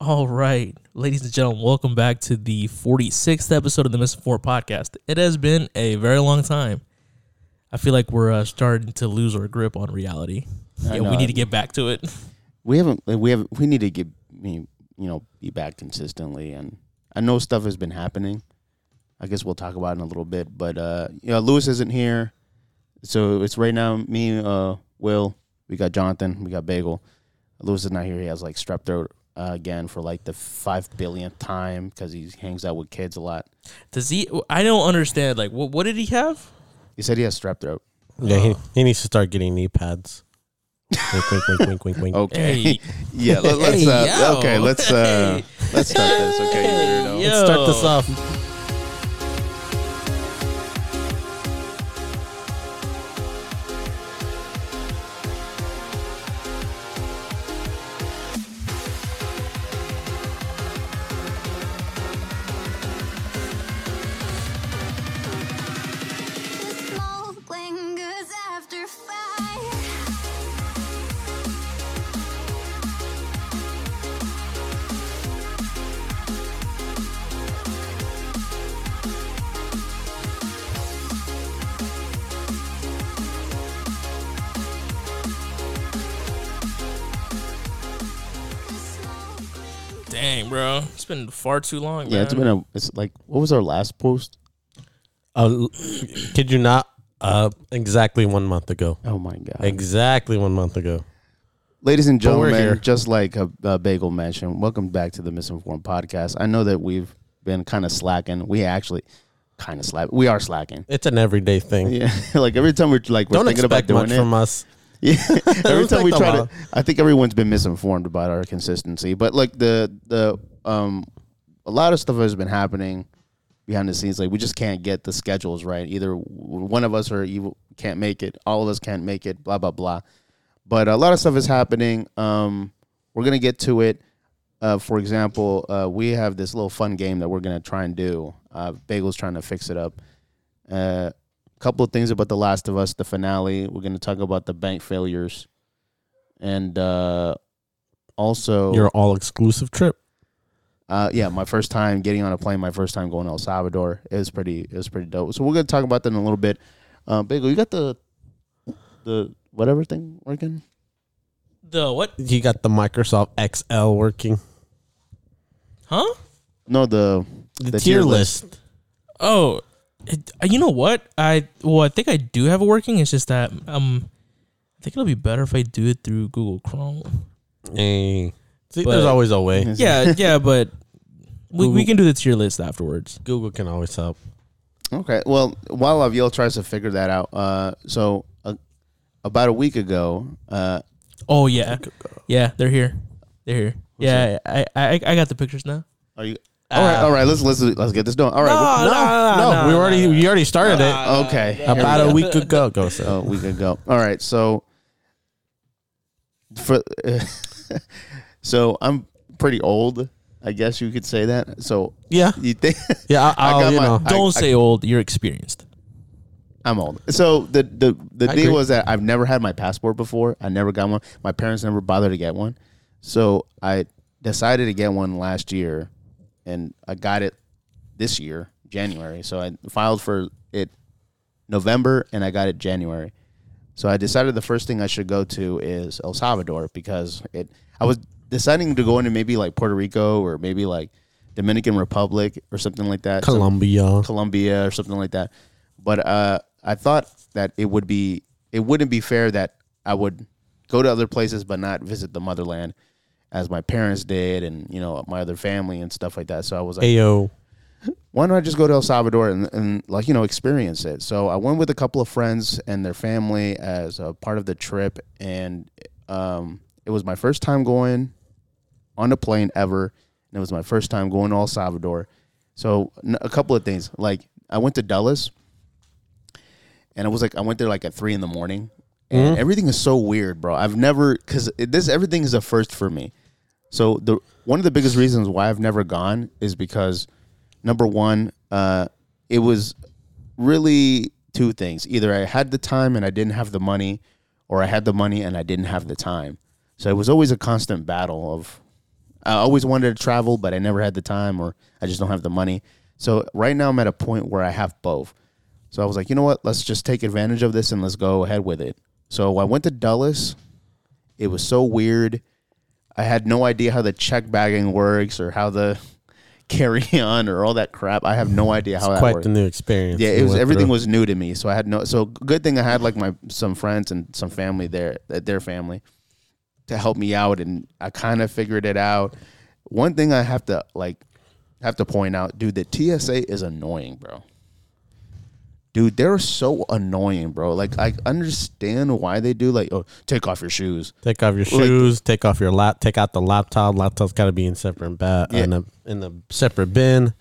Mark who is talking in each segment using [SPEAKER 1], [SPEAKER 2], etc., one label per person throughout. [SPEAKER 1] All right, ladies and gentlemen, welcome back to the 46th episode of the Missing Four podcast. It has been a very long time. I feel like we're uh, starting to lose our grip on reality.
[SPEAKER 2] I
[SPEAKER 1] Yeah,
[SPEAKER 2] know.
[SPEAKER 1] we need to get back to it.
[SPEAKER 2] We haven't. We have. We need to get. I mean, You know, be back consistently, and I know stuff has been happening. I guess we'll talk about it in a little bit, but uh, you know, Lewis isn't here, so it's right now me, uh, Will, we got Jonathan, we got Bagel. Lewis is not here. He has like strep throat uh, again for like the five billionth time because he hangs out with kids a lot.
[SPEAKER 1] Does he? I don't understand. Like, what, what did he have?
[SPEAKER 2] He said he has strep throat.
[SPEAKER 3] Yeah,
[SPEAKER 2] Uh,
[SPEAKER 3] he, he needs to start getting knee pads. wink, wink, wink, wink, wink, wink.
[SPEAKER 2] Okay,
[SPEAKER 1] Hey.
[SPEAKER 2] yeah. Let, let's
[SPEAKER 1] Hey,
[SPEAKER 2] uh,
[SPEAKER 1] yo.
[SPEAKER 2] okay. Let's uh,
[SPEAKER 1] Hey.
[SPEAKER 2] let's start this. Okay, you weirdo.
[SPEAKER 1] Yo.
[SPEAKER 3] Start this off.
[SPEAKER 4] The smoke lingers after fire. The smoke lingers.
[SPEAKER 1] Dang, bro, it's been far too long.
[SPEAKER 2] Yeah, it's
[SPEAKER 1] man.
[SPEAKER 2] been a. It's like what was our last post?
[SPEAKER 3] Uh,
[SPEAKER 2] Oh.
[SPEAKER 3] l- kid you not? Uh, exactly one month ago.
[SPEAKER 2] Oh my god!
[SPEAKER 3] Exactly one month ago.
[SPEAKER 2] Ladies and
[SPEAKER 3] But we're here.
[SPEAKER 2] gentlemen, just like a, uh bagel mentioned, welcome back to the Misinformed Podcast. I know that we've been kind of slacking. We actually kind of slack. We are slacking.
[SPEAKER 3] It's an everyday thing.
[SPEAKER 2] Yeah, like every time we're like we're
[SPEAKER 3] Don't
[SPEAKER 2] thinking about
[SPEAKER 3] expect
[SPEAKER 2] doing
[SPEAKER 3] much
[SPEAKER 2] it.
[SPEAKER 3] from us.
[SPEAKER 2] Yeah. every time we
[SPEAKER 3] expect a
[SPEAKER 2] try to,
[SPEAKER 3] lot.
[SPEAKER 2] I think everyone's been misinformed about our consistency. But like the the um, a lot of stuff has been happening behind the scenes. Like we just can't get the schedules right. Either w- one of us or you can't make it. All of us can't make it. Blah blah blah. But a lot of stuff is happening. Um, we're gonna get to it. Uh, for example, uh, we have this little fun game that we're gonna try and do. Uh, Bagel's trying to fix it up. Uh, couple of things about The Last of Us, the finale. We're going to talk about the bank failures, and uh, also,
[SPEAKER 3] Your all exclusive trip.
[SPEAKER 2] uh, yeah, my first time getting on a plane, my first time going to El Salvador. It was pretty, it was pretty dope. So we're going to talk about that in a little bit. Uh, Bagel, you got the the whatever thing working?
[SPEAKER 1] the what?
[SPEAKER 3] You got the Microsoft XL working.
[SPEAKER 1] Huh?
[SPEAKER 2] No, the
[SPEAKER 3] The,
[SPEAKER 2] The
[SPEAKER 3] tier,
[SPEAKER 2] tier
[SPEAKER 3] list.
[SPEAKER 1] Oh, it, uh, you know what? I well, I think I do have it working. It's just that um, I think it'll be better if I do it through Google Chrome.
[SPEAKER 3] Hey. See,
[SPEAKER 1] But-
[SPEAKER 3] there's always a way.
[SPEAKER 1] Yeah, yeah, but we, we can do the tier list afterwards.
[SPEAKER 3] Google can always help.
[SPEAKER 2] Okay. Well, while Aviel tries to figure that out, uh, so uh, about a week ago, uh,
[SPEAKER 1] Oh yeah, yeah, they're here, they're here. yeah, I, I I got the pictures now.
[SPEAKER 2] are you? All right,
[SPEAKER 3] Uh,
[SPEAKER 2] all right. Let's let's let's get this done. All right.
[SPEAKER 1] No, no,
[SPEAKER 3] Oh, no,
[SPEAKER 1] no,
[SPEAKER 3] we
[SPEAKER 1] no,
[SPEAKER 3] already you already started it
[SPEAKER 2] we- okay. here we
[SPEAKER 3] about
[SPEAKER 2] go.
[SPEAKER 3] a week ago. Go
[SPEAKER 2] a
[SPEAKER 3] so.
[SPEAKER 2] week ago. All right, so for so I'm pretty old, I guess you could say that. So
[SPEAKER 3] Yeah,
[SPEAKER 2] you think
[SPEAKER 3] yeah. I,
[SPEAKER 2] I
[SPEAKER 3] I'll,
[SPEAKER 2] got
[SPEAKER 3] you
[SPEAKER 2] my-
[SPEAKER 3] know.
[SPEAKER 2] I-
[SPEAKER 1] Don't say old. You're experienced.
[SPEAKER 2] I'm old? So the the the
[SPEAKER 3] I
[SPEAKER 2] deal
[SPEAKER 3] agree.
[SPEAKER 2] was that I've never had my passport before. I never got one. My parents never bothered to get one. So I decided to get one last year, and I got it this year, January. So I filed for it November, and I got it January. So I decided the first thing I should go to is El Salvador because it. I was deciding to go into maybe like Puerto Rico or maybe like Dominican Republic or something like that. So-
[SPEAKER 3] Colombia.
[SPEAKER 2] Colombia or something like that. But uh, I thought that it would be it wouldn't be fair that I would go to other places but not visit the motherland as my parents did and you know my other family and stuff like that. So I was like,
[SPEAKER 3] Ayo.
[SPEAKER 2] why don't I just go to El Salvador and, and like you know experience it? So I went with a couple of friends and their family as a part of the trip, and um, it was my first time going on a plane ever, and it was my first time going to El Salvador. So n- a couple of things, like I went to Dulles, and I was like I went there like at three in the morning, and everything is so weird, bro. I've never because this everything is a first for me. So the one of the biggest reasons why I've never gone is because number one, uh, it was really two things: either I had the time and I didn't have the money, or I had the money and I didn't have the time. So it was always a constant battle of I always wanted to travel, but I never had the time or I just don't have the money. So right now I'm at a point where I have both. So I was like, you know what? Let's just take advantage of this and let's go ahead with it. So I went to Dulles. It was so weird. I had no idea how the check bagging works or how the carry on or all that crap. I have no idea how that
[SPEAKER 3] Quite
[SPEAKER 2] works.
[SPEAKER 3] the new experience.
[SPEAKER 2] Yeah,
[SPEAKER 3] you
[SPEAKER 2] it was
[SPEAKER 3] went
[SPEAKER 2] everything
[SPEAKER 3] through.
[SPEAKER 2] was new to me, so I had no. So good thing I had like my some friends and some family there, uh, their family, to help me out, and I kind of figured it out. One thing I have to like have to point out, dude, the TSA is annoying, bro. Dude, they're so annoying, bro. Like I understand why they do like, oh, take off your shoes.
[SPEAKER 3] Take off your
[SPEAKER 2] Like-
[SPEAKER 3] shoes. take off your lap. Take out the laptop. Laptop's got to be in separate ba-
[SPEAKER 2] Yeah.
[SPEAKER 3] in a in a separate bin.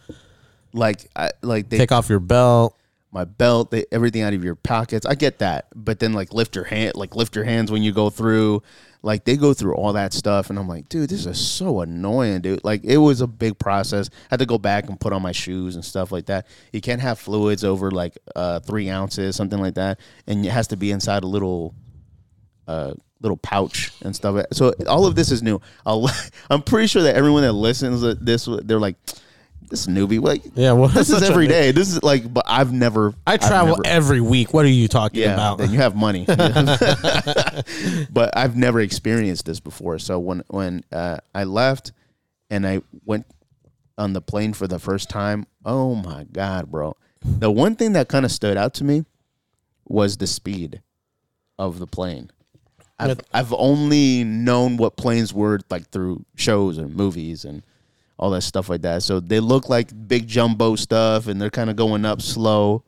[SPEAKER 2] Like I like they
[SPEAKER 3] Take off your belt.
[SPEAKER 2] my belt, they, everything out of your pockets. I get that, but then like lift your hand, like lift your hands when you go through. Like they go through all that stuff, and I'm like, dude, this is so annoying, dude. Like it was a big process. I had to go back and put on my shoes and stuff like that. You can't have fluids over like uh, three ounces, something like that, and it has to be inside a little uh, little pouch and stuff. So all of this is new. I'll, I'm pretty sure that everyone that listens to this, they're like, this newbie, like,
[SPEAKER 3] Yeah, well,
[SPEAKER 2] this is
[SPEAKER 3] such a
[SPEAKER 2] every
[SPEAKER 3] new-
[SPEAKER 2] day. This is like, but I've never.
[SPEAKER 3] I
[SPEAKER 2] I've
[SPEAKER 3] travel
[SPEAKER 2] never-
[SPEAKER 3] every week. What are you talking
[SPEAKER 2] yeah,
[SPEAKER 3] about?
[SPEAKER 2] then you have money. but I've never experienced this before. So when when uh, I left and I went on the plane for the first time, oh my god, bro! The one thing that kind of stood out to me was the speed of the plane. I've, I've only known what planes were like through shows and movies and all that stuff like that. So they look like big jumbo stuff and they're kind of going up slow.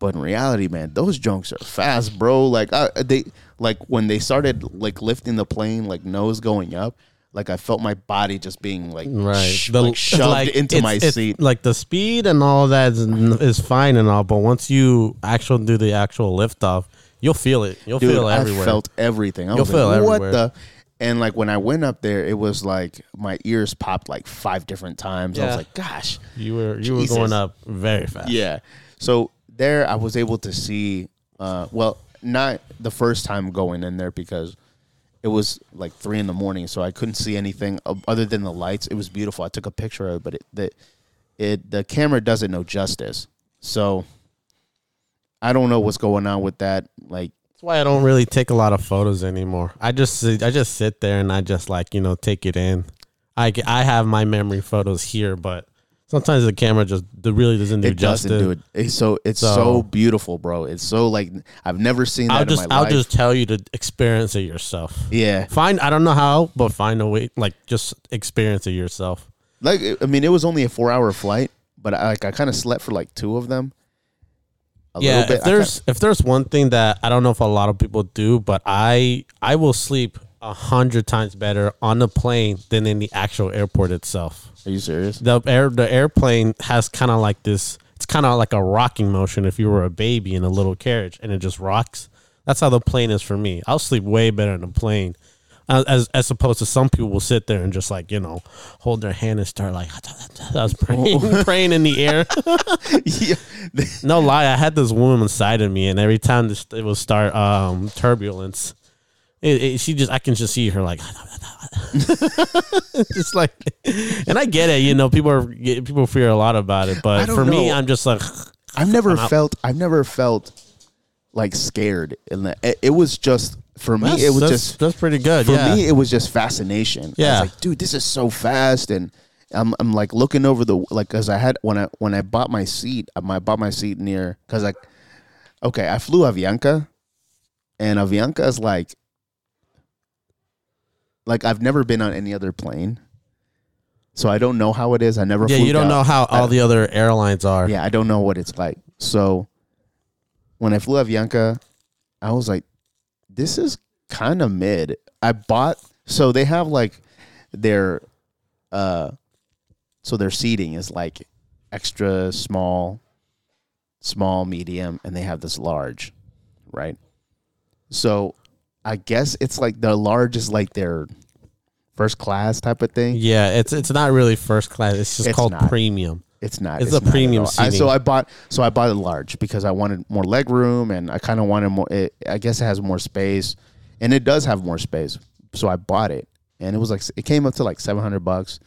[SPEAKER 2] But in reality, man, those junks are fast, bro. Like I, they like when they started like lifting the plane, like nose going up, like I felt my body just being like,
[SPEAKER 3] Right,
[SPEAKER 2] sh-
[SPEAKER 3] The-
[SPEAKER 2] like shoved
[SPEAKER 3] like,
[SPEAKER 2] into
[SPEAKER 3] it's-
[SPEAKER 2] my
[SPEAKER 3] it's-
[SPEAKER 2] seat.
[SPEAKER 3] Like the speed and all that is, is fine and all, but once you actually do the actual lift off, you'll feel it. You'll
[SPEAKER 2] Dude,
[SPEAKER 3] feel it everywhere.
[SPEAKER 2] I felt everything. I
[SPEAKER 3] You'll
[SPEAKER 2] was
[SPEAKER 3] feel
[SPEAKER 2] like, what
[SPEAKER 3] everywhere.
[SPEAKER 2] the? And like when I went up there, it was like my ears popped like five different times. I was
[SPEAKER 3] Yeah.
[SPEAKER 2] like, gosh,
[SPEAKER 3] you were you
[SPEAKER 2] Jesus.
[SPEAKER 3] were going up very fast.
[SPEAKER 2] Yeah. So there, I was able to see. Uh, well, not the first time going in there because it was like three in the morning, so I couldn't see anything o- other than the lights. It was beautiful. I took a picture of it, but it the it the camera does it no justice. So I don't know what's going on with that. Like,
[SPEAKER 3] That's why I don't really take a lot of photos anymore. I just sit- I just sit there and I just like you know take it in. I ca- I have my memory photos here, but sometimes the camera just it really doesn't do
[SPEAKER 2] it
[SPEAKER 3] justice.
[SPEAKER 2] doesn't do it. It's so it's so,
[SPEAKER 3] So-
[SPEAKER 2] beautiful, bro. It's so like I've never seen that
[SPEAKER 3] I'll
[SPEAKER 2] in
[SPEAKER 3] just
[SPEAKER 2] my
[SPEAKER 3] I'll
[SPEAKER 2] life.
[SPEAKER 3] just tell you to experience it yourself.
[SPEAKER 2] yeah.
[SPEAKER 3] Find I don't know how, but find a way. Like just experience it yourself.
[SPEAKER 2] like I mean, it was only a four hour flight, but I, like I kind of slept for like two of them. A
[SPEAKER 3] yeah, if
[SPEAKER 2] I
[SPEAKER 3] there's if there's one thing that I don't know if a lot of people do, but I I will sleep a hundred times better on the plane than in the actual airport itself.
[SPEAKER 2] kinda- are you serious?
[SPEAKER 3] The air the airplane has kind of like this. It's kind of like a rocking motion if you were a baby in a little carriage and it just rocks. That's how the plane is for me. I'll sleep way better in a plane. uh, As, as opposed to some people will sit there and just like you know hold their hand and start like I was praying, praying in the air.
[SPEAKER 2] yeah,
[SPEAKER 3] No lie, I had this woman inside of me, and every time this, it would start um, turbulence, it, it, she just I can just see her like, just like, and I get it, you know, people are get- people fear a lot about it,
[SPEAKER 2] I
[SPEAKER 3] but
[SPEAKER 2] don't
[SPEAKER 3] for me,
[SPEAKER 2] know.
[SPEAKER 3] I'm just like,
[SPEAKER 2] I've never
[SPEAKER 3] out.
[SPEAKER 2] felt I've never felt like scared, and it, it was just for me.
[SPEAKER 3] that's,
[SPEAKER 2] It was
[SPEAKER 3] that's,
[SPEAKER 2] just
[SPEAKER 3] that's pretty good.
[SPEAKER 2] for
[SPEAKER 3] yeah.
[SPEAKER 2] me. It was just fascination. I
[SPEAKER 3] Yeah.
[SPEAKER 2] was like, dude, this is so fast, and I'm I'm like looking over the like because I had when I when I bought my seat, um, I bought my seat near because like, okay, I flew Avianca, and Avianca is like, like I've never been on any other plane, so I don't know how it is. I never.
[SPEAKER 3] yeah,
[SPEAKER 2] flew
[SPEAKER 3] you don't
[SPEAKER 2] Gal-
[SPEAKER 3] know how all the other airlines are.
[SPEAKER 2] yeah, I don't know what it's like. So when I flew Avianca, I was like, this is kind of mid. I bought so they have like their uh so their seating is like extra small, small, medium, and they have this large, right? So I guess it's like the large is like their first class type of thing.
[SPEAKER 3] Yeah, it's it's not really first class. It's just
[SPEAKER 2] It's
[SPEAKER 3] called
[SPEAKER 2] not.
[SPEAKER 3] premium.
[SPEAKER 2] It's not.
[SPEAKER 3] It's a
[SPEAKER 2] not at
[SPEAKER 3] premium
[SPEAKER 2] all. I, so
[SPEAKER 3] seating.
[SPEAKER 2] I bought. So I bought a large because I wanted more leg room, and I kind of wanted more. It, I guess it has more space, and it does have more space. So I bought it, and it was like it came up to like seven hundred bucks,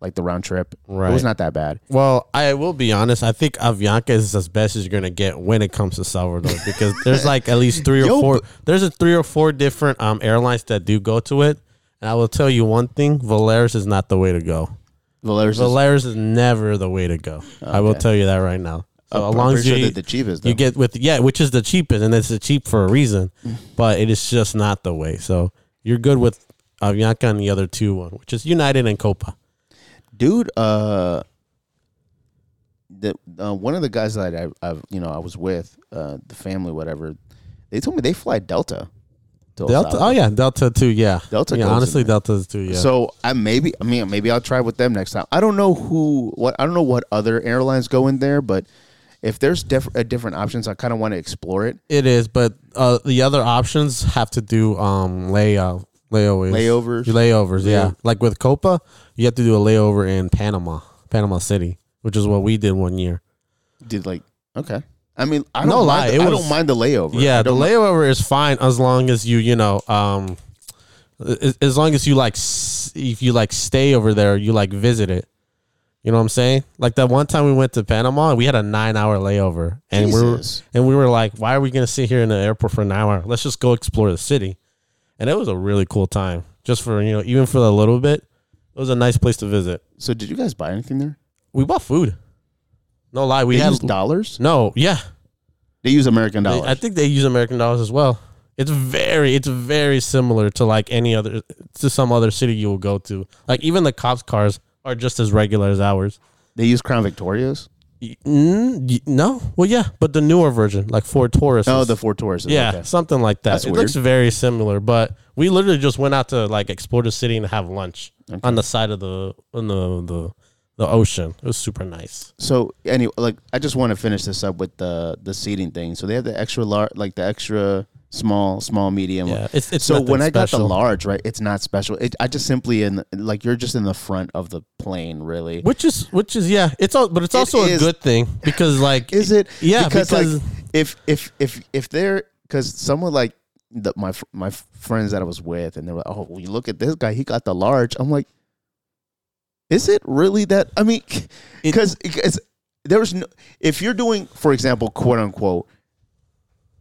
[SPEAKER 2] like the round trip. it
[SPEAKER 3] Right.
[SPEAKER 2] was not that bad.
[SPEAKER 3] Well, I will be honest. I think Avianca is as best as you're gonna get when it comes to Salvador because there's like at least three or
[SPEAKER 2] Yo,
[SPEAKER 3] four. There's a three or four different um airlines that do go to it, and I will tell you one thing: Valeris is not the way to go.
[SPEAKER 2] Valeris, is-
[SPEAKER 3] Valeris is never the way to go. I will tell you that right now. So
[SPEAKER 2] I'm
[SPEAKER 3] as long
[SPEAKER 2] pretty
[SPEAKER 3] as
[SPEAKER 2] sure
[SPEAKER 3] you,
[SPEAKER 2] they're the cheapest,
[SPEAKER 3] you
[SPEAKER 2] though. Mm.
[SPEAKER 3] get with yeah, which is the cheapest, and it's the cheap for a reason, but it is just not the way. So you're good with Avianca and the other two one, which is United and Copa.
[SPEAKER 2] dude. Uh, the uh, one of the guys that I, I've you know I was with, uh, the family, whatever, they told me they fly Delta. to El
[SPEAKER 3] Delta,
[SPEAKER 2] Salvador.
[SPEAKER 3] oh yeah, Delta too, yeah.
[SPEAKER 2] Delta
[SPEAKER 3] yeah.
[SPEAKER 2] goes in
[SPEAKER 3] Honestly,
[SPEAKER 2] there.
[SPEAKER 3] Delta too, yeah.
[SPEAKER 2] So I maybe I mean maybe I'll try with them next time. I don't know who what I don't know what other airlines go in there, but if there's diff- uh, different options, I kind of want to explore it.
[SPEAKER 3] It is, but uh, the other options have to do um layout layovers,
[SPEAKER 2] Layovers.
[SPEAKER 3] layovers. Yeah. like with Copa, you have to do a layover in Panama, Panama City, which is what we did one year.
[SPEAKER 2] Did like okay. I mean, I don't
[SPEAKER 3] No
[SPEAKER 2] mind
[SPEAKER 3] lie,
[SPEAKER 2] the,
[SPEAKER 3] it
[SPEAKER 2] I
[SPEAKER 3] was-
[SPEAKER 2] don't mind the layover.
[SPEAKER 3] Yeah,
[SPEAKER 2] I
[SPEAKER 3] the
[SPEAKER 2] don't
[SPEAKER 3] layover is fine as long as you you know um a- as long as you like s- if you like stay over there, you like visit it. You know what I'm saying? Like that one time we went to Panama, we had a nine hour layover, and we were
[SPEAKER 2] Jesus.
[SPEAKER 3] and we were like, "Why are we gonna sit here in the airport for an hour? Let's just go explore the city." And it was a really cool time, just for you know, even for a little bit, it was a nice place to visit.
[SPEAKER 2] So did you guys buy anything there?
[SPEAKER 3] We bought food. No lie, we
[SPEAKER 2] They
[SPEAKER 3] had
[SPEAKER 2] use dollars.
[SPEAKER 3] no, yeah,
[SPEAKER 2] They use American
[SPEAKER 3] They-
[SPEAKER 2] dollars.
[SPEAKER 3] I think they use American dollars as well. It's very, it's very similar to like any other, to some other city you will go to. Like even the cops' cars are just as regular as ours.
[SPEAKER 2] they use Crown Victorias.
[SPEAKER 3] Y- mm, y- no, well, yeah, but the newer version, like Ford Taurus.
[SPEAKER 2] Oh, the four Tauruses.
[SPEAKER 3] yeah,
[SPEAKER 2] okay.
[SPEAKER 3] something like that.
[SPEAKER 2] That's
[SPEAKER 3] it
[SPEAKER 2] weird.
[SPEAKER 3] looks very similar, but we literally just went out to like explore the city and have lunch on the side of the on the the, the ocean. It was super nice.
[SPEAKER 2] So anyway, like I just want to finish this up with the the seating thing. So they have the extra large, like the extra small, small, medium.
[SPEAKER 3] Yeah, it's- it's
[SPEAKER 2] so
[SPEAKER 3] nothing
[SPEAKER 2] when I got the
[SPEAKER 3] special.
[SPEAKER 2] large, right? It's not special. It, I just simply in like you're just in the front of the plane, really.
[SPEAKER 3] Which is which is yeah, it's all but it's also a
[SPEAKER 2] is-
[SPEAKER 3] good thing because like
[SPEAKER 2] Is it?
[SPEAKER 3] Yeah,
[SPEAKER 2] because,
[SPEAKER 3] because-
[SPEAKER 2] like if if if if they're because someone like the, my fr- my friends that I was with, and they were like, oh, well, you look at this guy, he got the large. I'm like, is it really that? I mean,
[SPEAKER 3] It-
[SPEAKER 2] because because there was no if you're doing, for example, quote unquote.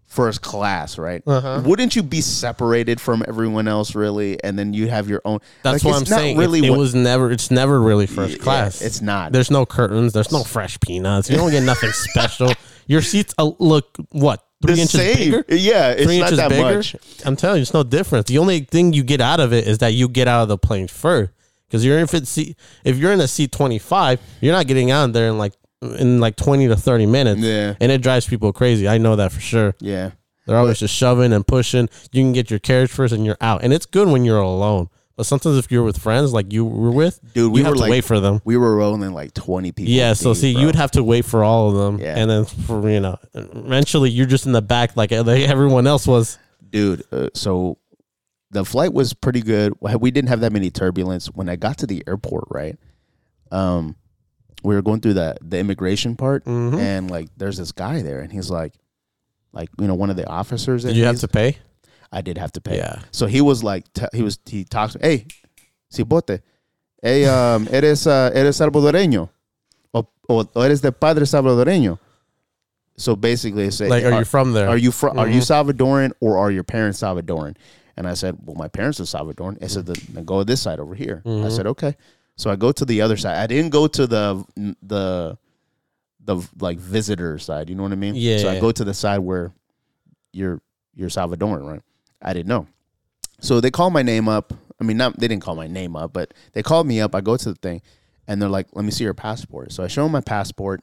[SPEAKER 2] First class, right?
[SPEAKER 3] Uh-huh.
[SPEAKER 2] Wouldn't you be separated from everyone else, really? And then you have your own. like,
[SPEAKER 3] That's what I'm
[SPEAKER 2] it's not
[SPEAKER 3] saying.
[SPEAKER 2] Really,
[SPEAKER 3] it, it
[SPEAKER 2] what-
[SPEAKER 3] was never. It's never really first
[SPEAKER 2] Yeah,
[SPEAKER 3] class.
[SPEAKER 2] it's not.
[SPEAKER 3] There's no curtains. There's no fresh peanuts. You don't get nothing special. Your seats uh, look what three
[SPEAKER 2] the
[SPEAKER 3] inches
[SPEAKER 2] same.
[SPEAKER 3] bigger.
[SPEAKER 2] Yeah, it's
[SPEAKER 3] three
[SPEAKER 2] not
[SPEAKER 3] inches
[SPEAKER 2] that
[SPEAKER 3] bigger.
[SPEAKER 2] much.
[SPEAKER 3] I'm telling you, it's no difference. The only thing you get out of it is that you get out of the plane first. Because you're in fit seat. If you're in a seat 25, you're not getting out there in like in like 20 to 30 minutes.
[SPEAKER 2] Yeah.
[SPEAKER 3] and it drives people crazy. I know that for sure.
[SPEAKER 2] Yeah.
[SPEAKER 3] They're always just shoving and pushing. You can get your carriage first and you're out. And it's good when you're alone. But sometimes if you're with friends like you were with,
[SPEAKER 2] Dude, we
[SPEAKER 3] you have
[SPEAKER 2] were
[SPEAKER 3] to
[SPEAKER 2] like-
[SPEAKER 3] wait for them.
[SPEAKER 2] We were rolling like 20 people.
[SPEAKER 3] Yeah, so
[SPEAKER 2] deep,
[SPEAKER 3] see,
[SPEAKER 2] bro.
[SPEAKER 3] you would have to wait for all of them.
[SPEAKER 2] Yeah.
[SPEAKER 3] And then for you know, eventually you're just in the back like everyone else was.
[SPEAKER 2] dude. Uh, so the flight was pretty good. We didn't have that many turbulence. When I got to the airport, right, um, we were going through the the immigration part, and like, there's this guy there, and he's like, like you know, one of the officers.
[SPEAKER 3] Did you have to pay?
[SPEAKER 2] I did have to pay.
[SPEAKER 3] Yeah.
[SPEAKER 2] So he was like, t- he was he talks. Hey, cipote. Hey, um, eres uh, eres salvadoreño, o, o, o eres de padre salvadoreño. So basically, say
[SPEAKER 3] Like, are you from there? Mm-hmm.
[SPEAKER 2] Are you from? Are you Salvadoran or are your parents Salvadoran? And I said, well, my parents are Salvadoran. I said, then then go this side over here.
[SPEAKER 3] Mm-hmm.
[SPEAKER 2] I said, okay. So I go to the other side. I didn't go to the the the like visitor side. You know what I mean?
[SPEAKER 3] Yeah,
[SPEAKER 2] So I
[SPEAKER 3] yeah.
[SPEAKER 2] go to the side where you're you're Salvadoran, right? I didn't know. So they call my name up. I mean, not they didn't call my name up, but they called me up. I go to the thing, and they're like, "Let me see your passport." So I show them my passport,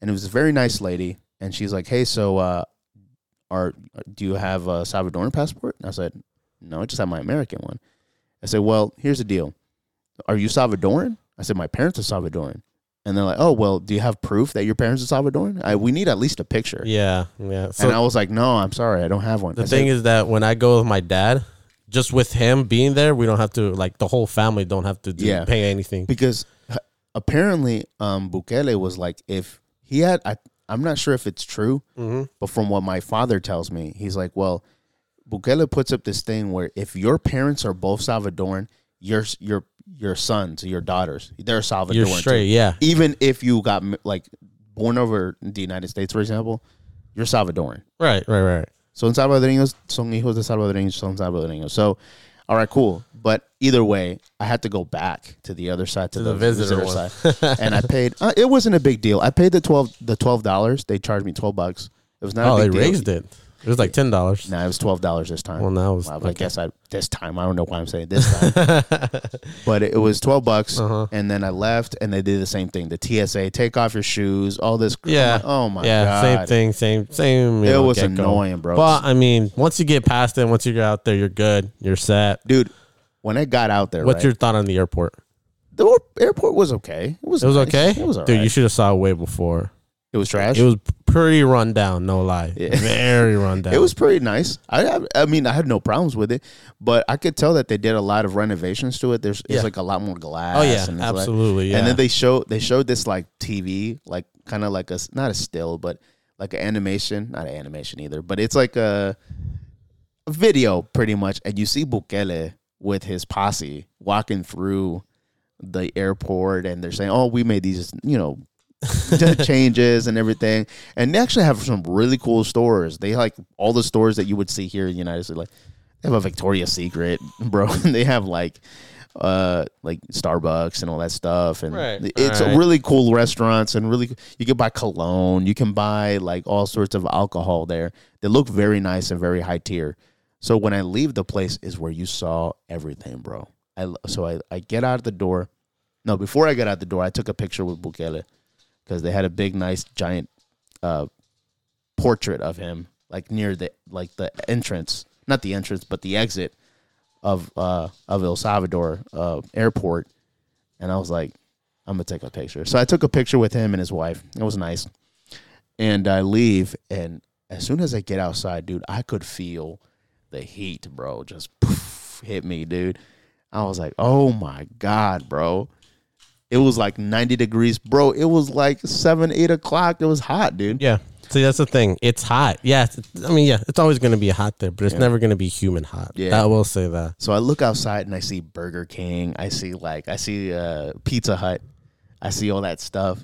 [SPEAKER 2] and it was a very nice lady, and she's like, "Hey, so uh, are do you have a Salvadoran passport?" And I said, "No, I just have my American one." I said, "Well, here's the deal. Are you Salvadoran?" I said, "My parents are Salvadoran." And they're like, "Oh, well, do you have proof that your parents are Salvadoran? I, we need at least a picture."
[SPEAKER 3] Yeah, yeah. So
[SPEAKER 2] and I was like, "No, I'm sorry, I don't have one."
[SPEAKER 3] The thing is that when I go with my dad, just with him being there, we don't have to like the whole family don't have to do,
[SPEAKER 2] Yeah.
[SPEAKER 3] pay anything.
[SPEAKER 2] because h- apparently um, Bukele was like, if he had, I, I'm not sure if it's true,
[SPEAKER 3] Mm-hmm.
[SPEAKER 2] but from what my father tells me, he's like, well, Bukele puts up this thing where if your parents are both Salvadoran, your your your sons, your daughters, they're Salvadorans.
[SPEAKER 3] You're
[SPEAKER 2] too.
[SPEAKER 3] straight, yeah.
[SPEAKER 2] Even if you got like born over in the United States, for example, you're Salvadoran.
[SPEAKER 3] Right, right, right.
[SPEAKER 2] Son salvadoreños, son hijos de salvadoreños, son salvadoreños. So, all right, cool. But either way, I had to go back to the other side to,
[SPEAKER 3] the visitor one.
[SPEAKER 2] side, and I paid. Uh, it wasn't a big deal. I paid the twelve the twelve dollars. They charged me twelve bucks. It was not.
[SPEAKER 3] Oh,
[SPEAKER 2] a
[SPEAKER 3] they
[SPEAKER 2] big deal.
[SPEAKER 3] raised it. It was like ten dollars.
[SPEAKER 2] No, it was twelve dollars this time.
[SPEAKER 3] Well, now it was-
[SPEAKER 2] Well, I
[SPEAKER 3] okay.
[SPEAKER 2] guess I this time I don't know why I'm saying this time, but it, it was twelve bucks,
[SPEAKER 3] Uh-huh.
[SPEAKER 2] and then I left, and they did the same thing. The TSA, take off your shoes, all this. cr-
[SPEAKER 3] Yeah.
[SPEAKER 2] Oh my
[SPEAKER 3] yeah,
[SPEAKER 2] god.
[SPEAKER 3] Same thing. Same. Same. you
[SPEAKER 2] It
[SPEAKER 3] know,
[SPEAKER 2] was
[SPEAKER 3] get-go.
[SPEAKER 2] annoying, bro.
[SPEAKER 3] But I mean, once you get past it, once you're out there, you're good. You're set.
[SPEAKER 2] dude. When I got out there,
[SPEAKER 3] What's
[SPEAKER 2] right,
[SPEAKER 3] your thought on the airport?
[SPEAKER 2] the aer- airport was okay. It was
[SPEAKER 3] It was
[SPEAKER 2] nice.
[SPEAKER 3] okay.
[SPEAKER 2] It was alright.
[SPEAKER 3] dude. You should have saw it way before.
[SPEAKER 2] it was trash.
[SPEAKER 3] It was pretty run down. No lie.
[SPEAKER 2] Yeah.
[SPEAKER 3] Very run down.
[SPEAKER 2] It was pretty nice. I have- I mean I had no problems with it, but I could tell that they did a lot of renovations to it. There's
[SPEAKER 3] Yeah.
[SPEAKER 2] it's like a lot more glass.
[SPEAKER 3] Oh yeah,
[SPEAKER 2] and it's like-
[SPEAKER 3] absolutely. yeah.
[SPEAKER 2] And then they show they showed this like TV, like kind of like a s- not a still, but like an animation, not an animation either, but it's like a, a video pretty much, and you see Bukele with his posse walking through the airport, and they're saying, "Oh, we made these, you know." changes and everything and they actually have some really cool stores they like all the stores that you would see here in the united states like they have a victoria's secret bro they have like uh like starbucks and all that stuff and
[SPEAKER 3] Right.
[SPEAKER 2] it's
[SPEAKER 3] Right.
[SPEAKER 2] a really cool restaurants and really you can buy cologne you can buy like all sorts of alcohol there they look very nice and very high tier so when i leave the place is where you saw everything bro I, so I, I get out of the door no before i got out the door i took a picture with bukele because they had a big nice giant uh portrait of him like near the like the entrance not the entrance but the exit of uh of el salvador uh airport and i was like i'm gonna take a picture so i took a picture with him and his wife it was nice and i leave and as soon as i get outside dude i could feel the heat bro just poof, hit me dude i was like oh my god bro it was like 90 degrees bro it was like 7 8 o'clock it was hot dude
[SPEAKER 3] Yeah. See, that's the thing. It's hot. Yeah. it's- I mean, yeah, it's always going to be hot there, but it's never going to be human hot.
[SPEAKER 2] Yeah.
[SPEAKER 3] Yeah. I will say that.
[SPEAKER 2] So I look outside and I see Burger King. I see like I see uh, Pizza Hut. I see all that stuff,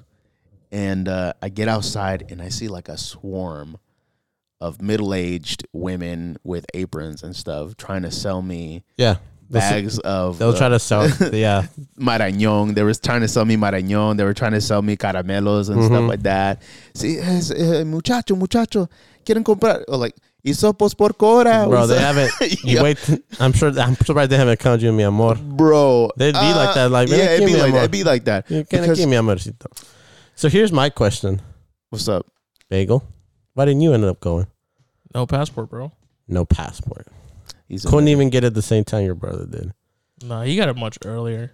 [SPEAKER 2] and uh, I get outside and I see like a swarm of middle-aged women with aprons and stuff trying to sell me
[SPEAKER 3] Yeah. They'll s-
[SPEAKER 2] bags of.
[SPEAKER 3] They'll
[SPEAKER 2] uh,
[SPEAKER 3] try to sell. yeah.
[SPEAKER 2] marañón. They were trying to sell me marañón. They were trying to sell me caramelos and stuff like that. Sí, es, eh, muchacho, muchacho, quieren comprar or like isopos por cora.
[SPEAKER 3] Bro, they haven't. You
[SPEAKER 2] Yeah.
[SPEAKER 3] wait. t- I'm sure. I'm surprised they haven't called you mi amor.
[SPEAKER 2] bro.
[SPEAKER 3] They'd be like that, like,
[SPEAKER 2] yeah,
[SPEAKER 3] "Man,
[SPEAKER 2] it'd
[SPEAKER 3] give
[SPEAKER 2] be
[SPEAKER 3] me a
[SPEAKER 2] like that.
[SPEAKER 3] more."
[SPEAKER 2] It'd be like that.
[SPEAKER 3] You can
[SPEAKER 2] Because-
[SPEAKER 3] give me amorcito. So here's my question,
[SPEAKER 2] what's up?
[SPEAKER 3] Bagel. Why didn't you end up going?
[SPEAKER 1] No passport, bro.
[SPEAKER 3] No passport.
[SPEAKER 2] He's
[SPEAKER 3] Couldn't even get it the same time your brother did.
[SPEAKER 1] Nah, he got it much earlier.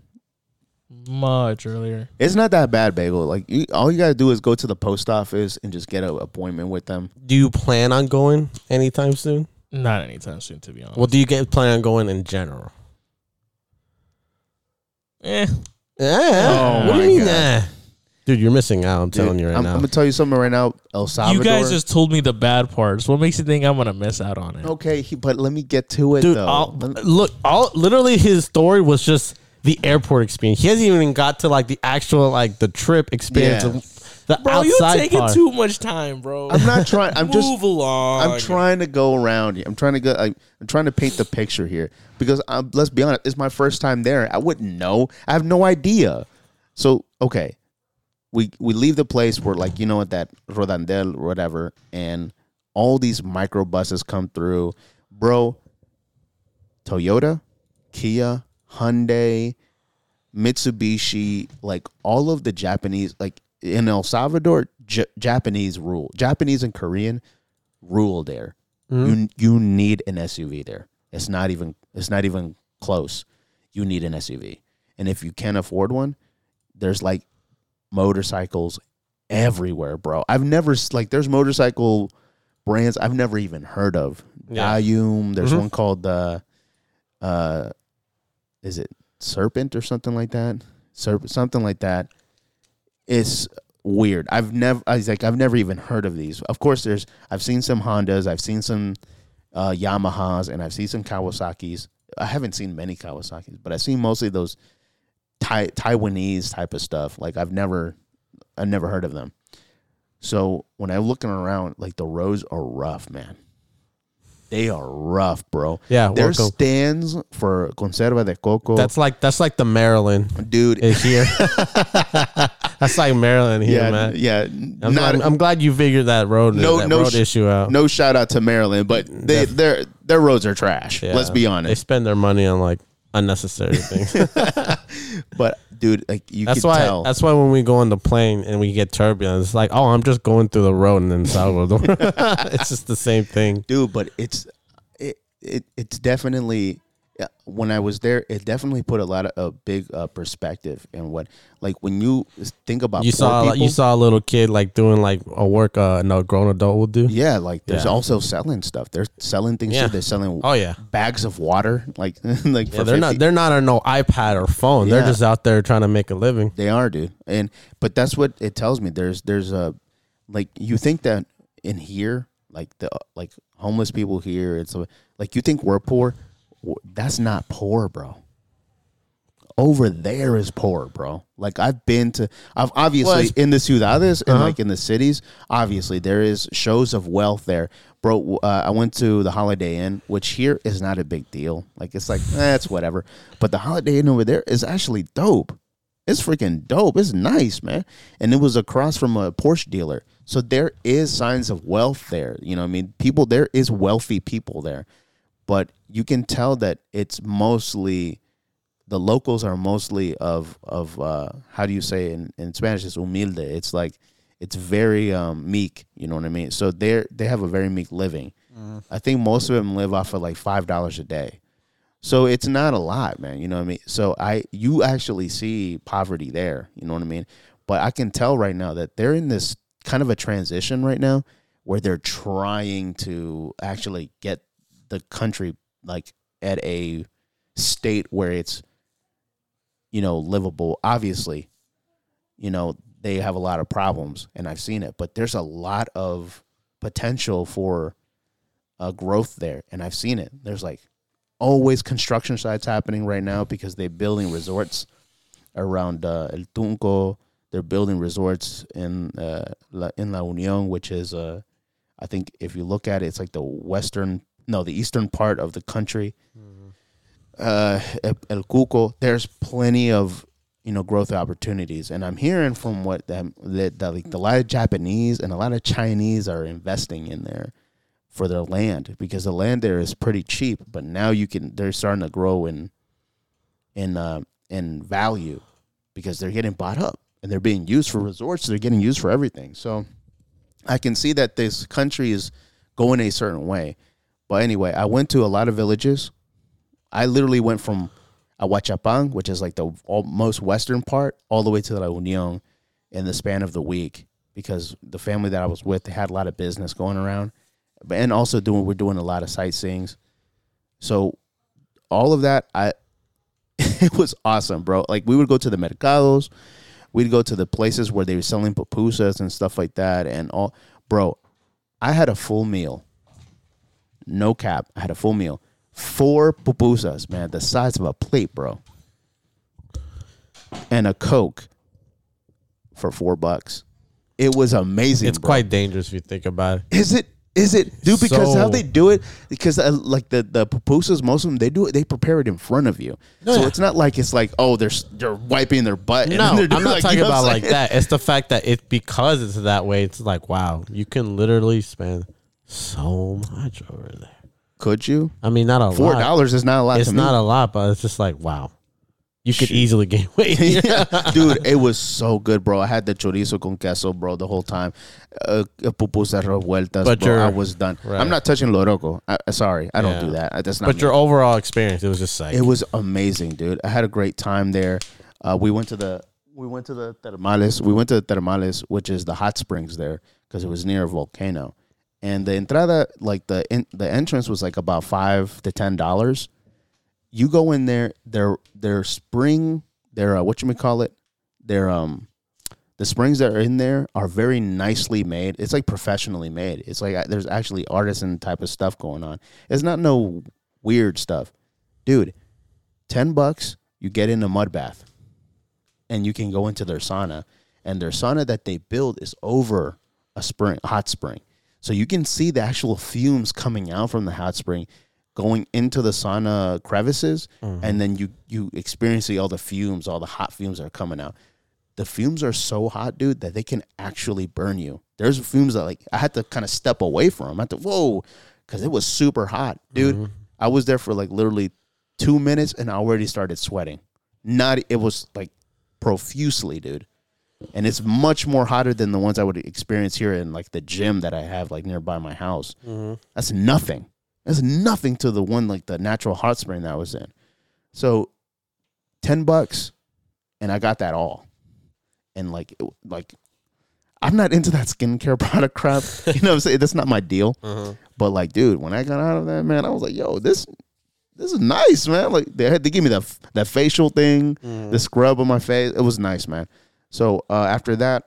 [SPEAKER 1] Much earlier.
[SPEAKER 2] it's not that bad, bagel. Like you, all you gotta do is go to the post office and just get an appointment with them.
[SPEAKER 3] Do you plan on going anytime soon?
[SPEAKER 1] Not anytime soon, to be honest.
[SPEAKER 3] Well, do you get plan on going in general?
[SPEAKER 1] eh,
[SPEAKER 3] Yeah.
[SPEAKER 2] Oh
[SPEAKER 3] what do
[SPEAKER 2] my
[SPEAKER 3] you mean
[SPEAKER 2] God.
[SPEAKER 3] that? Dude, you're missing out. I'm telling
[SPEAKER 2] Dude,
[SPEAKER 3] you right
[SPEAKER 2] I'm,
[SPEAKER 3] now.
[SPEAKER 2] I'm gonna tell you something right now. El
[SPEAKER 1] you
[SPEAKER 2] Salvador.
[SPEAKER 1] guys just told me the bad parts. What makes you think I'm gonna miss out on it?
[SPEAKER 2] okay, he, but let me get to it
[SPEAKER 3] Dude,
[SPEAKER 2] though.
[SPEAKER 3] all,
[SPEAKER 2] Let-
[SPEAKER 3] look, all literally his story was just the airport experience. He hasn't even got to like the actual like the trip experience.
[SPEAKER 2] Yeah.
[SPEAKER 3] Of the
[SPEAKER 1] Bro, you
[SPEAKER 3] outside
[SPEAKER 1] taking
[SPEAKER 3] part.
[SPEAKER 1] too much time, bro.
[SPEAKER 2] I'm not trying. I'm just
[SPEAKER 1] Move along.
[SPEAKER 2] I'm trying to go around. you. I'm trying to go. I, I'm trying to paint the picture here because um, let's be honest, it's my first time there. I wouldn't know. I have no idea. So okay, we we leave the place. We're like you know what that Rodandel or whatever, and all these micro buses come through, bro. Toyota, Kia, Hyundai, Mitsubishi, like all of the Japanese, like in El Salvador, J- Japanese rule, Japanese and Korean rule there. You you need an SUV there. It's not even it's not even close. You need an SUV, and if you can't afford one, there's like motorcycles everywhere, bro. I've never s- like there's motorcycle brands I've never even heard of.
[SPEAKER 3] Yeah.
[SPEAKER 2] Dayum, there's one called uh, uh, is it Serpent or something like that? Serp something like that. It's weird. I've never I was like I've never even heard of these. Of course, there's I've seen some Hondas, I've seen some uh, Yamahas, and I've seen some Kawasaki's, I haven't seen many Kawasaki's, but I've seen mostly those Thai, Taiwanese type of stuff. Like I've never, I've never heard of them. So when I'm looking around, like the roads are rough, man. They are rough, bro.
[SPEAKER 3] Yeah,
[SPEAKER 2] there's
[SPEAKER 3] Waco.
[SPEAKER 2] stands for conserva de coco.
[SPEAKER 3] That's like that's like the Maryland
[SPEAKER 2] dude.
[SPEAKER 3] is Uh, here. that's like Maryland here,
[SPEAKER 2] yeah,
[SPEAKER 3] man.
[SPEAKER 2] yeah.
[SPEAKER 3] I'm,
[SPEAKER 2] not,
[SPEAKER 3] I'm, I'm glad you figured that road
[SPEAKER 2] No-
[SPEAKER 3] that
[SPEAKER 2] no
[SPEAKER 3] road
[SPEAKER 2] sh-
[SPEAKER 3] issue out.
[SPEAKER 2] no shout out to Maryland, but they,
[SPEAKER 3] Oh. Mm, Def-
[SPEAKER 2] their their roads are trash.
[SPEAKER 3] Yeah.
[SPEAKER 2] Let's be
[SPEAKER 3] They
[SPEAKER 2] honest.
[SPEAKER 3] spend their money on like unnecessary things.
[SPEAKER 2] But dude, like you
[SPEAKER 3] that's
[SPEAKER 2] can
[SPEAKER 3] why.
[SPEAKER 2] tell.
[SPEAKER 3] That's why when we go on the plane and we get turbulence, it's like, oh, I'm just going through the road in El Salvador. it's just the same thing.
[SPEAKER 2] dude but it's it, it it's definitely yeah, when i was there it definitely put a lot of a big uh, perspective in what like when you think about
[SPEAKER 3] You
[SPEAKER 2] poor
[SPEAKER 3] saw like,
[SPEAKER 2] people,
[SPEAKER 3] you saw a little kid like doing like a work uh, no grown adult would do.
[SPEAKER 2] yeah like there's
[SPEAKER 3] Yeah.
[SPEAKER 2] also selling stuff they're selling things
[SPEAKER 3] Yeah.
[SPEAKER 2] too. they're selling
[SPEAKER 3] Oh yeah.
[SPEAKER 2] bags of water like like
[SPEAKER 3] Yeah,
[SPEAKER 2] for
[SPEAKER 3] they're not.
[SPEAKER 2] 50
[SPEAKER 3] They're not on no iPad or phone. They're
[SPEAKER 2] Yeah.
[SPEAKER 3] just out there trying to make a living.
[SPEAKER 2] They are, dude. And but that's what it tells me. There's there's a like you think that in here, like the like homeless people here, it's a- like you think we're poor. W- That's not poor, bro. Over there is poor, bro. Like I've been to, I've obviously
[SPEAKER 3] Well, it's- Uh-huh.
[SPEAKER 2] in the ciudades and like in the cities, obviously there is shows of wealth there, bro. w- Uh, I went to the Holiday Inn, which here is not a big deal. Like it's like that's whatever, but the Holiday Inn over there is actually dope. It's freaking dope. It's nice, man. And it was across from a Porsche dealer. So there is signs of wealth there. You know what I mean? People there is wealthy people there. But you can tell that it's mostly the locals are mostly of of uh how do you say in, in Spanish it's humilde. It's like it's very um meek, you know what I mean? So they're they have a very meek living. I think most of them live off of like five dollars a day. So it's not a lot, man. You know what I mean? So I you actually see poverty there, you know what I mean? But I can tell right now that they're in this kind of a transition right now where they're trying to actually get the country like at a state where it's you know livable. Obviously, you know, they have a lot of problems and I've seen it, but there's a lot of potential for uh, growth there and I've seen it. There's like always construction sites happening right now because they're building resorts around uh, El Tunco. They're building resorts in uh, La, in La Union, which is uh, I think if you look at it, it's like the western, no, the eastern part of the country. Uh, El- El Cuco. There's plenty of you know growth opportunities, and I'm hearing from what them that, that like a lot of Japanese and a lot of Chinese are investing in there for their land because the land there is pretty cheap. But now you can they're starting to grow in in uh, in value because they're getting bought up and they're being used for resorts. They're getting used for everything. So I can see that this country is going a certain way. But anyway, I went to a lot of villages. I literally went from Ahuachapán, which is like the all, most western part, all the way to La Union in the span of the week because the family that I was with they had a lot of business going around, But- and also doing we're doing a lot of sightseeings. So all of that, I it was awesome, bro. Like we would go to the mercados, we'd go to the places where they were selling pupusas and stuff like that, and all, bro. I had a full meal no cap. I had a full meal. Four pupusas, man, the size of a plate, bro. And a Coke for four bucks. It was amazing.
[SPEAKER 3] It's
[SPEAKER 2] bro.
[SPEAKER 3] quite dangerous if you think about it.
[SPEAKER 2] Is it? Is it? Dude, because how
[SPEAKER 3] So-
[SPEAKER 2] they do it, because uh, like the the pupusas, most of them they do it, they prepare it in front of you. so
[SPEAKER 3] yeah.
[SPEAKER 2] it's not like it's like oh they're s- they're wiping their butt. and
[SPEAKER 3] No,
[SPEAKER 2] they're
[SPEAKER 3] I'm
[SPEAKER 2] doing,
[SPEAKER 3] not
[SPEAKER 2] you
[SPEAKER 3] talking
[SPEAKER 2] know what
[SPEAKER 3] about
[SPEAKER 2] I'm
[SPEAKER 3] like
[SPEAKER 2] saying?
[SPEAKER 3] that. It's the fact that it because it's that way. It's like wow, you can literally spend so much over there.
[SPEAKER 2] Could you?
[SPEAKER 3] I mean, not a
[SPEAKER 2] Four
[SPEAKER 3] lot.
[SPEAKER 2] dollars is not a lot.
[SPEAKER 3] It's
[SPEAKER 2] to
[SPEAKER 3] not
[SPEAKER 2] me.
[SPEAKER 3] a lot, but it's just like wow, you could
[SPEAKER 2] Shoot.
[SPEAKER 3] easily gain weight.
[SPEAKER 2] yeah, dude, it was so good, bro. I had the chorizo con queso, bro, the whole time. Uh, pupusa revueltas,
[SPEAKER 3] But
[SPEAKER 2] bro.
[SPEAKER 3] you're-
[SPEAKER 2] I was done.
[SPEAKER 3] right.
[SPEAKER 2] I'm not touching loroco. I, sorry, I
[SPEAKER 3] Yeah.
[SPEAKER 2] don't do that. I- That's not.
[SPEAKER 3] but
[SPEAKER 2] me.
[SPEAKER 3] your overall experience, it was just like
[SPEAKER 2] It was amazing, dude. I had a great time there. Uh, we went to the we went to the termales. We went to the termales, which is the hot springs there, because it was near a volcano. And the entrada, like the in, the entrance, was like about five to ten dollars. You go in there, their their spring, their uh, what you may call it, their um, the springs that are in there are very nicely made. It's like professionally made. It's like uh, there's actually artisan type of stuff going on. It's not no weird stuff dude, ten bucks, you get in a mud bath, and you can go into their sauna, and their sauna that they build is over a spring, a hot spring, so you can see the actual fumes coming out from the hot spring, going into the sauna crevices, and then you you experience the- all the fumes, all the hot fumes that are coming out. The fumes are so hot, dude, that they can actually burn you. There's fumes that like I had to kind of step away from. I had to whoa, because it was super hot, dude. I was there for like literally two minutes and I already started sweating. Not it was like profusely, dude. And it's much more hotter than the ones I would experience here in like the gym that I have like nearby my house. That's nothing. That's nothing to the one like the natural hot spring that I was in. So, ten bucks, and I got that all. And like, it, like, I'm not into that skincare product crap. You know what I'm saying? That's not my deal. But like, dude, when I got out of that, man, I was like, yo, this this is nice, man. Like they had to give me that f- that facial thing, the scrub on my face. It was nice, man. So uh, after that,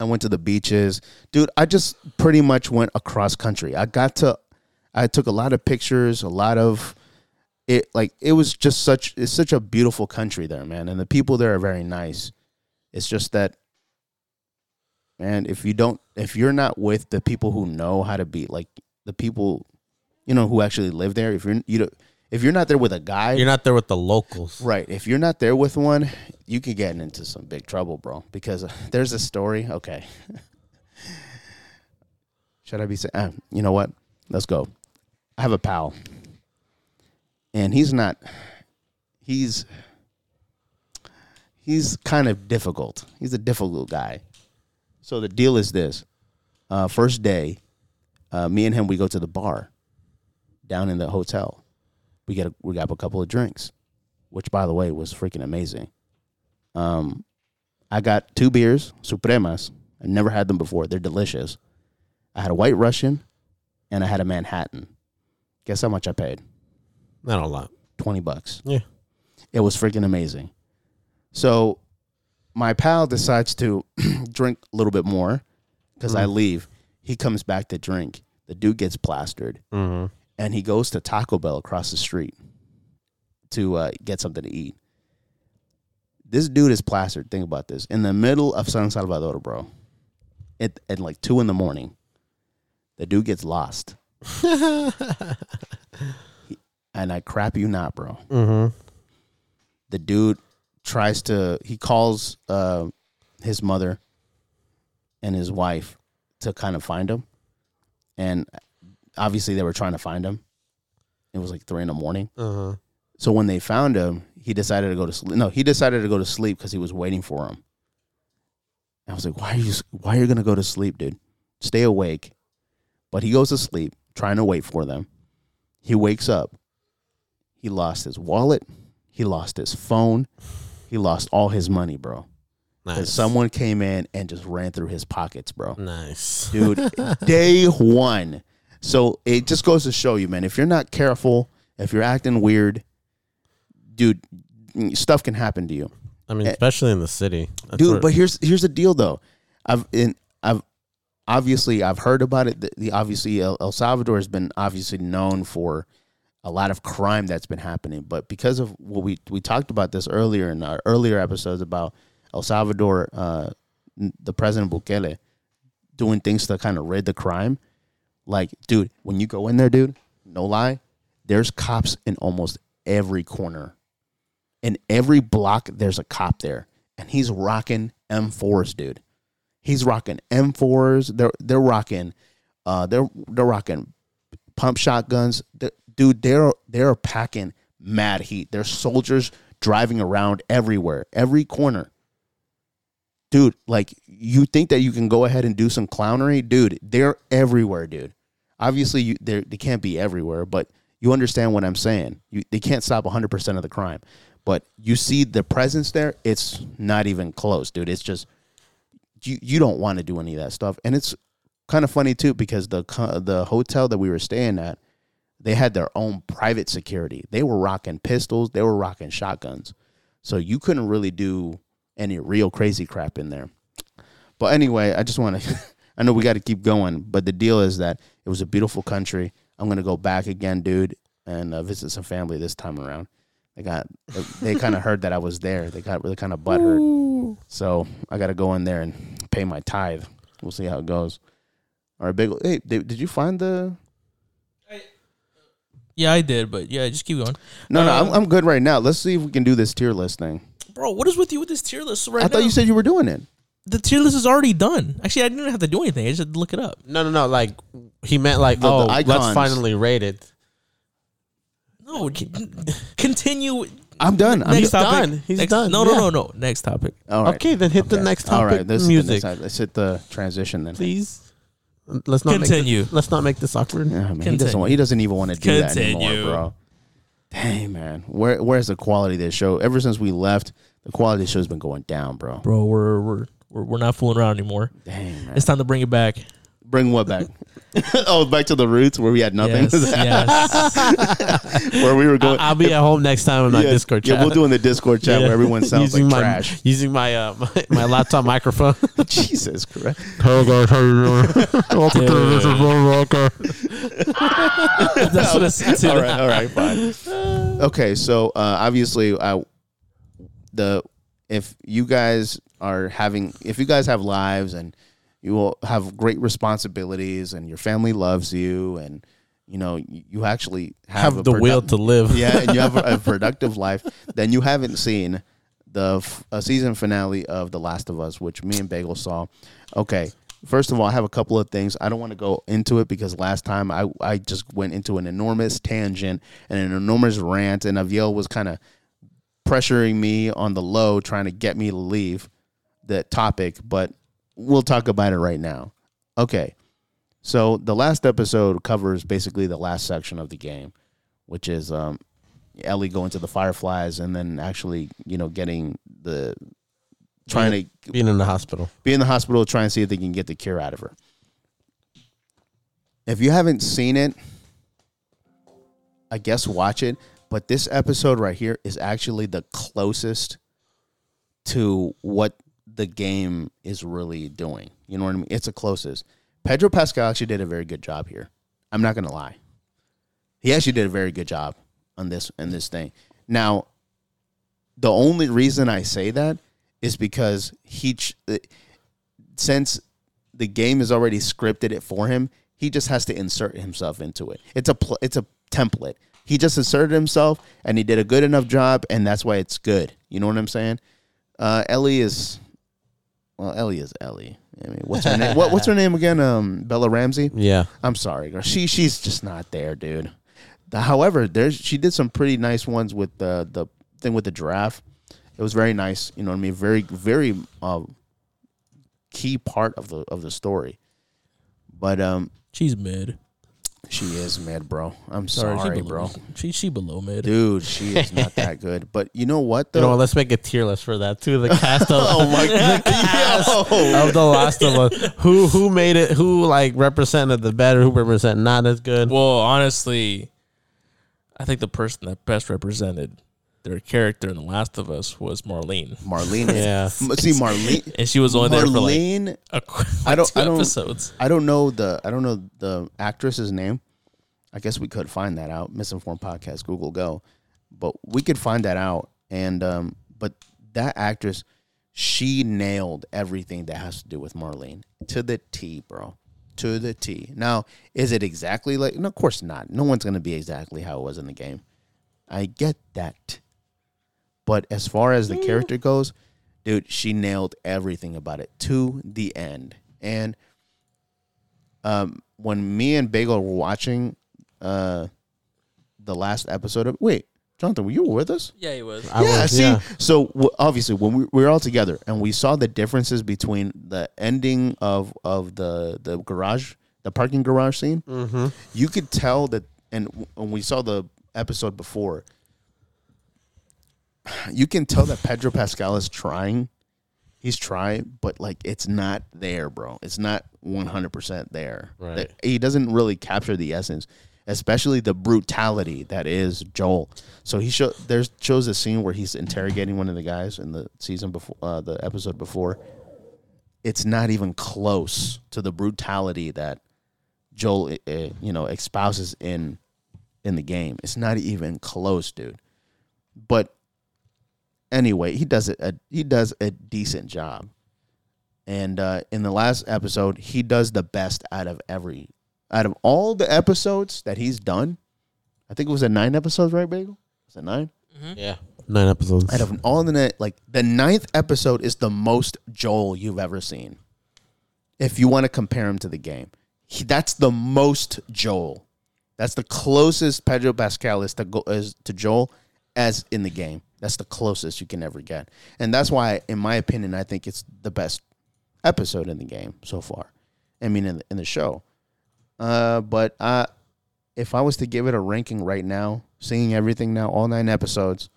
[SPEAKER 2] I went to the beaches, dude. I just pretty much went across country. I got to, I took a lot of pictures, a lot of it. Like it was just such it's such a beautiful country there, man. And the people there are very nice. It's just that, man. If you don't, if you're not with the people who know how to be like the people you know who actually live there. If you're you know if you're not there with a guy,
[SPEAKER 3] You're not there with the locals.
[SPEAKER 2] right? If you're not there with one, you could get into some big trouble, bro. Because uh, there's a story. Okay, should I be saying? Uh, you know what? Let's go. I have a pal, and he's not. He's he's kind of difficult. He's a difficult guy. So the deal is this: uh, first day, uh, me and him we go to the bar down in the hotel. We get a, we got a couple of drinks, which by the way was freaking amazing. Um, I got two beers, Supremas. I've never had them before. They're delicious. I had a White Russian, and I had a Manhattan. Guess how much I paid?
[SPEAKER 3] Not a lot.
[SPEAKER 2] Twenty bucks.
[SPEAKER 3] Yeah.
[SPEAKER 2] It was freaking amazing. So my pal decides to drink a little bit more because
[SPEAKER 3] Mm-hmm.
[SPEAKER 2] I leave. He comes back to drink. The dude gets plastered
[SPEAKER 3] Mm-hmm.
[SPEAKER 2] and he goes to Taco Bell across the street to uh, get something to eat. This dude is plastered. Think about this in the middle of San Salvador, bro. At, at like two in the morning, the dude gets lost, He- and I crap you not, bro.
[SPEAKER 3] Mm-hmm.
[SPEAKER 2] the dude tries to he calls uh, his mother and his wife to kind of find him and obviously they were trying to find him it was like three in the morning
[SPEAKER 3] Uh-huh.
[SPEAKER 2] so when they found him he decided to go to sleep no he decided to go to sleep because he was waiting for him i was like why are you why are you gonna go to sleep dude stay awake but he goes to sleep trying to wait for them he wakes up he lost his wallet he lost his phone he lost all his money bro 'Cause
[SPEAKER 3] Nice. Mm.
[SPEAKER 2] someone came in and just ran through his pockets bro
[SPEAKER 3] nice.
[SPEAKER 2] dude. day one. So it just goes to show you, man. If you're not careful, if you're acting weird, dude, stuff can happen to you,
[SPEAKER 3] I mean, especially in the city. That's
[SPEAKER 2] Eh. dude.
[SPEAKER 3] where-
[SPEAKER 2] But here's here's the deal, though. I've in I've obviously I've heard about it. The, the obviously El, El Salvador has been obviously known for a lot of crime that's been happening, but because of what we we talked about this earlier in our earlier episodes about El Salvador, uh, n- the President Bukele doing things to kind of rid the crime. Like, dude, when you go in there, dude, no lie, there's cops in almost every corner. In every block, there's a cop there, and he's rocking M4s, dude. He's rocking M4s. They're they're rocking, uh, they're they're rocking pump shotguns. The- dude, they're they're packing mad heat. There's soldiers driving around everywhere, every corner. Dude, like you think that you can go ahead and do some clownery, dude? They're everywhere, dude. Obviously, you they're- they can't be everywhere, but you understand what I'm saying. You, they can't stop 100 percent of the crime, but you see the presence there. It's not even close, dude. It's just you you don't want to do any of that stuff. And it's kind of funny too because the co- the hotel that we were staying at, they had their own private security. They were rocking pistols, they were rocking shotguns. So you couldn't really do any real crazy crap in there. But anyway, I just want to I know we got to keep going, but the deal is that it was a beautiful country. I'm going to go back again, dude. and uh, visit some family this time around. They got they kind of heard that I was there. They got really kind of butthurt. So I got to go in there and pay my tithe. We'll see how it goes. All right, big. Hey, did, did you find the?
[SPEAKER 1] Yeah, I did, but yeah, just keep going,
[SPEAKER 2] No, no, I'm,
[SPEAKER 1] Um,
[SPEAKER 2] I'm good right now. Let's see if we can do this tier list thing.
[SPEAKER 1] bro. What is with you with this tier list right
[SPEAKER 2] I thought
[SPEAKER 1] now?
[SPEAKER 2] you said you were doing it.
[SPEAKER 1] the tier list is already done. Actually, I didn't have to do anything. I just had to look it up.
[SPEAKER 3] No, no, no. Like he meant like
[SPEAKER 2] The- the
[SPEAKER 3] oh, let's
[SPEAKER 2] icons.
[SPEAKER 3] finally rate it.
[SPEAKER 1] No, c- continue.
[SPEAKER 2] I'm done. I'm
[SPEAKER 1] Next
[SPEAKER 3] done.
[SPEAKER 1] topic.
[SPEAKER 3] He's
[SPEAKER 1] Next-
[SPEAKER 3] done.
[SPEAKER 1] No, no,
[SPEAKER 3] Yeah.
[SPEAKER 1] no, no. Next topic.
[SPEAKER 2] All right.
[SPEAKER 3] Okay, then hit the next
[SPEAKER 2] All
[SPEAKER 3] topic.
[SPEAKER 2] right. This Is the
[SPEAKER 3] music,
[SPEAKER 2] next time. Let's hit the transition then.
[SPEAKER 3] please. Let's not Make
[SPEAKER 1] Continue.
[SPEAKER 3] this, let's not make this awkward.
[SPEAKER 2] Yeah, Ah, man, he
[SPEAKER 1] Continue.
[SPEAKER 2] doesn't. Want, he doesn't even want to do that
[SPEAKER 1] Continue.
[SPEAKER 2] anymore, bro. Dang, man. Where where's the quality of this show? Ever since we left, the quality of the show's been going down, bro.
[SPEAKER 1] bro, we're we're we're, we're not fooling around anymore.
[SPEAKER 2] Dang, man.
[SPEAKER 1] It's time to bring it back.
[SPEAKER 2] Bring what back? oh, back to the roots where we had nothing.
[SPEAKER 1] Yes, yes.
[SPEAKER 2] where we were going.
[SPEAKER 3] I'll be at home next time on my
[SPEAKER 2] yeah,
[SPEAKER 3] Discord chat.
[SPEAKER 2] Yeah, we'll do in the Discord chat
[SPEAKER 3] Yeah.
[SPEAKER 2] where everyone sounds like
[SPEAKER 3] using my,
[SPEAKER 2] trash.
[SPEAKER 3] Using my uh, my, my laptop microphone.
[SPEAKER 2] Jesus Christ.
[SPEAKER 3] Hello guys, how you doing? Welcome
[SPEAKER 1] to This Is
[SPEAKER 3] Walker.
[SPEAKER 1] That's what it's to.
[SPEAKER 2] all right, all right, fine. Okay, so uh, obviously, I the if you guys are having if you guys have lives and you will have great responsibilities and your family loves you and you know you you actually have,
[SPEAKER 3] Have
[SPEAKER 2] a
[SPEAKER 3] the
[SPEAKER 2] produ-
[SPEAKER 3] will to live.
[SPEAKER 2] yeah, and you have a, a productive life, then you haven't seen the f- uh, season finale of The Last of Us, which me and Bagel saw. Okay, first of all, I have a couple of things. I don't want to go into it because last time I, I just went into an enormous tangent and an enormous rant, and Aviel was kind of pressuring me on the low, trying to get me to leave that topic, but we'll talk about it right now. Okay. So the last episode covers basically the last section of the game, which is um, Ellie going to the Fireflies and then actually, you know, getting the trying to
[SPEAKER 3] Being in the hospital.
[SPEAKER 2] be in the hospital, try and see if they can get the cure out of her. If you haven't seen it, I guess watch it. But this episode right here is actually the closest to what the game is really doing. You know what I mean? It's the closest. Pedro Pascal actually did a very good job here. I'm not gonna lie. He actually did a very good job on this on this thing. Now, the only reason I say that is because he ch- since the game has already scripted it for him, he just has to insert himself into it. It's a pl- it's a template. He just inserted himself and he did a good enough job, and that's why it's good. You know what I'm saying? Uh, Ellie is, well, Ellie is Ellie. I mean, what's her name? What, what's her name again? Um, Bella Ramsey.
[SPEAKER 3] Yeah.
[SPEAKER 2] I'm sorry, girl. She she's just not there, dude. The- however, there's she did some pretty nice ones with the the thing with the giraffe. It was very nice. You know what I mean? Very very uh, key part of the of the story. But um,
[SPEAKER 1] She's mid.
[SPEAKER 2] she is mid, bro. I'm
[SPEAKER 1] Sorry,
[SPEAKER 2] sorry,
[SPEAKER 1] she below,
[SPEAKER 2] bro.
[SPEAKER 1] She she below mid.
[SPEAKER 2] Dude, she is not that good. But you know what
[SPEAKER 3] You
[SPEAKER 2] though?
[SPEAKER 3] know, what, let's make a tier list for that too. The cast of, oh my
[SPEAKER 2] Yo!
[SPEAKER 3] of the Last of Us. Who who made it? Who like represented the better? Who represented not as good?
[SPEAKER 1] Well, honestly, I think the person that best represented their character in The Last of Us was Marlene,
[SPEAKER 2] Marlene. is-
[SPEAKER 3] Yeah.
[SPEAKER 2] M- See Marlene.
[SPEAKER 1] and she was only there for like
[SPEAKER 2] Marlene.
[SPEAKER 1] a,
[SPEAKER 2] I don't-
[SPEAKER 1] two
[SPEAKER 2] I don't-
[SPEAKER 1] episodes.
[SPEAKER 2] I don't know the I don't know the actress's name. I guess we could find that out. Misinformed podcast, Google go, but we could find that out. And um, but that actress, she nailed everything that has to do with Marlene to the T, bro, to the T. Now, is it exactly like? No, of course not. No one's gonna be exactly how it was in the game. I get that. But as far as the character goes, dude, she nailed everything about it to the end. And um, when me and Bagel were watching uh, the last episode of wait, Jonathan, were you with us?
[SPEAKER 1] Yeah, he was.
[SPEAKER 3] I
[SPEAKER 2] yeah,
[SPEAKER 3] was-
[SPEAKER 2] see,
[SPEAKER 3] yeah.
[SPEAKER 2] so w- obviously when we, we were all together and we saw the differences between the ending of of the the garage, the parking garage scene,
[SPEAKER 3] Mm-hmm.
[SPEAKER 2] you could tell that, and w- when we saw the episode before, you can tell that Pedro Pascal is trying. He's trying, but like it's not there, bro. It's not one hundred percent there.
[SPEAKER 3] Right.
[SPEAKER 2] He doesn't really capture the essence, especially the brutality that is Joel. So he show there's shows a scene where he's interrogating one of the guys in the season before uh, the episode before. It's not even eh, close to the brutality that Joel, uh, you know, espouses in in the game. It's not even close, dude. But anyway, he does it. A, he does a decent job. And uh, in the last episode, he does the best out of every, out of all the episodes that he's done. I think it was a nine episodes, right, Bagel? Was it nine?
[SPEAKER 3] Yeah. Nine episodes.
[SPEAKER 2] Out of all the ni- like the ninth episode is the most Joel you've ever seen. If you want to compare him to the game, he, that's the most Joel. That's the closest Pedro Pascal is to go, is to Joel as in the game. That's the closest you can ever get, and that's why, in my opinion, I think it's the best episode in the game so far. I mean, in the, in the show. Uh, but uh, if I was to give it a ranking right now, seeing everything now, all nine episodes,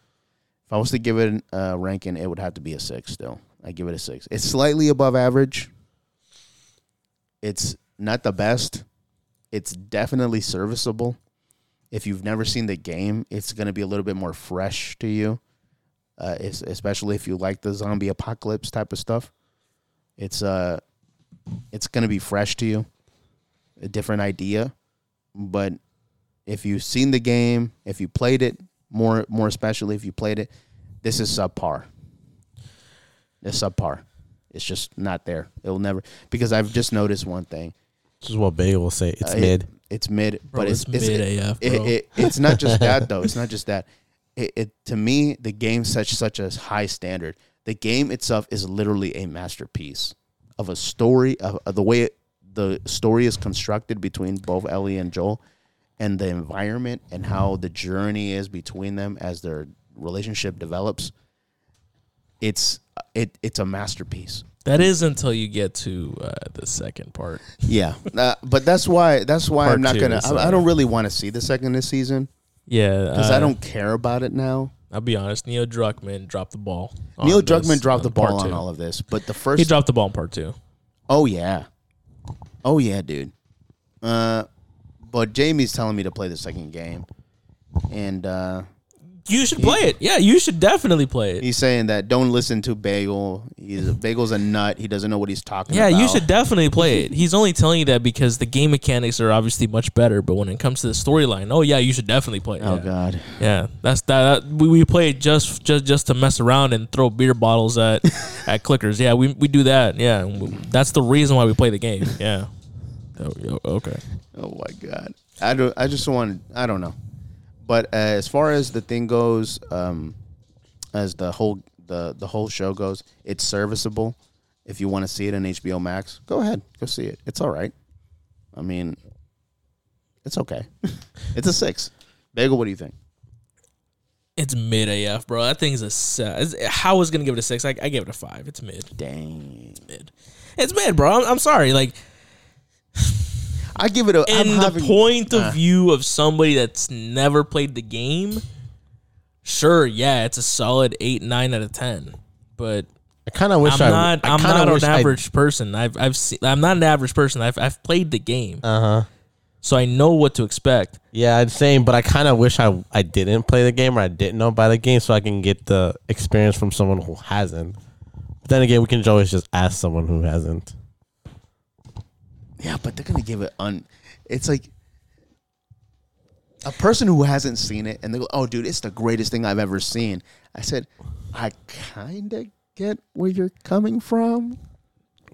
[SPEAKER 2] if I was to give it a uh, ranking, it would have to be a six. Still, I give it a six. It's slightly above average. It's not the best. It's definitely serviceable. If you've never seen the game, it's going to be a little bit more fresh to you, uh, es- especially if you like the zombie apocalypse type of stuff. It's uh, it's going to be fresh to you, a different idea. But if you've seen the game, if you played it, more more especially if you played it, this is subpar. It's subpar. It's just not there. It'll never because I've just noticed one thing.
[SPEAKER 3] This is what Bay will say. It's
[SPEAKER 2] Uh, it-
[SPEAKER 3] mid.
[SPEAKER 2] it's mid,
[SPEAKER 1] Bro,
[SPEAKER 2] but it's,
[SPEAKER 1] it's mid AF,
[SPEAKER 2] It,
[SPEAKER 1] bro.
[SPEAKER 2] it- it's not just that though. It's not just that. It, it to me the game such such a high standard. The game itself is literally a masterpiece of a story of, of the way it, the story is constructed between both Ellie and Joel, and the environment and how the journey is between them as their relationship develops. It's it it's a masterpiece.
[SPEAKER 1] That is until you get to uh, the second part.
[SPEAKER 2] Yeah, uh, but that's why that's why
[SPEAKER 3] Part
[SPEAKER 2] I'm not
[SPEAKER 3] two
[SPEAKER 2] gonna.
[SPEAKER 3] is,
[SPEAKER 2] I, I
[SPEAKER 3] uh,
[SPEAKER 2] don't really want to see the second this season.
[SPEAKER 1] Yeah, uh,
[SPEAKER 2] because I don't care about it now.
[SPEAKER 1] I'll be honest. Neil Druckmann dropped the ball. on
[SPEAKER 2] Neil
[SPEAKER 1] this-
[SPEAKER 2] Druckmann dropped the
[SPEAKER 1] on part
[SPEAKER 2] ball on
[SPEAKER 1] two.
[SPEAKER 2] all of this, but the
[SPEAKER 1] He
[SPEAKER 2] first,
[SPEAKER 1] dropped the ball in part two.
[SPEAKER 2] oh yeah, oh yeah, dude. Uh, but Jamie's telling me to play the second game, and uh,
[SPEAKER 1] You should play it. Yeah, you should definitely play it.
[SPEAKER 2] he's saying that don't listen to Bagel. He's Bagel's a nut. He doesn't know what he's talking
[SPEAKER 1] Yeah,
[SPEAKER 2] about.
[SPEAKER 1] you should definitely play it. He's only telling you that because the game mechanics are obviously much better. But when it comes to the storyline, oh yeah, you should definitely play. It.
[SPEAKER 2] Oh
[SPEAKER 1] yeah.
[SPEAKER 2] God,
[SPEAKER 1] Yeah, that's that. that- we, we play it just just just to mess around and throw beer bottles at at clickers. Yeah, we we do that. Yeah, that's the reason why we play the game. Yeah. Oh, yo, okay.
[SPEAKER 2] oh my God. I don't. I just want. I don't know. But uh, as far as the thing goes, um, as the whole the the whole show goes, it's serviceable. If you want to see it on HBO Max, go ahead, go see it. It's all right. I mean, it's okay. it's a six. Bagel, what do you think?
[SPEAKER 1] It's mid AF, bro. That thing's a se- it's- How was gonna give it a six? I, I gave it a five. It's mid.
[SPEAKER 2] Dang,
[SPEAKER 1] Mid. It's mid, bro. I'm, I'm sorry. Like
[SPEAKER 2] I give it a. I'm
[SPEAKER 1] in the
[SPEAKER 2] having-
[SPEAKER 1] point of view of somebody that's never played the game, sure, yeah, it's a solid eight, nine out of ten. But
[SPEAKER 3] I kind of wish
[SPEAKER 1] I'm
[SPEAKER 3] I.
[SPEAKER 1] not.
[SPEAKER 3] I
[SPEAKER 1] I'm
[SPEAKER 3] kinda
[SPEAKER 1] not
[SPEAKER 3] wish
[SPEAKER 1] an
[SPEAKER 3] I-
[SPEAKER 1] average person. I've. I've. Seen, I'm not an average person. I've. I've played the game. Uh
[SPEAKER 3] Uh-huh.
[SPEAKER 1] huh. So I know what to expect.
[SPEAKER 3] Yeah, I'd say, but I kind of wish I I didn't play the game or I didn't know about the game so I can get the experience from someone who hasn't. But then again, we can always just ask someone who hasn't.
[SPEAKER 2] Yeah, but they're gonna give it un. It's like a person who hasn't seen it, and they go, "Oh, dude, it's the greatest thing I've ever seen." I said, "I kind of get where you're coming from,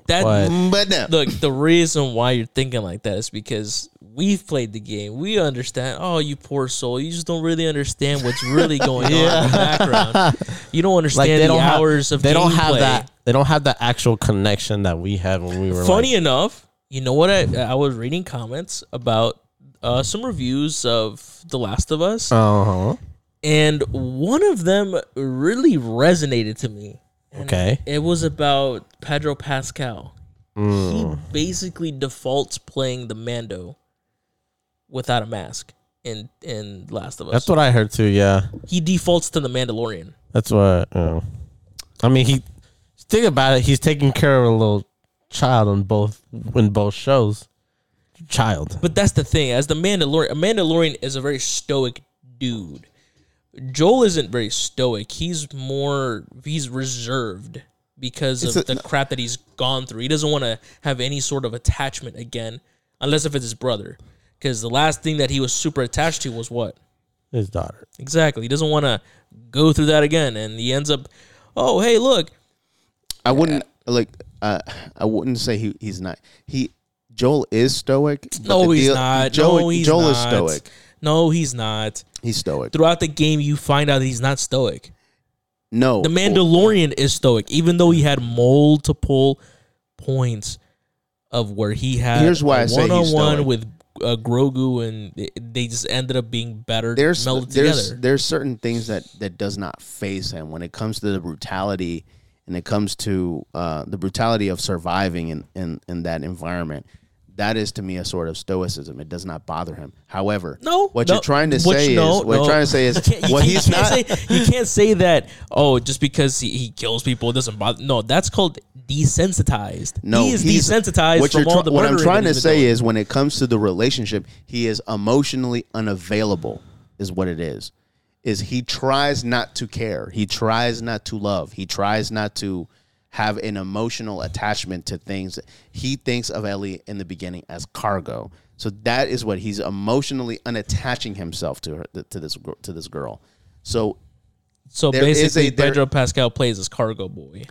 [SPEAKER 1] That
[SPEAKER 3] But
[SPEAKER 2] but no."
[SPEAKER 1] look. The reason why you're thinking like that is because we've played the game. We understand. Oh, you poor soul. You just don't really understand what's really going on in the background. You don't
[SPEAKER 3] like
[SPEAKER 1] understand
[SPEAKER 3] they
[SPEAKER 1] the
[SPEAKER 3] don't have-
[SPEAKER 1] hours of
[SPEAKER 3] they don't have
[SPEAKER 1] gameplay.
[SPEAKER 3] that they don't have the actual connection that we had when we were
[SPEAKER 1] Funny
[SPEAKER 3] Like,
[SPEAKER 1] enough, you know what? I I was reading comments about uh, some reviews of The Last of Us.
[SPEAKER 3] uh huh.
[SPEAKER 1] and one of them really resonated to me. And
[SPEAKER 3] Okay.
[SPEAKER 1] It was about Pedro Pascal. He basically defaults playing the Mando without a mask in in Last of Us.
[SPEAKER 3] That's what I heard too. Yeah,
[SPEAKER 1] he defaults to the Mandalorian.
[SPEAKER 3] that's what. Uh, I mean, he think about it. He's taking care of a little child on both in both shows. Child.
[SPEAKER 1] But that's the thing. As the Mandalorian, a Mandalorian is a very stoic dude. Joel isn't very stoic. He's more he's reserved because of
[SPEAKER 2] It's a-
[SPEAKER 1] the crap that he's gone through. He doesn't want to have any sort of attachment again, unless if it's his brother. Because the last thing that he was super attached to was what?
[SPEAKER 3] His daughter.
[SPEAKER 1] Exactly. He doesn't want to go through that again. And he ends up, oh, hey, look.
[SPEAKER 2] I wouldn't like. Uh, I wouldn't say he, he's not. He Joel is stoic. but
[SPEAKER 1] No,
[SPEAKER 2] the
[SPEAKER 1] he's
[SPEAKER 2] deal-
[SPEAKER 1] not.
[SPEAKER 2] Joel,
[SPEAKER 1] no, he's
[SPEAKER 2] Joel
[SPEAKER 1] not.
[SPEAKER 2] is stoic.
[SPEAKER 1] No, he's not.
[SPEAKER 2] He's stoic.
[SPEAKER 1] Throughout the game, you find out that he's not stoic.
[SPEAKER 2] No,
[SPEAKER 1] The Mandalorian is stoic, even though he had multiple points of where he had
[SPEAKER 2] Here's why I say
[SPEAKER 1] one
[SPEAKER 2] he's
[SPEAKER 1] on one
[SPEAKER 2] stoic.
[SPEAKER 1] with uh, Grogu, and they- they just ended up being better
[SPEAKER 2] there's
[SPEAKER 1] melded
[SPEAKER 2] there's
[SPEAKER 1] together.
[SPEAKER 2] there's certain things that that does not phase him when it comes to the brutality and it comes to uh, the brutality of surviving in, in in that environment. That is to me a sort of stoicism. It does not bother him. However,
[SPEAKER 1] No,
[SPEAKER 2] what
[SPEAKER 1] no,
[SPEAKER 2] you're trying to
[SPEAKER 1] which-
[SPEAKER 2] say
[SPEAKER 1] no,
[SPEAKER 2] is
[SPEAKER 1] no.
[SPEAKER 2] what you're trying to say is
[SPEAKER 1] You can't- you
[SPEAKER 2] what
[SPEAKER 1] can't-
[SPEAKER 2] he's
[SPEAKER 1] you can't
[SPEAKER 2] not.
[SPEAKER 1] Say, you can't say that. Oh, just because he, he kills people, it doesn't bother. No, that's called desensitized.
[SPEAKER 2] No,
[SPEAKER 1] he is
[SPEAKER 2] he's-
[SPEAKER 1] desensitized
[SPEAKER 2] what
[SPEAKER 1] from
[SPEAKER 2] you're
[SPEAKER 1] all
[SPEAKER 2] try-
[SPEAKER 1] the
[SPEAKER 2] What I'm
[SPEAKER 1] murdering
[SPEAKER 2] trying
[SPEAKER 1] that
[SPEAKER 2] to
[SPEAKER 1] he's
[SPEAKER 2] say
[SPEAKER 1] been doing.
[SPEAKER 2] is, when it comes to the relationship, he is emotionally unavailable. Is what it is. Is he tries not to care. He tries not to love. He tries not to have an emotional attachment to things. He thinks of Ellie in the beginning as cargo. So that is what he's emotionally unattaching himself to her, to this gr- to this girl. So
[SPEAKER 1] so
[SPEAKER 2] there is
[SPEAKER 1] basically
[SPEAKER 2] a- there-
[SPEAKER 1] Pedro Pascal plays as cargo boy.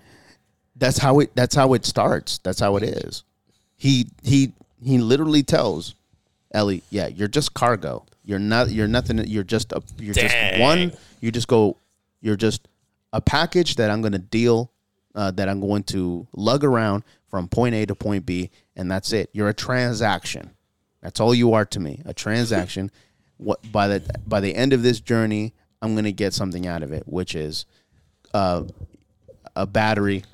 [SPEAKER 2] that's how it that's how it starts that's how it is he he he literally tells ellie yeah you're just cargo you're not you're nothing you're just a you're just one you just go you're just a package that i'm going to deal uh, that i'm going to lug around from point a to point b and that's it you're a transaction that's all you are to me a transaction what by the by the end of this journey i'm going to get something out of it which is uh, a battery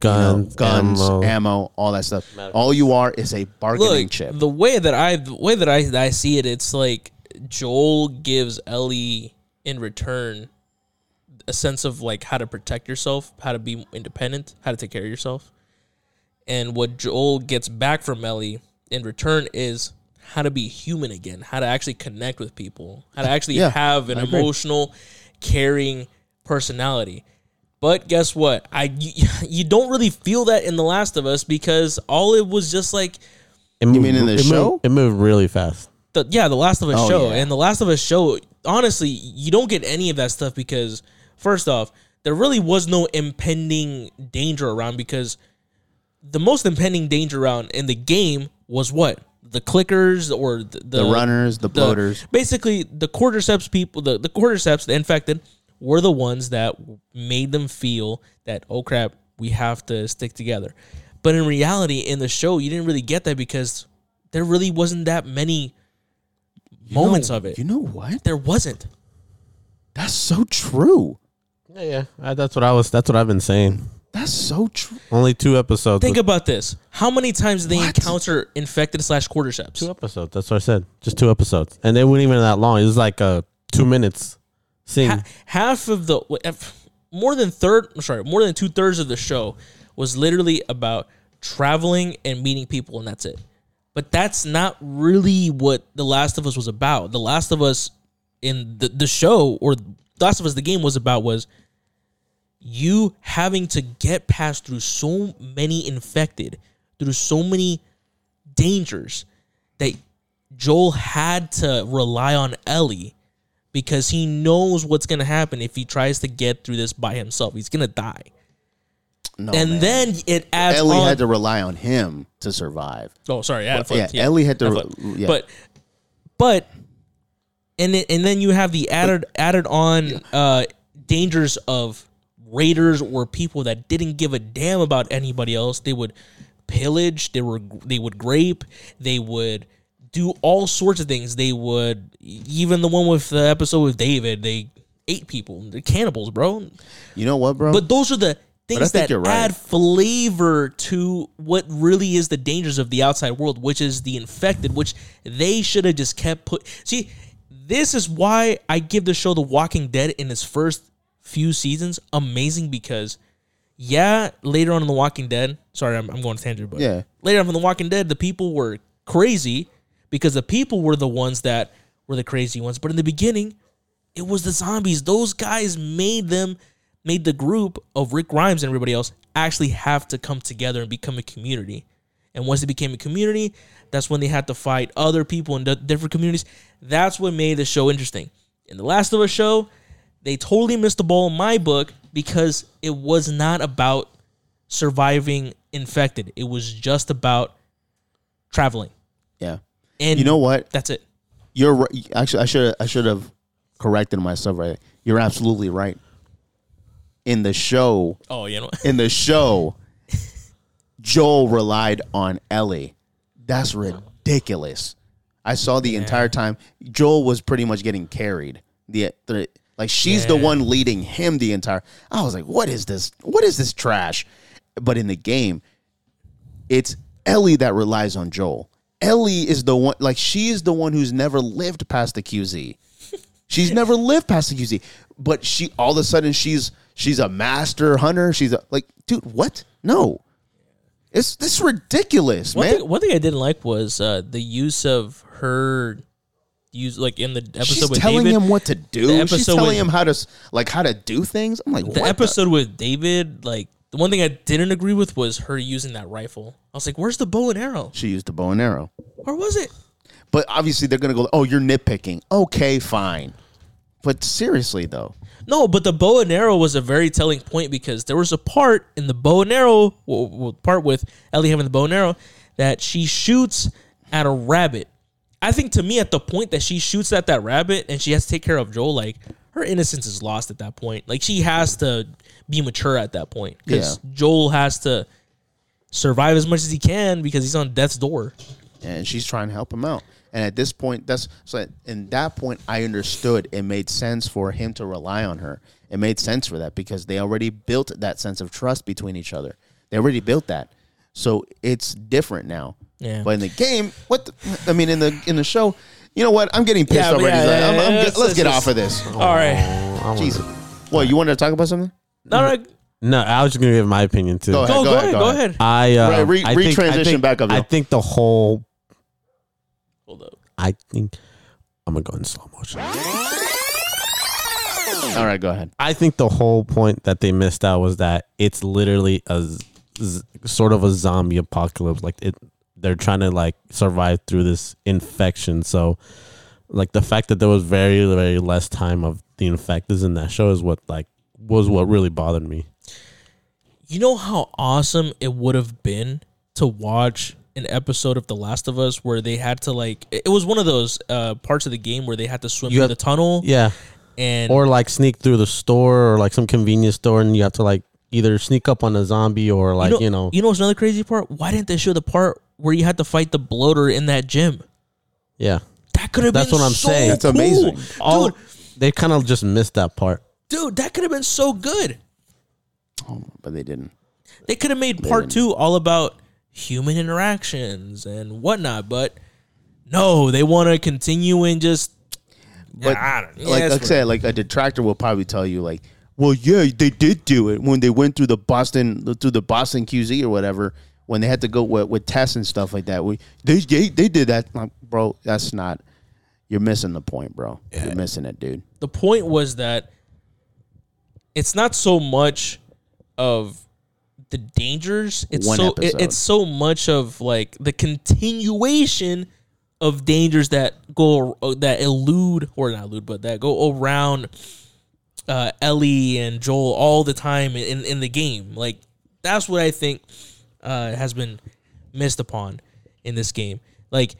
[SPEAKER 3] Gun,
[SPEAKER 2] know, guns, ammo.
[SPEAKER 3] ammo.
[SPEAKER 2] all that stuff. All you are is a bargaining
[SPEAKER 1] Look,
[SPEAKER 2] chip.
[SPEAKER 1] the way that I the way that I, that I see it, it's like Joel gives Ellie in return a sense of like how to protect yourself, how to be independent, how to take care of yourself. And what Joel gets back from Ellie in return is how to be human again, how to actually connect with people, how to actually
[SPEAKER 2] Yeah,
[SPEAKER 1] have an emotional, caring personality. But guess what? I you, you don't really feel that in The Last of Us because all it was just like
[SPEAKER 3] It moved,
[SPEAKER 2] mean in the
[SPEAKER 3] it moved-
[SPEAKER 2] show?
[SPEAKER 3] it moved really fast.
[SPEAKER 1] the yeah, the Last of Us
[SPEAKER 2] Oh,
[SPEAKER 1] show
[SPEAKER 2] yeah.
[SPEAKER 1] and the Last of Us show. Honestly, you don't get any of that stuff because first off, there really was no impending danger around because the most impending danger around in the game was what the clickers or the,
[SPEAKER 2] the runners, the, bloaters.
[SPEAKER 1] Basically, the cordyceps people, the the cordyceps, the infected, were the ones that made them feel that oh crap, we have to stick together. But in reality, in the show, you didn't really get that because there really wasn't that many moments
[SPEAKER 2] No,
[SPEAKER 1] of it.
[SPEAKER 2] You know what?
[SPEAKER 1] there wasn't.
[SPEAKER 2] That's so true.
[SPEAKER 3] Yeah, yeah. I, that's what I was. That's what I've been saying.
[SPEAKER 2] That's so true.
[SPEAKER 3] Only two episodes.
[SPEAKER 1] Think
[SPEAKER 3] with-
[SPEAKER 1] about this: how many times did they
[SPEAKER 2] What?
[SPEAKER 1] encounter infected slash cordyceps?
[SPEAKER 3] two episodes. That's what I said. Just two episodes, and they weren't even that long. It was like uh, two minutes scene.
[SPEAKER 1] ha- half of the wh- if- more than third I'm sorry more than two thirds of the show was literally about traveling and meeting people and that's it but that's not really what the last of us was about the last of us in the, the show or The last of us the game was about was you having to get past through so many infected through so many dangers that joel had to rely on ellie because he knows what's going to happen if he tries to get through this by himself. He's going to die.
[SPEAKER 2] No,
[SPEAKER 1] and
[SPEAKER 2] Oh, man.
[SPEAKER 1] then it adds
[SPEAKER 2] Ellie
[SPEAKER 1] on.
[SPEAKER 2] had to rely on him to survive.
[SPEAKER 1] oh, sorry. Ad
[SPEAKER 2] yeah,
[SPEAKER 1] flipped,
[SPEAKER 2] Ellie had to.
[SPEAKER 1] ad
[SPEAKER 2] re-
[SPEAKER 1] flipped.
[SPEAKER 2] yeah.
[SPEAKER 1] But, but, and it, and then you have the added added on uh, dangers of raiders or people that didn't give a damn about anybody else. They would pillage. They were they would grape. They would do all sorts of things. They would even the one with the episode with David. They ate people. They're cannibals, bro.
[SPEAKER 2] you know what, bro?
[SPEAKER 1] But those are the things
[SPEAKER 2] think
[SPEAKER 1] that
[SPEAKER 2] you're right.
[SPEAKER 1] add flavor to what really is the dangers of the outside world, which is the infected, which they should have just kept put. See, this is why I give the show The Walking Dead in its first few seasons amazing because, yeah, later on in The Walking Dead, sorry, I'm, I'm going to tangent, but
[SPEAKER 2] Yeah.
[SPEAKER 1] later on in The Walking Dead, the people were crazy because the people were the ones that were the crazy ones. But in the beginning, it was the zombies. Those guys made them, made the group of Rick Grimes and everybody else actually have to come together and become a community. And once it became a community, that's when they had to fight other people in d- different communities. That's what made the show interesting. In the Last of Us show, they totally missed the ball in my book because it was not about surviving infected. It was just about traveling.
[SPEAKER 2] Yeah.
[SPEAKER 1] And
[SPEAKER 2] You know what?
[SPEAKER 1] That's it.
[SPEAKER 2] You're right. actually I should I should have corrected myself right. You're absolutely right. In the show,
[SPEAKER 1] Oh, you know.
[SPEAKER 2] in the show, Joel relied on Ellie. That's ridiculous. I saw the entire time Joel was pretty much getting carried. The, the like she's the
[SPEAKER 1] Yeah.
[SPEAKER 2] one leading him the entire. I was like, what is this? What is this trash? But in the game, it's Ellie that relies on Joel. Ellie is the one like she is the one who's never lived past the QZ. She's never lived past the QZ, but she all of a sudden she's she's a master hunter. She's a, like, dude, what? No, it's this is ridiculous,
[SPEAKER 1] One
[SPEAKER 2] man.
[SPEAKER 1] thing, one thing I didn't like was uh, the use of her use like in the episode
[SPEAKER 2] She's
[SPEAKER 1] with
[SPEAKER 2] telling
[SPEAKER 1] David.
[SPEAKER 2] him what to do. She's
[SPEAKER 1] episode
[SPEAKER 2] telling
[SPEAKER 1] with-
[SPEAKER 2] him how to s- like how to do things. I'm like,
[SPEAKER 1] the
[SPEAKER 2] what
[SPEAKER 1] episode with David, like the one thing I didn't agree with was her using that rifle. I was like, "Where's the bow and arrow?
[SPEAKER 2] She used the bow and arrow,
[SPEAKER 1] Where was it?"
[SPEAKER 2] but obviously they're gonna go. Oh, you're nitpicking. Okay, fine. But seriously though,
[SPEAKER 1] No, but the bow and arrow was a very telling point because there was a part in the bow and arrow well, well, part with Ellie having the bow and arrow that she shoots at a rabbit. I think to me, at the point that she shoots at that rabbit and she has to take care of Joel, like her innocence is lost at that point. Like she has to be mature at that point because Joel has to survive as much as he can because he's on death's door.
[SPEAKER 2] and she's trying to help him out. And at this point, that's so. In that point, I understood it made sense for him to rely on her. It made sense for that because they already built that sense of trust between each other. They already built that, so it's different now.
[SPEAKER 1] Yeah.
[SPEAKER 2] But in the game, what the, I mean in the in the show, you know what? I'm getting pissed
[SPEAKER 1] Yeah, but
[SPEAKER 2] already.
[SPEAKER 1] yeah,
[SPEAKER 2] Like,
[SPEAKER 1] yeah,
[SPEAKER 2] I'm- I'm
[SPEAKER 1] yeah,
[SPEAKER 2] get-
[SPEAKER 1] it's-
[SPEAKER 2] let's
[SPEAKER 1] it's
[SPEAKER 2] get
[SPEAKER 1] just-
[SPEAKER 2] off of this.
[SPEAKER 1] All right,
[SPEAKER 3] Oh,
[SPEAKER 2] Jesus. Well, you wanted to talk about something?
[SPEAKER 1] all right,
[SPEAKER 3] No, I was just gonna give my opinion too.
[SPEAKER 2] Go ahead.
[SPEAKER 1] go, go, ahead, go ahead.
[SPEAKER 3] I uh,
[SPEAKER 2] Right, re-
[SPEAKER 3] I think- I
[SPEAKER 2] retransition
[SPEAKER 3] think-
[SPEAKER 2] back up,
[SPEAKER 3] I
[SPEAKER 2] yo.
[SPEAKER 3] think the whole.
[SPEAKER 1] Hold up.
[SPEAKER 3] I think I'm gonna go in slow motion.
[SPEAKER 2] All right, go ahead.
[SPEAKER 3] I think the whole point that they missed out was that it's literally a z- z- sort of a zombie apocalypse. Like it, they're trying to like survive through this infection. So, like the fact that there was very very less time of the infectors in that show is what like was what really bothered me.
[SPEAKER 1] you know how awesome it would have been to watch an episode of The Last of Us where they had to like it it was one of those uh, parts of the game where they had to swim through
[SPEAKER 3] have-
[SPEAKER 1] the tunnel
[SPEAKER 3] Yeah,
[SPEAKER 1] and
[SPEAKER 3] or like sneak through the store or like some convenience store, and you have to like either sneak up on a zombie or like you know,
[SPEAKER 1] you know what's another crazy part? Why didn't they show the part where you had to fight the bloater in that gym?
[SPEAKER 3] yeah.
[SPEAKER 1] That could have
[SPEAKER 3] That's
[SPEAKER 1] been
[SPEAKER 3] what I'm
[SPEAKER 1] so
[SPEAKER 3] saying. That's
[SPEAKER 1] cool.
[SPEAKER 2] amazing.
[SPEAKER 3] All
[SPEAKER 1] dude,
[SPEAKER 3] they kind of just missed that part.
[SPEAKER 1] dude, that could have been so good.
[SPEAKER 2] But they didn't.
[SPEAKER 1] They could have made part two all about human interactions and whatnot, but no, they want to continue and just
[SPEAKER 2] But
[SPEAKER 1] I don't know.
[SPEAKER 2] like
[SPEAKER 1] Yeah,
[SPEAKER 2] I
[SPEAKER 1] that's
[SPEAKER 2] said, like a detractor will probably tell you, like, well, yeah, they did do it when they went through the Boston through the Boston QZ or whatever when they had to go with, with tests and stuff like that. We they they, they did that, like, bro. That's not. You're missing the point, bro. You're missing it, dude.
[SPEAKER 1] the point was that it's not so much of the dangers it's
[SPEAKER 2] One
[SPEAKER 1] so it-
[SPEAKER 2] episode.
[SPEAKER 1] it's so much of like the continuation of dangers that go that elude or not elude but that go around uh, Ellie and Joel all the time in in the game like that's what I think uh, has been missed upon in this game like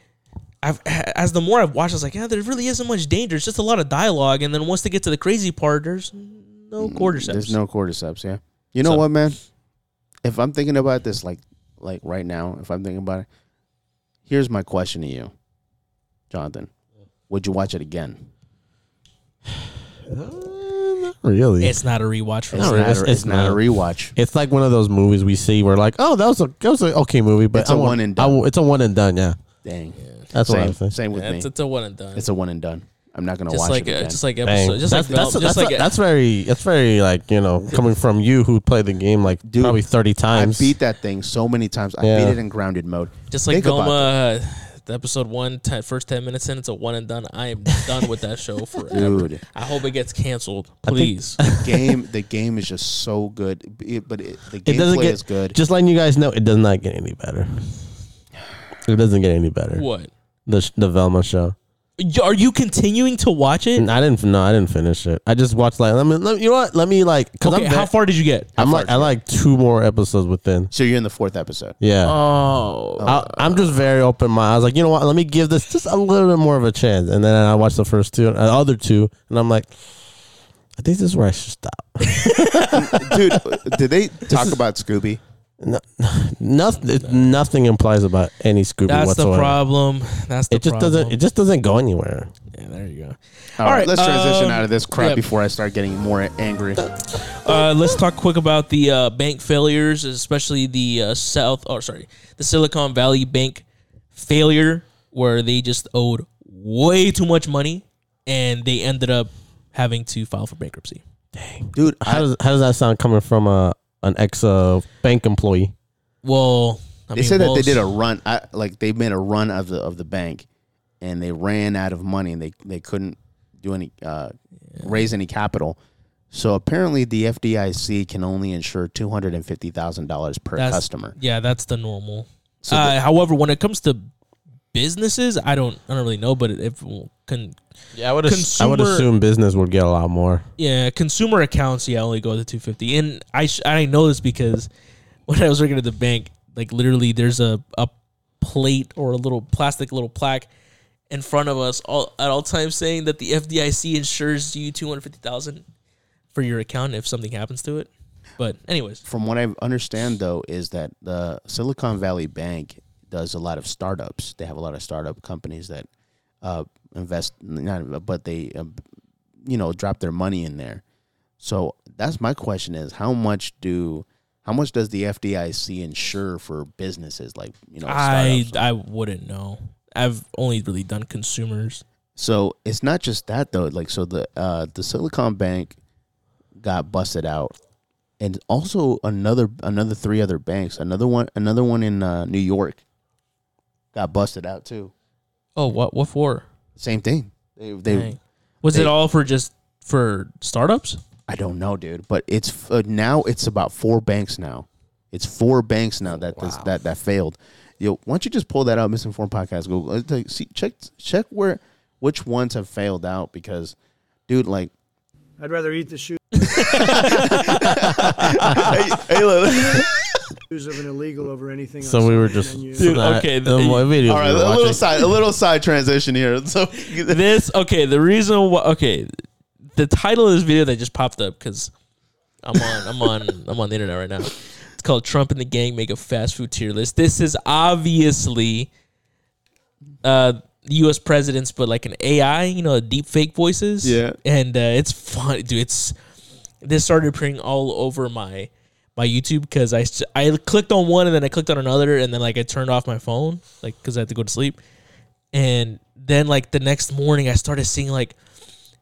[SPEAKER 1] I've as the more I've watched, I was like, yeah, there really isn't much danger. It's just a lot of dialogue, and then once they get to the crazy part, there's Mm, no cordyceps.
[SPEAKER 2] There's no cordyceps, yeah. You know
[SPEAKER 1] So-
[SPEAKER 2] what, man? If I'm thinking about this, like, like right now, if I'm thinking about it, here's my question to you, Jonathan: Would you watch it again?
[SPEAKER 3] Really,
[SPEAKER 1] It's not a rewatch for
[SPEAKER 2] It's
[SPEAKER 1] me.
[SPEAKER 3] really,
[SPEAKER 2] not,
[SPEAKER 3] it's-
[SPEAKER 2] a,
[SPEAKER 3] it's
[SPEAKER 2] it's not a
[SPEAKER 3] not.
[SPEAKER 2] rewatch.
[SPEAKER 3] It's like one of those movies we see where like, oh, that was a that was an okay movie, but
[SPEAKER 2] It's a
[SPEAKER 3] I won't-
[SPEAKER 2] one and
[SPEAKER 3] I
[SPEAKER 2] done.
[SPEAKER 3] won't- it's a one and done. Yeah,
[SPEAKER 2] Dang.
[SPEAKER 3] that's what I'm
[SPEAKER 2] Same,
[SPEAKER 3] saying.
[SPEAKER 2] same with me.
[SPEAKER 1] It's, it's a one and done.
[SPEAKER 2] It's a one and done. I'm not gonna
[SPEAKER 1] just
[SPEAKER 2] watch
[SPEAKER 1] like
[SPEAKER 2] it
[SPEAKER 1] uh,
[SPEAKER 2] again.
[SPEAKER 1] just like
[SPEAKER 3] Dang.
[SPEAKER 1] episode, just
[SPEAKER 3] that's,
[SPEAKER 1] like Val-
[SPEAKER 3] that's,
[SPEAKER 1] just
[SPEAKER 3] that's,
[SPEAKER 1] like
[SPEAKER 3] that's very that's very like you know coming from you who played the game like
[SPEAKER 2] Dude,
[SPEAKER 3] probably thirty
[SPEAKER 2] I
[SPEAKER 3] times.
[SPEAKER 2] beat that thing so many times. I
[SPEAKER 3] Yeah.
[SPEAKER 2] beat it in grounded mode.
[SPEAKER 1] just like
[SPEAKER 2] Think about
[SPEAKER 1] Velma. uh, The episode one, ten, first ten minutes in, it's a one and done. I am done with that show forever.
[SPEAKER 2] Dude.
[SPEAKER 1] I hope it gets canceled, please.
[SPEAKER 2] the game. The game is just so good, It- but it, the
[SPEAKER 3] it doesn't
[SPEAKER 2] gameplay
[SPEAKER 3] get
[SPEAKER 2] is good.
[SPEAKER 3] Just letting you guys know, it does not get any better. It doesn't get any better.
[SPEAKER 1] What?
[SPEAKER 3] The sh- the Velma show.
[SPEAKER 1] Y- Are you continuing to watch it?
[SPEAKER 3] And I didn't. No, I didn't finish it. I just watched like. Let me. Let, you know what? Let me like. Cause
[SPEAKER 1] Okay,
[SPEAKER 3] I'm,
[SPEAKER 1] how
[SPEAKER 3] how
[SPEAKER 1] far did you get?
[SPEAKER 3] I'm like. I like two more episodes within.
[SPEAKER 2] So you're in the fourth episode.
[SPEAKER 3] Yeah.
[SPEAKER 1] Oh,
[SPEAKER 3] I, I'm just very open minded. I was like, you know what? Let me give this just a little bit more of a chance. And then I watched the first two, and the other two, and I'm like, I think this is where I should stop.
[SPEAKER 2] Dude, did they talk about Scooby?
[SPEAKER 3] No, nothing. it- Nothing implies about any Scooby
[SPEAKER 1] that's
[SPEAKER 3] whatsoever.
[SPEAKER 1] the problem. That's the
[SPEAKER 3] It just
[SPEAKER 1] problem.
[SPEAKER 3] doesn't. It just doesn't go anywhere.
[SPEAKER 1] yeah, there you go.
[SPEAKER 2] All right, let's transition
[SPEAKER 1] um,
[SPEAKER 2] out of this crap
[SPEAKER 1] yeah.
[SPEAKER 2] before I start getting more angry.
[SPEAKER 1] Uh, let's talk quick about the uh, bank failures, especially the uh, South, or sorry, the Silicon Valley Bank failure, where they just owed way too much money, and they ended up having to file for bankruptcy.
[SPEAKER 2] Dude,
[SPEAKER 3] How
[SPEAKER 2] I,
[SPEAKER 3] does how does that sound coming from a an ex uh, bank employee?
[SPEAKER 1] Well, I
[SPEAKER 2] they
[SPEAKER 1] mean,
[SPEAKER 2] said that
[SPEAKER 1] well,
[SPEAKER 2] they did a run. I, like they made a run of the of the bank, and they ran out of money, and they they couldn't do any uh, raise any capital. So apparently, the FDIC can only insure two hundred and fifty thousand dollars per
[SPEAKER 1] that's-
[SPEAKER 2] customer.
[SPEAKER 1] Yeah, that's the normal.
[SPEAKER 2] So
[SPEAKER 1] uh, however, when it comes to businesses, I don't, I don't really know, but if can,
[SPEAKER 3] Yeah, I would.
[SPEAKER 1] ass-
[SPEAKER 3] I would
[SPEAKER 1] Consumer-
[SPEAKER 3] assume business would get a lot more.
[SPEAKER 1] Yeah, consumer accounts. Yeah, only go to two fifty. And I sh- I know this because when I was working at the bank, like literally, there's a a plate or a little plastic little plaque in front of us all at all times saying that the FDIC insures you two hundred fifty thousand for your account if something happens to it. But anyways,
[SPEAKER 2] From what I understand, though, is that the Silicon Valley Bank does a lot of startups. They have a lot of startup companies that uh, invest, not, but they, uh, you know, drop their money in there. So that's my question: is how much do how much does the FDIC insure for businesses like you know?
[SPEAKER 1] I
[SPEAKER 2] startups?
[SPEAKER 1] I wouldn't know. I've only really done consumers.
[SPEAKER 2] so it's not just that though. Like so, the uh, the Silicon Bank got busted out, and also another another three other banks. Another one another one in uh, New York got busted out too.
[SPEAKER 1] Oh, what what for?
[SPEAKER 2] Same thing. They they
[SPEAKER 1] Dang. Was it
[SPEAKER 2] they-
[SPEAKER 1] all for just for startups?
[SPEAKER 2] I don't know, dude. But it's f- uh, now it's about four banks now. It's four banks now that this, that that failed. Yo, why don't you just pull that out, misinformed podcast? Google. It's like, see, check check where which ones have failed out because, dude, like.
[SPEAKER 5] I'd rather eat the shoes
[SPEAKER 2] Hey, hey, look.
[SPEAKER 5] of an illegal over anything.
[SPEAKER 3] So
[SPEAKER 5] on
[SPEAKER 3] we were
[SPEAKER 5] social
[SPEAKER 3] just
[SPEAKER 5] menu.
[SPEAKER 1] Dude,
[SPEAKER 3] Nah,
[SPEAKER 1] okay,
[SPEAKER 3] the
[SPEAKER 1] th-
[SPEAKER 3] more videos
[SPEAKER 2] All right,
[SPEAKER 3] we
[SPEAKER 2] a
[SPEAKER 3] were
[SPEAKER 2] little
[SPEAKER 3] watching.
[SPEAKER 2] side, a little side transition here. So,
[SPEAKER 1] this okay the reason why okay the title of this video that just popped up because i'm on i'm on i'm on the internet right now it's called trump and the gang make a fast food tier list this is obviously uh us presidents but like an ai you know deep fake voices
[SPEAKER 2] Yeah.
[SPEAKER 1] and uh, it's fun dude it's this started appearing all over my my YouTube because I, s- I clicked on one and then I clicked on another and then like I turned off my phone like because I had to go to sleep and then like the next morning I started seeing like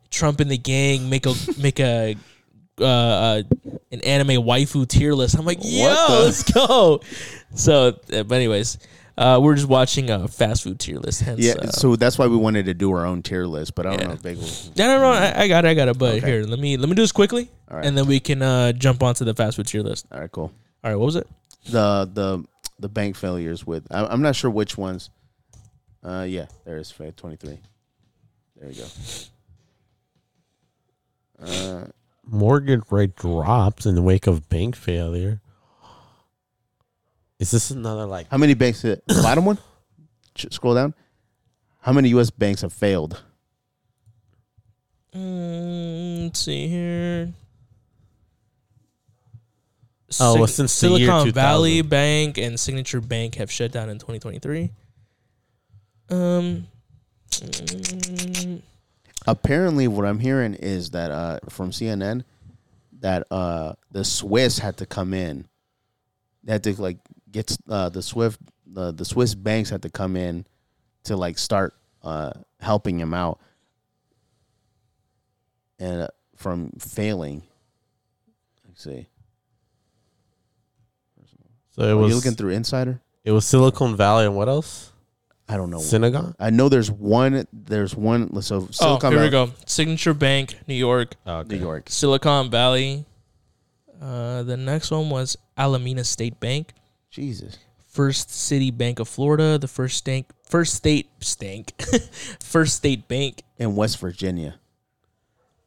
[SPEAKER 1] Trump and the gang make a make a uh, uh, an anime waifu tier list. I'm like, yo,
[SPEAKER 2] the-
[SPEAKER 1] let's go. So, uh, but anyways, uh, we're just watching a fast food tier list. Hence,
[SPEAKER 2] yeah,
[SPEAKER 1] uh,
[SPEAKER 2] so that's why we wanted to do our own tier list, but I don't
[SPEAKER 1] Yeah.
[SPEAKER 2] know if they will.
[SPEAKER 1] no, no, no, I, I got it, I got it. But
[SPEAKER 2] Okay.
[SPEAKER 1] here, let me let me do this quickly,
[SPEAKER 2] All right.
[SPEAKER 1] and then we can uh, jump onto the fast food tier list.
[SPEAKER 2] All right, cool.
[SPEAKER 1] All right, what was it?
[SPEAKER 2] The the the bank failures with I, I'm not sure which ones. Uh, yeah, there is fa- 23. There we go.
[SPEAKER 3] mortgage rate drops in the wake of bank failure. Is this another like
[SPEAKER 2] How many banks? Did, the bottom one. Ch- Scroll down. How many U.S. banks have failed?
[SPEAKER 1] Mm, let's see here.
[SPEAKER 3] Oh, well,
[SPEAKER 1] Sig-
[SPEAKER 3] since the year
[SPEAKER 1] Silicon Valley
[SPEAKER 3] 2000.
[SPEAKER 1] Bank and Signature Bank have shut down in 2023. Um, mm,
[SPEAKER 2] Apparently, what I'm hearing is that uh, from CNN that uh, the Swiss had to come in. They had to like get uh, the Swift the the Swiss banks had to come in to like start uh, helping him out and uh, from failing. Let's see.
[SPEAKER 3] so it
[SPEAKER 2] Are
[SPEAKER 3] was
[SPEAKER 2] you looking through Insider?
[SPEAKER 3] it was Silicon Valley and what else?
[SPEAKER 2] I don't know.
[SPEAKER 3] Synagogue?
[SPEAKER 2] I know there's one. There's one. So
[SPEAKER 1] oh,
[SPEAKER 2] Silicon
[SPEAKER 1] here we
[SPEAKER 2] Valley-
[SPEAKER 1] go. Signature Bank, New York,
[SPEAKER 3] Oh,
[SPEAKER 2] New York.
[SPEAKER 1] Silicon Valley. Uh, the next one was Alameda State Bank,
[SPEAKER 2] Jesus.
[SPEAKER 1] First City Bank of Florida, the first stank, first state stank, first state bank.
[SPEAKER 2] in West Virginia,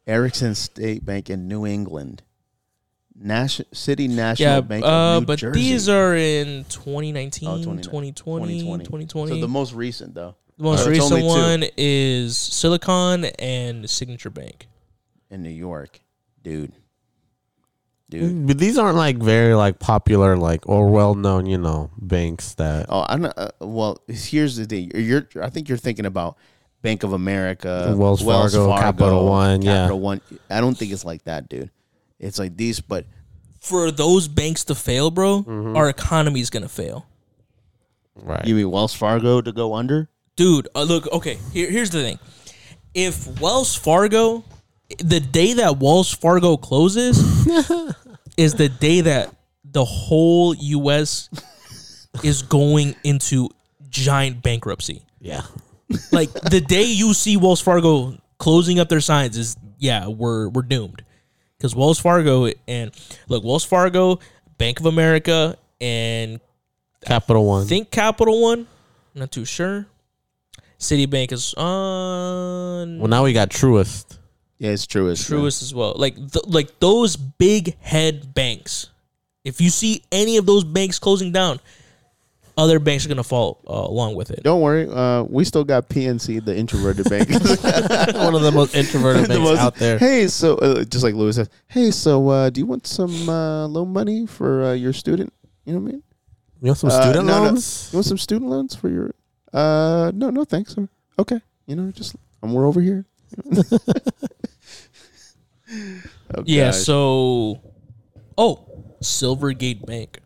[SPEAKER 2] Erickson State Bank in New England, Nash- City National
[SPEAKER 1] Yeah,
[SPEAKER 2] Bank
[SPEAKER 1] uh,
[SPEAKER 2] of New
[SPEAKER 1] but
[SPEAKER 2] Jersey.
[SPEAKER 1] these are in 2019,
[SPEAKER 2] Oh, 29,
[SPEAKER 1] 2020, 2020.
[SPEAKER 2] So the most recent though.
[SPEAKER 1] the most
[SPEAKER 2] so it's
[SPEAKER 1] recent
[SPEAKER 2] only two
[SPEAKER 1] one is Silicon and Signature Bank.
[SPEAKER 2] in New York, dude.
[SPEAKER 1] Mm.
[SPEAKER 2] Dude.
[SPEAKER 3] Mm, But these aren't like very like popular like or well known you know banks that
[SPEAKER 2] Oh, I'm not, uh, well. Here's the thing. You're, I think you're thinking about Bank of America,
[SPEAKER 3] Wells Fargo, Capital One, yeah.
[SPEAKER 2] Capital One. I don't think it's like that, dude. It's like these, but
[SPEAKER 1] For those banks to fail, bro, our economy is gonna fail.
[SPEAKER 3] right.
[SPEAKER 2] Oh, you mean Wells Fargo to go under?
[SPEAKER 1] dude uh, look okay here, here's the thing if wells fargo the day that wells fargo closes is the day that the whole us is going into giant bankruptcy
[SPEAKER 3] yeah.
[SPEAKER 1] like the day you see wells fargo closing up their signs is yeah we're we're doomed because wells fargo and look wells fargo bank of america and
[SPEAKER 3] Capital One.
[SPEAKER 1] think Capital One. Not too sure. Citibank is on
[SPEAKER 3] well, now we got Truist.
[SPEAKER 2] Yeah, it's true. It's true.
[SPEAKER 1] Truist as well. Like th- like those big head banks. If you see any of those banks closing down, other banks are gonna fall uh, along with it.
[SPEAKER 2] Don't worry. Uh, we still got PNC, the introverted bank.
[SPEAKER 3] One of the most introverted
[SPEAKER 2] The
[SPEAKER 3] banks
[SPEAKER 2] most-
[SPEAKER 3] out there.
[SPEAKER 2] Hey, so uh, just like Louis says, hey, so uh, do you want some uh, loan money for uh, your student? You know what I mean?
[SPEAKER 3] You know some
[SPEAKER 2] Uh,
[SPEAKER 3] student
[SPEAKER 2] no, no.
[SPEAKER 3] loans?
[SPEAKER 2] You want some student loans for your? Uh, no, no, thanks. I'm, okay, you know, just um, we're over here. Oh,
[SPEAKER 1] yeah.
[SPEAKER 2] gosh.
[SPEAKER 1] So, oh, Silvergate Bank.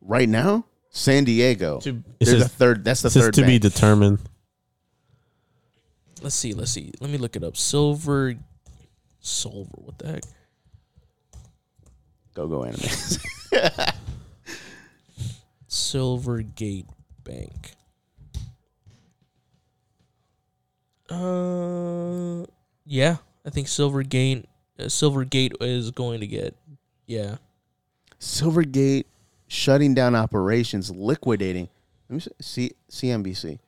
[SPEAKER 2] right now, San Diego.
[SPEAKER 3] To- it
[SPEAKER 2] There's
[SPEAKER 3] says-
[SPEAKER 2] a third. That's the
[SPEAKER 3] This is
[SPEAKER 2] third.
[SPEAKER 3] to be
[SPEAKER 2] bank.
[SPEAKER 3] determined.
[SPEAKER 1] Let's see. Let's see. Let me look it up. Silver, Silver. What the heck?
[SPEAKER 2] go go anime.
[SPEAKER 1] Silvergate Bank. Uh, yeah, I think Silvergate uh, Silvergate is going to get yeah.
[SPEAKER 2] Silvergate shutting down operations, liquidating. Let me see C- CNBC.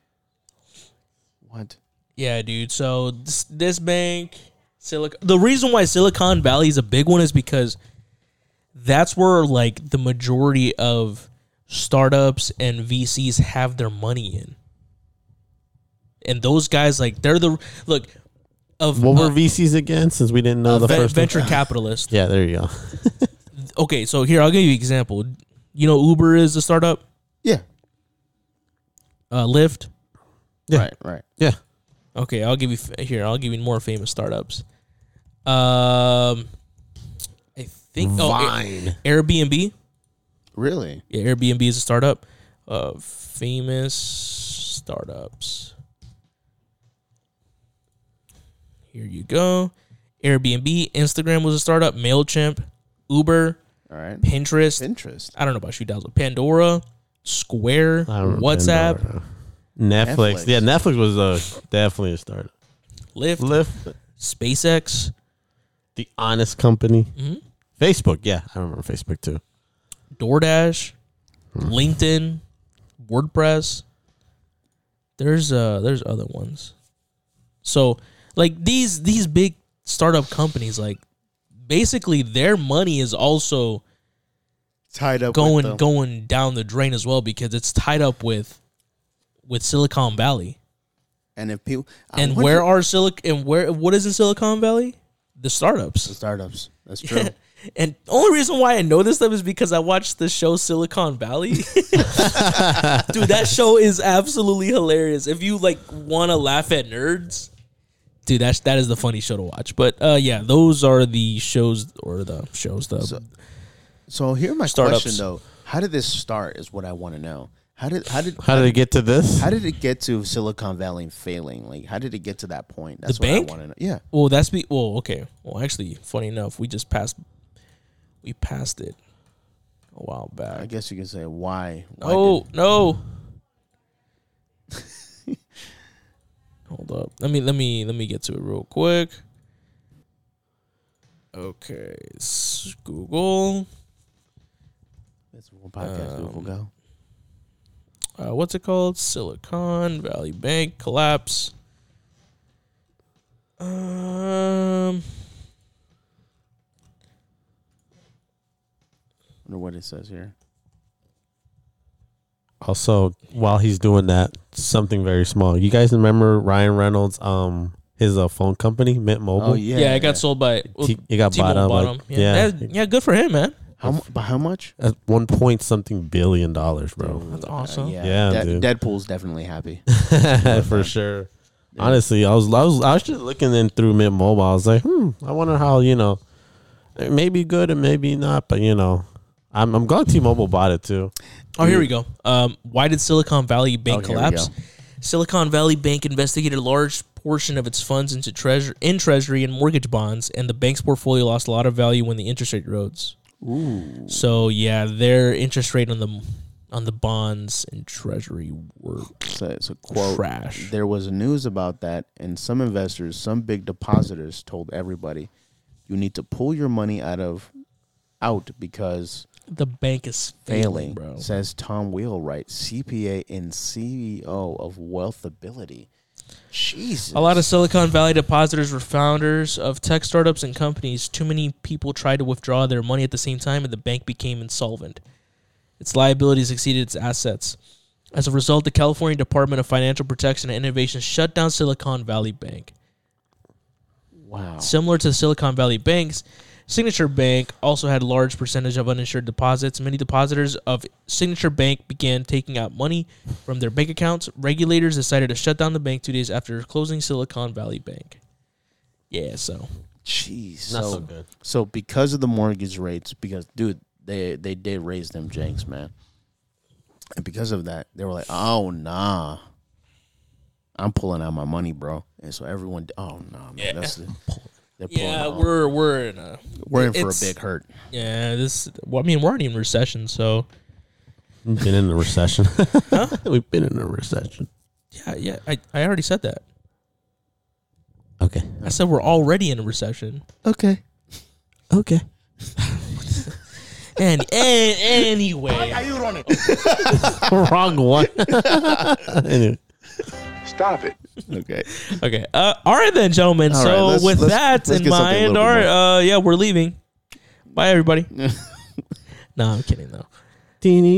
[SPEAKER 2] What?
[SPEAKER 1] Yeah, dude. So this this bank, Silicon. The reason why Silicon Valley is a big one is because that's where like the majority of startups and VCs have their money in. And those guys, like, they're the look of
[SPEAKER 3] What
[SPEAKER 1] uh,
[SPEAKER 3] were VCs again? Since we didn't know the
[SPEAKER 1] ve-
[SPEAKER 3] first one?
[SPEAKER 1] venture capitalist.
[SPEAKER 3] Yeah, there you go.
[SPEAKER 1] Okay, so here I'll give you an example. You know, Uber is a startup.
[SPEAKER 2] Yeah.
[SPEAKER 1] Uh, Lyft.
[SPEAKER 3] Yeah.
[SPEAKER 2] Right. Right.
[SPEAKER 3] Yeah.
[SPEAKER 1] Okay, I'll give you f- here. I'll give you more famous startups. Um, I think oh, Air-
[SPEAKER 3] Vine.
[SPEAKER 1] Airbnb.
[SPEAKER 2] Really?
[SPEAKER 1] Yeah, Airbnb is a startup. Uh, famous startups. Here you go. Airbnb, Instagram was a startup. Mailchimp, Uber,
[SPEAKER 2] All right.
[SPEAKER 1] Pinterest.
[SPEAKER 2] Pinterest.
[SPEAKER 1] I don't know about you, Dazzle. Pandora, Square,
[SPEAKER 3] I don't know.
[SPEAKER 1] WhatsApp,
[SPEAKER 3] Netflix.
[SPEAKER 2] Netflix.
[SPEAKER 3] Yeah, Netflix was uh, definitely a startup.
[SPEAKER 1] Lyft,
[SPEAKER 3] Lyft,
[SPEAKER 1] SpaceX,
[SPEAKER 3] the honest company.
[SPEAKER 1] Mm-hmm.
[SPEAKER 3] Facebook. Yeah, I remember Facebook too.
[SPEAKER 1] DoorDash,
[SPEAKER 2] Hmm.
[SPEAKER 1] LinkedIn, WordPress. There's uh there's other ones. So like these these big startup companies like basically their money is also
[SPEAKER 2] Tied up. with
[SPEAKER 1] going
[SPEAKER 2] the-
[SPEAKER 1] going down the drain as well because it's tied up with with Silicon Valley.
[SPEAKER 2] And if people I
[SPEAKER 1] and
[SPEAKER 2] wonder-
[SPEAKER 1] where are Silic and where what is in Silicon Valley? The startups.
[SPEAKER 2] startups? That's true.
[SPEAKER 1] And only reason why I know this stuff is because I watched the show Silicon Valley. Dude, that show is absolutely hilarious. If you like want to laugh at nerds, dude, that's that is the funny show to watch. But uh, yeah, those are the shows or the shows the
[SPEAKER 2] so here my
[SPEAKER 1] Startups.
[SPEAKER 2] question though: How did this start? Is what I want to know. How did how did
[SPEAKER 3] How did it get to this?
[SPEAKER 2] how did it get to Silicon Valley failing? Like how did it get to that point? That's
[SPEAKER 1] The
[SPEAKER 2] what
[SPEAKER 1] bank?
[SPEAKER 2] I want to know. Yeah.
[SPEAKER 1] Well, that's be well, okay. Well, actually, funny enough, we just passed we passed it a while
[SPEAKER 2] I
[SPEAKER 1] back.
[SPEAKER 2] guess you can say why. why
[SPEAKER 1] Oh,
[SPEAKER 2] did-
[SPEAKER 1] no. Hold up. Let me let me let me get to it real quick. Okay, s- Google. um,
[SPEAKER 2] that's what podcast Google go.
[SPEAKER 1] uh, what's it called? Silicon Valley Bank collapse. Um,
[SPEAKER 2] wonder what it says here.
[SPEAKER 3] Also, while he's doing that, something very small. You guys remember Ryan Reynolds? Um, his uh, phone company, Mint
[SPEAKER 2] Oh,
[SPEAKER 3] Mobile.
[SPEAKER 1] Oh, yeah, it got sold by well,
[SPEAKER 3] T- it got
[SPEAKER 1] T-Mobile
[SPEAKER 3] bought out.
[SPEAKER 1] bought
[SPEAKER 3] Like,
[SPEAKER 1] him. yeah,
[SPEAKER 3] yeah,
[SPEAKER 1] That- yeah, good for him, man.
[SPEAKER 2] How mu- by how much? Uh,
[SPEAKER 3] At one point something billion dollars, bro.
[SPEAKER 1] That's awesome.
[SPEAKER 3] Yeah,
[SPEAKER 2] De-
[SPEAKER 3] dude.
[SPEAKER 2] Deadpool's definitely happy.
[SPEAKER 3] For sure. Honestly, I was, I was I was just looking in through Mint Mobile. I was like, hmm, I wonder how you know, it may be good and maybe not, but you know, I'm I'm glad T-Mobile bought it too.
[SPEAKER 1] Oh, here we go. Um, why did Silicon Valley Bank
[SPEAKER 2] Mm. Oh, here we
[SPEAKER 1] collapse?
[SPEAKER 2] go.
[SPEAKER 1] Silicon Valley Bank investigated a large portion of its funds into treasure in treasury and mortgage bonds, and the bank's portfolio lost a lot of value when the interest rate rose. Ooh. So yeah, their interest rate on the on the bonds and treasury were
[SPEAKER 2] So it's a quote.
[SPEAKER 1] Trash.
[SPEAKER 2] There was news about that, and some investors, some big depositors, told everybody, "You need to pull your money out of, out because
[SPEAKER 1] the bank is failing,
[SPEAKER 2] failing."
[SPEAKER 1] bro.
[SPEAKER 2] Says Tom Wheelwright, CPA and CEO of Wealthability. Jesus,
[SPEAKER 1] A lot of Silicon Valley depositors were founders of tech startups and companies. Too many people tried to withdraw their money at the same time, and the bank became insolvent. Its liabilities exceeded its assets. As a result, the California Department of Financial Protection and Innovation shut down Silicon Valley Bank.
[SPEAKER 2] wow.
[SPEAKER 1] Similar to Silicon Valley banks, Signature Bank also had large percentage of uninsured deposits. Many depositors of Signature Bank began taking out money from their bank accounts. Regulators decided to shut down the bank two days after closing Silicon Valley Bank. Yeah, so
[SPEAKER 2] Jeez.
[SPEAKER 3] Not
[SPEAKER 2] so,
[SPEAKER 3] so good.
[SPEAKER 2] So because of the mortgage rates, because dude, they they did raise them janks, man. And because of that, they were like, "Oh nah, I'm pulling out my money, bro." And so everyone, oh nah, man, that's the, they're pulling
[SPEAKER 1] yeah,
[SPEAKER 2] out.
[SPEAKER 1] we're we're in a
[SPEAKER 2] we're in for a
[SPEAKER 1] it's-
[SPEAKER 2] big hurt.
[SPEAKER 1] yeah. This well, I mean, we're not even in recession, so
[SPEAKER 3] We've been in a recession. We've been in a recession.
[SPEAKER 1] yeah, yeah. I, I already said that.
[SPEAKER 3] Okay.
[SPEAKER 1] I said we're already in a recession.
[SPEAKER 2] Okay.
[SPEAKER 3] Okay.
[SPEAKER 1] And, and anyway,
[SPEAKER 3] Wrong one. anyway.
[SPEAKER 6] Stop it.
[SPEAKER 2] Okay.
[SPEAKER 1] okay. Uh, all right then, gentlemen.
[SPEAKER 2] All right,
[SPEAKER 1] so
[SPEAKER 2] let's-
[SPEAKER 1] with
[SPEAKER 2] let's-
[SPEAKER 1] that
[SPEAKER 2] let's
[SPEAKER 1] in
[SPEAKER 2] get something a
[SPEAKER 1] mind,
[SPEAKER 2] little
[SPEAKER 1] all
[SPEAKER 2] bit
[SPEAKER 1] right, uh, yeah, we're leaving. Bye, everybody. no, I'm kidding though.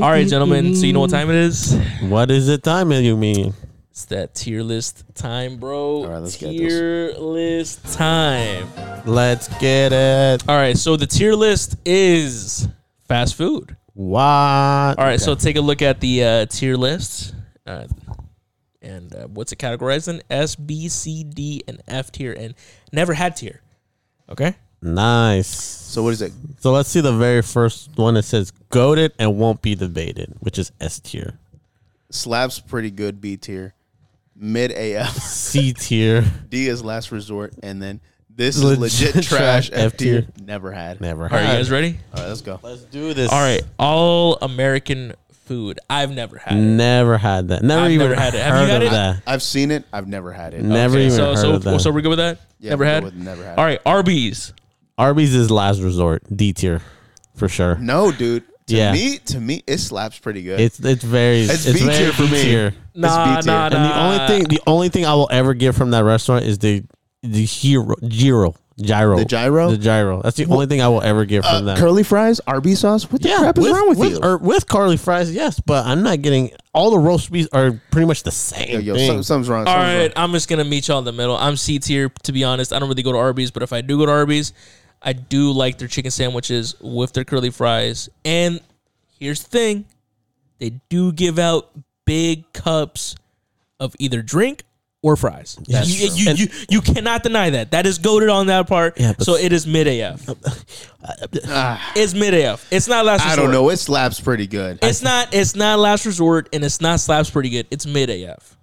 [SPEAKER 1] All right, gentlemen. So you know what time it is?
[SPEAKER 3] What is the time you mean?
[SPEAKER 1] It's that tier list time, bro.
[SPEAKER 2] All right, let's get this.
[SPEAKER 1] tier list time.
[SPEAKER 3] Let's get it.
[SPEAKER 1] All right, so the tier list is fast food.
[SPEAKER 3] What? All
[SPEAKER 1] All right, so take a look at the uh, tier list. Uh, and uh, what's it categorized in? S, B, C, D, and F tier, and never had tier. Okay?
[SPEAKER 3] Nice.
[SPEAKER 2] So what is it?
[SPEAKER 3] So let's see the very first one that says goaded and won't be debated, which is S tier.
[SPEAKER 2] Slab's pretty good B tier, mid AF,
[SPEAKER 3] C tier.
[SPEAKER 2] D is last resort, and then this is
[SPEAKER 3] Legit
[SPEAKER 2] legit trash
[SPEAKER 3] trash,
[SPEAKER 2] F tier.
[SPEAKER 3] F-tier.
[SPEAKER 2] Never had.
[SPEAKER 3] Never
[SPEAKER 1] All right,
[SPEAKER 3] heard.
[SPEAKER 1] you guys ready?
[SPEAKER 2] All right, let's go.
[SPEAKER 3] Let's do this.
[SPEAKER 1] All right, all American food. I've never had it.
[SPEAKER 3] Never had that. Never
[SPEAKER 1] I've
[SPEAKER 3] even
[SPEAKER 1] never
[SPEAKER 3] had
[SPEAKER 1] had
[SPEAKER 3] it.
[SPEAKER 1] it. Have you
[SPEAKER 3] heard
[SPEAKER 1] had
[SPEAKER 3] of
[SPEAKER 1] it?
[SPEAKER 3] that.
[SPEAKER 2] I've seen it. I've never had it.
[SPEAKER 3] Never even
[SPEAKER 1] So,
[SPEAKER 3] heard of
[SPEAKER 1] so,
[SPEAKER 3] that.
[SPEAKER 1] so we're good with that?
[SPEAKER 2] Yeah,
[SPEAKER 1] never
[SPEAKER 2] we'll go
[SPEAKER 1] had?
[SPEAKER 2] with never had.
[SPEAKER 1] All right, Arby's.
[SPEAKER 3] Arby's is last resort. D tier, for sure.
[SPEAKER 2] No, dude. To
[SPEAKER 3] Yeah.
[SPEAKER 2] me, to me, it slaps pretty good.
[SPEAKER 3] It's it's very
[SPEAKER 2] It's
[SPEAKER 3] it's,
[SPEAKER 2] B
[SPEAKER 3] very
[SPEAKER 2] tier for me.
[SPEAKER 3] B tier.
[SPEAKER 1] Nah,
[SPEAKER 2] B tier.
[SPEAKER 1] nah, nah.
[SPEAKER 2] And the
[SPEAKER 3] And the only thing the only thing I will ever get from that restaurant is the the hero gyro gyro
[SPEAKER 2] The gyro?
[SPEAKER 3] the gyro. That's the only thing I will ever get
[SPEAKER 1] Uh,
[SPEAKER 3] from that.
[SPEAKER 2] curly fries, Arby's sauce. What the crap is wrong with, you?
[SPEAKER 3] or with Carly fries, yes, but I'm not getting all the roast beefs are pretty much the same.
[SPEAKER 2] yo, yo,
[SPEAKER 3] thing.
[SPEAKER 2] some, something's wrong.
[SPEAKER 1] All
[SPEAKER 2] something's
[SPEAKER 1] right, I'm just gonna meet y'all in the middle. I'm C tier, to be honest. I don't really go to Arby's, but if I do go to Arby's, I do like their chicken sandwiches with their curly fries. And here's the thing: they do give out big cups of either drink or fries. you, you, you, you cannot deny that. That is goaded on that part.
[SPEAKER 3] Yeah, but- Uh,
[SPEAKER 1] so it is mid AF. it's mid AF. It's not last.
[SPEAKER 2] wrong. I
[SPEAKER 1] Resort.
[SPEAKER 2] don't know. It slaps pretty good.
[SPEAKER 1] It's not. It's not last resort, and it's not slaps pretty good. It's mid AF.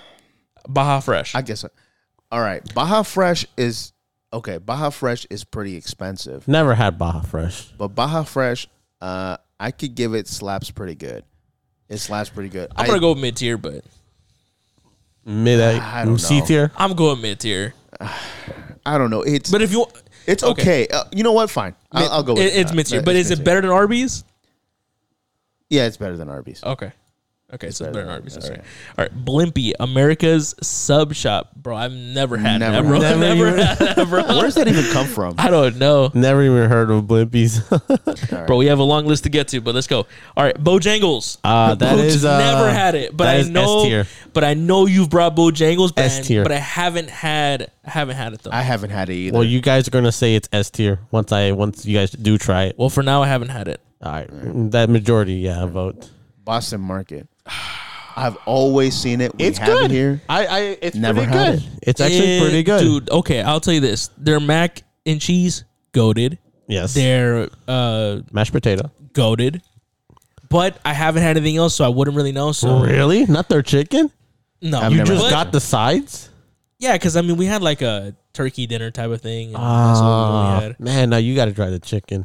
[SPEAKER 1] Baja Fresh.
[SPEAKER 2] I guess. uh, All right, Baja Fresh is okay. Baja Fresh is pretty expensive,
[SPEAKER 3] Never had Baja Fresh.
[SPEAKER 2] but Baja Fresh, uh, I could give it slaps pretty good. It slaps pretty good.
[SPEAKER 1] I'm gonna go mid tier, but
[SPEAKER 3] Mid
[SPEAKER 2] I don't
[SPEAKER 3] C
[SPEAKER 2] know.
[SPEAKER 3] tier.
[SPEAKER 1] I'm going mid tier.
[SPEAKER 2] I don't know. It's
[SPEAKER 1] But if you,
[SPEAKER 2] it's okay. Uh, you know what? Fine. I'll, I'll go. with
[SPEAKER 1] it, it's
[SPEAKER 2] Uh,
[SPEAKER 1] mid tier. But is it
[SPEAKER 2] mid-tier.
[SPEAKER 1] better than Arby's?
[SPEAKER 2] Yeah, it's better than Arby's.
[SPEAKER 1] Okay. Okay, so it's better than Arby's.
[SPEAKER 2] That's
[SPEAKER 1] All right. All right, Blimpy, America's sub shop, bro. I've never had
[SPEAKER 2] Never
[SPEAKER 1] that, bro.
[SPEAKER 3] had
[SPEAKER 1] I've
[SPEAKER 3] that.
[SPEAKER 1] never
[SPEAKER 3] Never
[SPEAKER 1] had that, bro.
[SPEAKER 2] Where does that even come from?
[SPEAKER 1] I don't know,
[SPEAKER 3] Never even heard of Blimpies.
[SPEAKER 1] bro. We have a long list to get to, but let's go. All right, Bojangles.
[SPEAKER 3] Ah, that
[SPEAKER 1] Who's
[SPEAKER 3] is, uh,
[SPEAKER 1] never had it, but
[SPEAKER 3] that
[SPEAKER 1] I
[SPEAKER 3] is
[SPEAKER 1] know,
[SPEAKER 3] S-tier.
[SPEAKER 1] but I know you've brought Bojangles, but,
[SPEAKER 3] S
[SPEAKER 1] I,
[SPEAKER 3] tier.
[SPEAKER 1] but I haven't had, I haven't had it though.
[SPEAKER 2] I haven't had it either.
[SPEAKER 3] well, you guys are gonna say it's S tier once I once you guys do try it.
[SPEAKER 1] well, for now, I haven't had it.
[SPEAKER 3] All right, that majority, yeah, vote.
[SPEAKER 2] Boston Market. I've always seen it. We
[SPEAKER 3] It's
[SPEAKER 2] have
[SPEAKER 3] good.
[SPEAKER 2] it here.
[SPEAKER 3] I, I it's
[SPEAKER 2] Never
[SPEAKER 3] pretty
[SPEAKER 2] had
[SPEAKER 3] good. It's actually
[SPEAKER 1] Eh,
[SPEAKER 3] pretty good,
[SPEAKER 1] dude. Okay, I'll tell you this: their mac and cheese goaded,
[SPEAKER 3] Yes,
[SPEAKER 1] their uh
[SPEAKER 3] mashed potato.
[SPEAKER 1] goaded, but I haven't had anything else, so I wouldn't really know. So
[SPEAKER 3] Really? Not their chicken?
[SPEAKER 1] no,
[SPEAKER 2] I've
[SPEAKER 3] You
[SPEAKER 2] never
[SPEAKER 3] just
[SPEAKER 2] had
[SPEAKER 3] got the sides?
[SPEAKER 1] Yeah, because I mean, we had like a turkey dinner type of thing. and that's what we
[SPEAKER 3] Ah,
[SPEAKER 1] had.
[SPEAKER 3] man, now you got to try the chicken.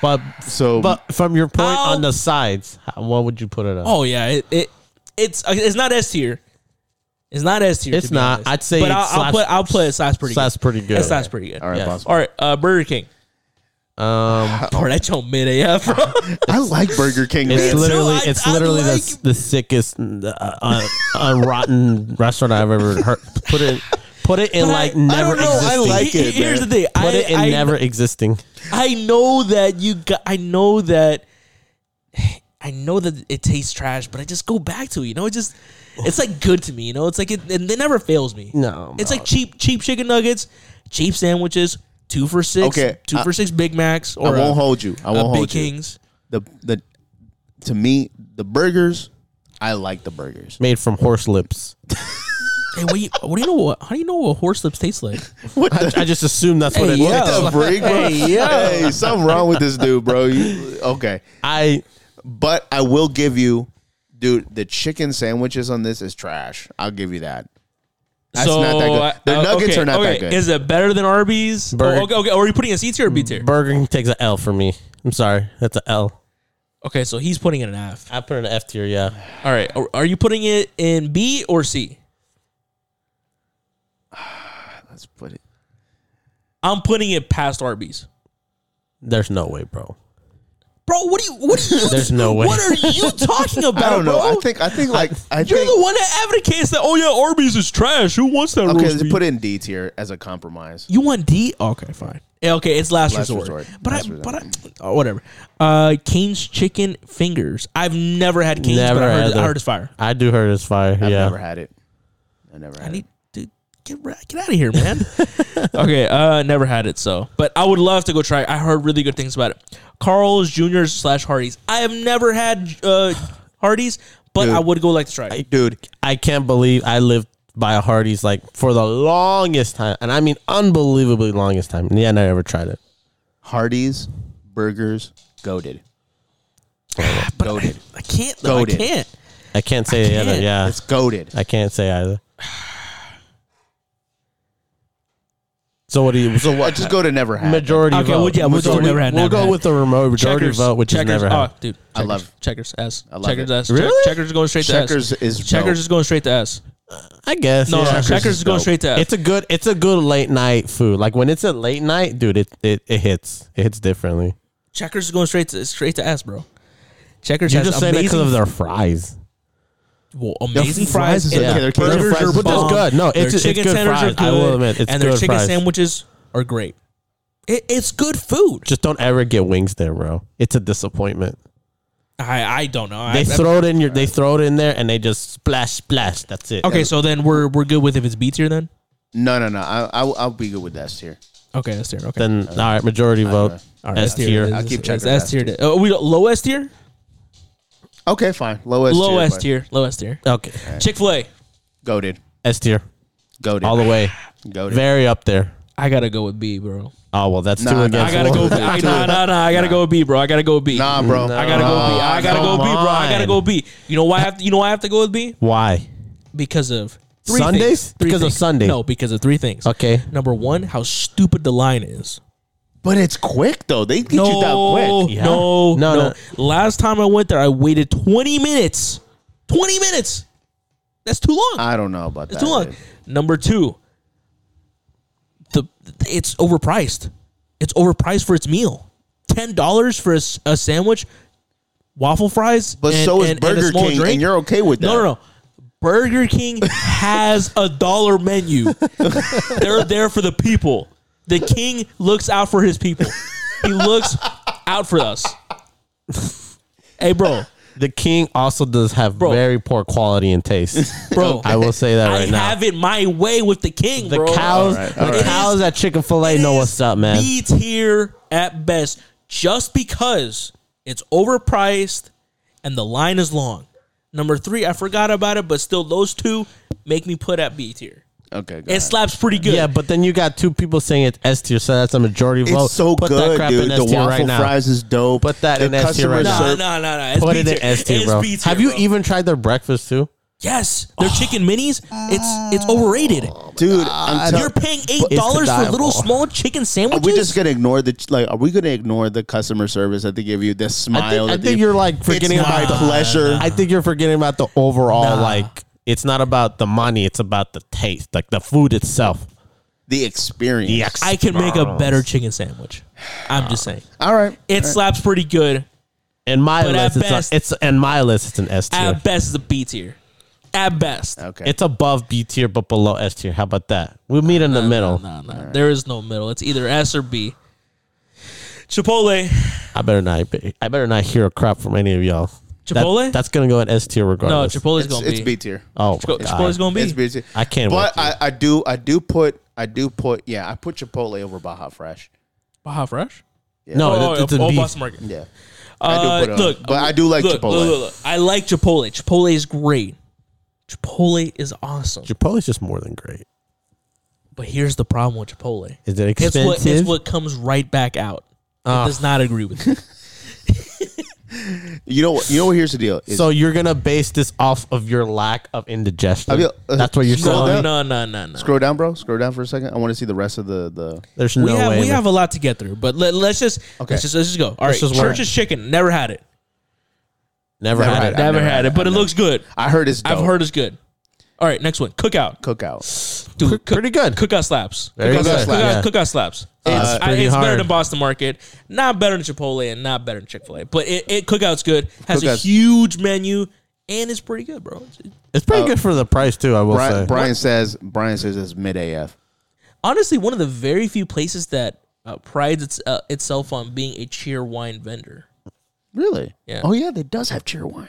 [SPEAKER 3] But
[SPEAKER 2] So
[SPEAKER 3] but from your point
[SPEAKER 1] How-
[SPEAKER 3] on the sides, how- what would you put it on?
[SPEAKER 1] Oh yeah, it, it it's uh, it's not S tier. It's not S tier.
[SPEAKER 3] It's
[SPEAKER 1] to be
[SPEAKER 3] not.
[SPEAKER 1] honest.
[SPEAKER 3] I'd say
[SPEAKER 1] but
[SPEAKER 3] it's
[SPEAKER 1] I'll, I'll
[SPEAKER 3] slash-
[SPEAKER 1] put I'll put it size pretty.
[SPEAKER 3] Size
[SPEAKER 1] good.
[SPEAKER 3] pretty good.
[SPEAKER 1] It's size pretty good.
[SPEAKER 2] all right,
[SPEAKER 3] yes.
[SPEAKER 2] Boston.
[SPEAKER 1] All right, uh, Burger King.
[SPEAKER 3] Um,
[SPEAKER 1] Bro, that yo mid AF. bro.
[SPEAKER 2] I like Burger King.
[SPEAKER 3] it's
[SPEAKER 2] man.
[SPEAKER 3] literally
[SPEAKER 1] I-
[SPEAKER 3] it's
[SPEAKER 1] I
[SPEAKER 3] literally the,
[SPEAKER 1] like-
[SPEAKER 3] the sickest uh, uh, uh, rotten restaurant I've ever heard. Put it put it in
[SPEAKER 1] But
[SPEAKER 3] like
[SPEAKER 1] I- I
[SPEAKER 3] never
[SPEAKER 1] don't know, I
[SPEAKER 3] existing.
[SPEAKER 1] like it, Here's man. the thing,
[SPEAKER 3] Put
[SPEAKER 1] I-
[SPEAKER 3] it in
[SPEAKER 1] I-
[SPEAKER 3] never existing.
[SPEAKER 1] I know that you got. I know that. I know that it tastes trash, but I just go back to it. You know, it just it's like good to me. You know, it's like it, and it never fails me.
[SPEAKER 3] No,
[SPEAKER 1] it's like cheap cheap chicken nuggets, cheap sandwiches, two for six,
[SPEAKER 2] Okay,
[SPEAKER 1] two
[SPEAKER 2] I-
[SPEAKER 1] for six Big Macs,
[SPEAKER 2] I
[SPEAKER 1] or
[SPEAKER 2] won't
[SPEAKER 1] a-
[SPEAKER 2] hold you. I
[SPEAKER 1] a
[SPEAKER 2] won't
[SPEAKER 1] Big
[SPEAKER 2] hold you.
[SPEAKER 1] Kings.
[SPEAKER 2] The the to me the burgers. I like the burgers.
[SPEAKER 3] made from horse lips.
[SPEAKER 1] Hey, what do you what do you know? What, how do you know what horse lips tastes like?
[SPEAKER 3] I just assume that's what
[SPEAKER 1] Hey,
[SPEAKER 3] it
[SPEAKER 1] yeah.
[SPEAKER 3] is.
[SPEAKER 2] What the freak, bro? Hey, something wrong with this dude, bro. You, okay,
[SPEAKER 3] I
[SPEAKER 2] but I will give you, dude. The chicken sandwiches on this is trash. I'll give you that. That's not that good. The
[SPEAKER 1] uh,
[SPEAKER 2] nuggets
[SPEAKER 1] okay,
[SPEAKER 2] are not
[SPEAKER 1] okay.
[SPEAKER 2] that good.
[SPEAKER 1] Is it better than Arby's?
[SPEAKER 3] Burger-
[SPEAKER 1] Oh, okay, okay. Are you putting a C tier or B tier?
[SPEAKER 3] Burger King takes an L for me. I'm sorry, that's an L.
[SPEAKER 1] Okay, so he's putting it in F.
[SPEAKER 3] I put it in F tier. Yeah,
[SPEAKER 1] All right, are, are you putting it in B or C?
[SPEAKER 2] Let's put it.
[SPEAKER 1] I'm putting it past Arby's.
[SPEAKER 3] there's no way, bro.
[SPEAKER 1] Bro, what do you what do you
[SPEAKER 3] There's no way.
[SPEAKER 1] What are you talking about?
[SPEAKER 2] I don't know.
[SPEAKER 1] Bro?
[SPEAKER 2] I think I think like I
[SPEAKER 1] You're
[SPEAKER 2] think
[SPEAKER 1] the one that advocates that. Oh yeah, Arby's is trash. Who wants that?
[SPEAKER 2] okay.
[SPEAKER 1] roast
[SPEAKER 2] Let's
[SPEAKER 1] beef?"
[SPEAKER 2] put it in D tier as a compromise.
[SPEAKER 1] You want D? Okay, fine. Yeah, okay, it's last,
[SPEAKER 2] Last
[SPEAKER 1] resort.
[SPEAKER 2] resort.
[SPEAKER 1] But
[SPEAKER 2] Last
[SPEAKER 1] I,
[SPEAKER 2] resort.
[SPEAKER 1] but I, oh, whatever. Uh, Kane's chicken fingers. I've never had Kane's,
[SPEAKER 3] Never
[SPEAKER 1] but I heard,
[SPEAKER 3] either.
[SPEAKER 1] I heard it's fire.
[SPEAKER 3] I do heard it's fire.
[SPEAKER 2] I've
[SPEAKER 3] yeah,
[SPEAKER 2] never had it. I never had
[SPEAKER 1] I
[SPEAKER 2] it.
[SPEAKER 1] need to get ra- get out of here, man. okay, uh, never had it so, but I would love to go try. it. I heard really good things about it. Carl's Jr. slash Hardee's. I have never had uh Hardee's, but
[SPEAKER 2] Dude.
[SPEAKER 1] I would go like to try. It.
[SPEAKER 2] Dude,
[SPEAKER 3] I can't believe I lived by a Hardee's like for the longest time, and I mean unbelievably longest time. And yeah, I never tried it.
[SPEAKER 2] Hardee's burgers goaded.
[SPEAKER 1] But
[SPEAKER 2] Goated.
[SPEAKER 1] I, I can't. Though, I
[SPEAKER 2] Goated.
[SPEAKER 1] can't.
[SPEAKER 3] I can't say
[SPEAKER 1] can't.
[SPEAKER 3] either. Yeah,
[SPEAKER 2] It's goaded.
[SPEAKER 3] I can't say either. So what do you? So
[SPEAKER 2] I
[SPEAKER 3] what?
[SPEAKER 2] just go to never had.
[SPEAKER 3] majority
[SPEAKER 1] Okay,
[SPEAKER 3] vote.
[SPEAKER 1] well, yeah, we'll go
[SPEAKER 3] majority,
[SPEAKER 1] never had,
[SPEAKER 3] we'll
[SPEAKER 1] never
[SPEAKER 3] go
[SPEAKER 1] had.
[SPEAKER 3] with the remote majority vote, which
[SPEAKER 1] checkers,
[SPEAKER 3] is never had.
[SPEAKER 1] Oh, dude,
[SPEAKER 2] I
[SPEAKER 1] checkers,
[SPEAKER 2] love-
[SPEAKER 1] checkers. S.
[SPEAKER 2] I love
[SPEAKER 1] checkers.
[SPEAKER 2] it.
[SPEAKER 1] S.
[SPEAKER 3] Really?
[SPEAKER 1] Checkers is going straight to S.
[SPEAKER 2] Checkers is
[SPEAKER 1] Checkers
[SPEAKER 2] dope.
[SPEAKER 1] is going straight to S.
[SPEAKER 3] I guess.
[SPEAKER 1] No,
[SPEAKER 3] yeah.
[SPEAKER 1] no, checkers
[SPEAKER 2] is
[SPEAKER 1] is going
[SPEAKER 2] dope.
[SPEAKER 1] straight to S.
[SPEAKER 3] It's a good. It's a good late night food. Like when it's a late night, dude, it it, it hits. It hits differently.
[SPEAKER 1] checkers is going straight to straight to S, bro. Checkers
[SPEAKER 3] You're
[SPEAKER 1] has
[SPEAKER 3] just saying that
[SPEAKER 1] amazing,
[SPEAKER 3] because of their fries.
[SPEAKER 1] well, amazing
[SPEAKER 2] fries
[SPEAKER 1] fries.
[SPEAKER 2] is
[SPEAKER 1] and
[SPEAKER 2] okay.
[SPEAKER 1] their
[SPEAKER 2] Their fries
[SPEAKER 1] burgers
[SPEAKER 2] are
[SPEAKER 1] are
[SPEAKER 2] bomb.
[SPEAKER 1] bomb.
[SPEAKER 3] It's good. No,
[SPEAKER 1] Their
[SPEAKER 3] it's- it's
[SPEAKER 1] chicken
[SPEAKER 3] good
[SPEAKER 1] tenders are
[SPEAKER 3] fries. I will
[SPEAKER 1] good,
[SPEAKER 3] admit, it's
[SPEAKER 1] and their
[SPEAKER 3] good
[SPEAKER 1] chicken
[SPEAKER 3] fries.
[SPEAKER 1] sandwiches are great. It, it's good food.
[SPEAKER 3] Just don't ever get wings there, bro. It's a disappointment.
[SPEAKER 1] I, I don't know. I-
[SPEAKER 3] They
[SPEAKER 1] I-
[SPEAKER 3] throw it in your. They throw it in there and they just splash, splash. That's it.
[SPEAKER 1] okay, so then we're we're good with if it's B tier then.
[SPEAKER 2] No, no, no. I, I, I'll be good with S tier.
[SPEAKER 1] Okay, that's tier. Okay,
[SPEAKER 3] Then all right, majority vote.
[SPEAKER 1] All right,
[SPEAKER 3] S tier.
[SPEAKER 2] I'll keep
[SPEAKER 1] It's
[SPEAKER 2] checkers
[SPEAKER 1] S tier. Oh, we got low S tier,
[SPEAKER 2] Okay, fine. Low S tier.
[SPEAKER 1] low S
[SPEAKER 2] but
[SPEAKER 1] tier, low S tier.
[SPEAKER 3] Okay,
[SPEAKER 1] Chick Fil A.
[SPEAKER 2] Goaded.
[SPEAKER 3] S tier
[SPEAKER 2] Goaded.
[SPEAKER 3] all the way.
[SPEAKER 2] Goaded.
[SPEAKER 3] Very up there.
[SPEAKER 1] I gotta go with B, bro.
[SPEAKER 3] Oh well, that's
[SPEAKER 2] Nah,
[SPEAKER 3] two
[SPEAKER 2] nah,
[SPEAKER 3] against.
[SPEAKER 1] I gotta go.
[SPEAKER 3] one.
[SPEAKER 1] with- I, nah, nah, nah. I gotta go with B, bro. I gotta go with B.
[SPEAKER 2] nah, bro.
[SPEAKER 1] Mm, I gotta go with B. I gotta go
[SPEAKER 3] come
[SPEAKER 1] with B, bro. I gotta
[SPEAKER 3] on.
[SPEAKER 1] go with B. You know why? I have to, you know why I have to go with B?
[SPEAKER 3] Why?
[SPEAKER 1] because of three
[SPEAKER 3] Sundays?
[SPEAKER 1] things. Three
[SPEAKER 3] Because of
[SPEAKER 1] things.
[SPEAKER 3] Sunday.
[SPEAKER 1] No, because of three things.
[SPEAKER 3] Okay.
[SPEAKER 1] Number one, how stupid the line is.
[SPEAKER 2] But it's quick, though. They get you
[SPEAKER 1] No,
[SPEAKER 2] that quick.
[SPEAKER 3] Yeah.
[SPEAKER 1] no,
[SPEAKER 3] No,
[SPEAKER 1] no,
[SPEAKER 3] no.
[SPEAKER 1] Last time I went there, I waited twenty minutes. Twenty minutes. That's too long.
[SPEAKER 2] I don't know about Ah, that.
[SPEAKER 1] That's too long.
[SPEAKER 2] dude.
[SPEAKER 1] Number two, the it's overpriced. It's overpriced for its meal. Ten dollars for a, s- a sandwich. waffle fries.
[SPEAKER 2] But
[SPEAKER 1] and-
[SPEAKER 2] so is
[SPEAKER 1] and- and a
[SPEAKER 2] Burger
[SPEAKER 1] small
[SPEAKER 2] King, and you're okay with
[SPEAKER 1] No,
[SPEAKER 2] that.
[SPEAKER 1] no, no. Burger King has a dollar menu. They're there for the people. The king looks out for his people. He looks out for us. hey, bro,
[SPEAKER 3] The King also does have
[SPEAKER 1] Bro.
[SPEAKER 3] very poor quality and taste.
[SPEAKER 1] bro.
[SPEAKER 3] I will say that
[SPEAKER 1] I
[SPEAKER 3] right now.
[SPEAKER 1] have it my way with the king.
[SPEAKER 3] the
[SPEAKER 1] bro.
[SPEAKER 3] cows,
[SPEAKER 2] Alright,
[SPEAKER 3] the
[SPEAKER 2] alright.
[SPEAKER 3] cows at Chick Fil A know what's up, man.
[SPEAKER 1] B tier at best, just because it's overpriced and the line is long. Number three, I forgot about it, but still, those two make me put at B tier.
[SPEAKER 2] Okay, go
[SPEAKER 1] It
[SPEAKER 2] ahead.
[SPEAKER 1] slaps pretty good.
[SPEAKER 3] Yeah, but then you got two people saying it's S tier, so that's a majority
[SPEAKER 2] It's
[SPEAKER 3] vote.
[SPEAKER 2] so
[SPEAKER 3] Put
[SPEAKER 2] good,
[SPEAKER 3] that crap
[SPEAKER 2] dude.
[SPEAKER 3] in S
[SPEAKER 2] The
[SPEAKER 3] tier
[SPEAKER 2] waffle
[SPEAKER 3] right now.
[SPEAKER 2] fries is dope.
[SPEAKER 3] Put that
[SPEAKER 2] the
[SPEAKER 3] in S tier
[SPEAKER 2] customer
[SPEAKER 3] right now.
[SPEAKER 1] no,
[SPEAKER 2] service-
[SPEAKER 1] no, no, no. It's
[SPEAKER 3] Put
[SPEAKER 1] B
[SPEAKER 3] it in
[SPEAKER 1] tier.
[SPEAKER 3] S tier,
[SPEAKER 1] It's
[SPEAKER 3] bro.
[SPEAKER 1] B tier,
[SPEAKER 3] Have you
[SPEAKER 1] bro.
[SPEAKER 3] even tried their breakfast too?
[SPEAKER 1] Yes, their chicken minis. It's it's overrated.
[SPEAKER 3] Oh,
[SPEAKER 2] dude. I'm
[SPEAKER 1] You're
[SPEAKER 2] telling.
[SPEAKER 1] paying eight dollars for
[SPEAKER 3] deniable.
[SPEAKER 1] little small chicken sandwiches.
[SPEAKER 2] We just gonna ignore the ch- like. Are we gonna ignore the customer service that they give you? The smile.
[SPEAKER 3] I think, I
[SPEAKER 2] that
[SPEAKER 3] think
[SPEAKER 2] they,
[SPEAKER 3] you're like forgetting
[SPEAKER 2] it's my
[SPEAKER 3] about the
[SPEAKER 2] pleasure.
[SPEAKER 3] I think you're forgetting about the overall. Like, it's not about the money; it's about the taste, like the food itself.
[SPEAKER 2] the experience.
[SPEAKER 3] The ex-
[SPEAKER 1] I can make a better chicken sandwich. I'm just saying.
[SPEAKER 2] All right.
[SPEAKER 1] It slaps pretty good.
[SPEAKER 3] In my
[SPEAKER 1] But at
[SPEAKER 3] list, it's,
[SPEAKER 1] best-
[SPEAKER 3] a, it's in my list, it's an S tier.
[SPEAKER 1] At best, it's a B tier. At best.
[SPEAKER 2] Okay.
[SPEAKER 3] It's above B tier, but below S tier. How about that? We'll meet in the middle.
[SPEAKER 1] No, no. There is no middle. It's either S or B. Chipotle.
[SPEAKER 3] I better not. I better not hear a crap from any of y'all. That-
[SPEAKER 1] Chipotle?
[SPEAKER 3] that's gonna go in S tier
[SPEAKER 1] No,
[SPEAKER 3] regardless.
[SPEAKER 1] Chipotle's
[SPEAKER 2] it's,
[SPEAKER 1] going
[SPEAKER 2] it's
[SPEAKER 1] to
[SPEAKER 2] B
[SPEAKER 1] be.
[SPEAKER 2] tier.
[SPEAKER 3] Oh, my
[SPEAKER 1] Chipo-
[SPEAKER 3] God.
[SPEAKER 1] Chipotle's going to
[SPEAKER 2] It's
[SPEAKER 1] be.
[SPEAKER 2] B tier.
[SPEAKER 3] I can't
[SPEAKER 2] But
[SPEAKER 3] with you.
[SPEAKER 2] I, I do. I do put. I do put. Yeah, I put Chipotle over Baja Fresh.
[SPEAKER 1] Baja Fresh?
[SPEAKER 3] No,
[SPEAKER 1] Oh,
[SPEAKER 3] it's, it's
[SPEAKER 1] oh,
[SPEAKER 3] a
[SPEAKER 1] oh,
[SPEAKER 3] B.
[SPEAKER 1] Boston Market.
[SPEAKER 2] Yeah.
[SPEAKER 1] Uh,
[SPEAKER 2] I do put it on.
[SPEAKER 1] look,
[SPEAKER 2] but I do like
[SPEAKER 1] look,
[SPEAKER 2] Chipotle.
[SPEAKER 1] Look, look, look. I like Chipotle. Chipotle is great. Chipotle is awesome.
[SPEAKER 3] Chipotle's just more than great.
[SPEAKER 1] But here's the problem with Chipotle.
[SPEAKER 3] Is it
[SPEAKER 1] It's
[SPEAKER 3] expensive?
[SPEAKER 1] what, it's what comes right back out.
[SPEAKER 3] Ah.
[SPEAKER 1] It does not agree with me.
[SPEAKER 2] You know what? You know what? Here's the deal. It's-
[SPEAKER 3] so you're gonna base this off of your lack of indigestion.
[SPEAKER 2] I feel- uh,
[SPEAKER 3] That's what you're
[SPEAKER 2] scroll
[SPEAKER 3] saying.
[SPEAKER 1] no,
[SPEAKER 2] down.
[SPEAKER 1] no, no, no, no.
[SPEAKER 2] scroll down, bro. Scroll down for a second. I want to see the rest of the the.
[SPEAKER 3] There's
[SPEAKER 1] We
[SPEAKER 3] no
[SPEAKER 1] have
[SPEAKER 3] way.
[SPEAKER 1] we
[SPEAKER 3] man.
[SPEAKER 1] have a lot to get through, but let, us just
[SPEAKER 2] Okay.
[SPEAKER 1] let's just let's just go. All right,
[SPEAKER 3] just work.
[SPEAKER 1] Church's chicken, never had it,
[SPEAKER 3] never,
[SPEAKER 2] Never
[SPEAKER 3] had
[SPEAKER 2] had
[SPEAKER 3] it.
[SPEAKER 2] I've
[SPEAKER 1] never,
[SPEAKER 2] never
[SPEAKER 1] had
[SPEAKER 2] had
[SPEAKER 1] it,
[SPEAKER 2] it.
[SPEAKER 1] but it
[SPEAKER 2] I've
[SPEAKER 1] looks good.
[SPEAKER 2] I heard it's. Dope.
[SPEAKER 1] I've heard it's good. All right, next one, cookout,
[SPEAKER 2] cookout.
[SPEAKER 1] dude,
[SPEAKER 3] Pre-
[SPEAKER 1] cook-
[SPEAKER 3] pretty good.
[SPEAKER 1] Cookout slaps,
[SPEAKER 3] Very
[SPEAKER 1] cookout,
[SPEAKER 3] good.
[SPEAKER 1] slaps.
[SPEAKER 3] Yeah.
[SPEAKER 1] Cookout, cookout slaps.
[SPEAKER 3] Uh,
[SPEAKER 1] It's, I,
[SPEAKER 3] pretty
[SPEAKER 1] it's better
[SPEAKER 3] hard.
[SPEAKER 1] than Boston Market, not better than Chipotle, and not better than Chick Fil A. But it, it cookout's good, has a
[SPEAKER 2] Cookout's-
[SPEAKER 1] huge menu, and it's pretty good, bro. It's-
[SPEAKER 3] It's pretty good for the price too. I will
[SPEAKER 2] Brian,
[SPEAKER 3] say.
[SPEAKER 2] Brian says. Brian says it's mid AF.
[SPEAKER 1] honestly one of the very few places that uh, prides its, uh, itself on being a cheer wine vendor.
[SPEAKER 2] Really?
[SPEAKER 1] Yeah.
[SPEAKER 2] Oh yeah, that does have cheer wine.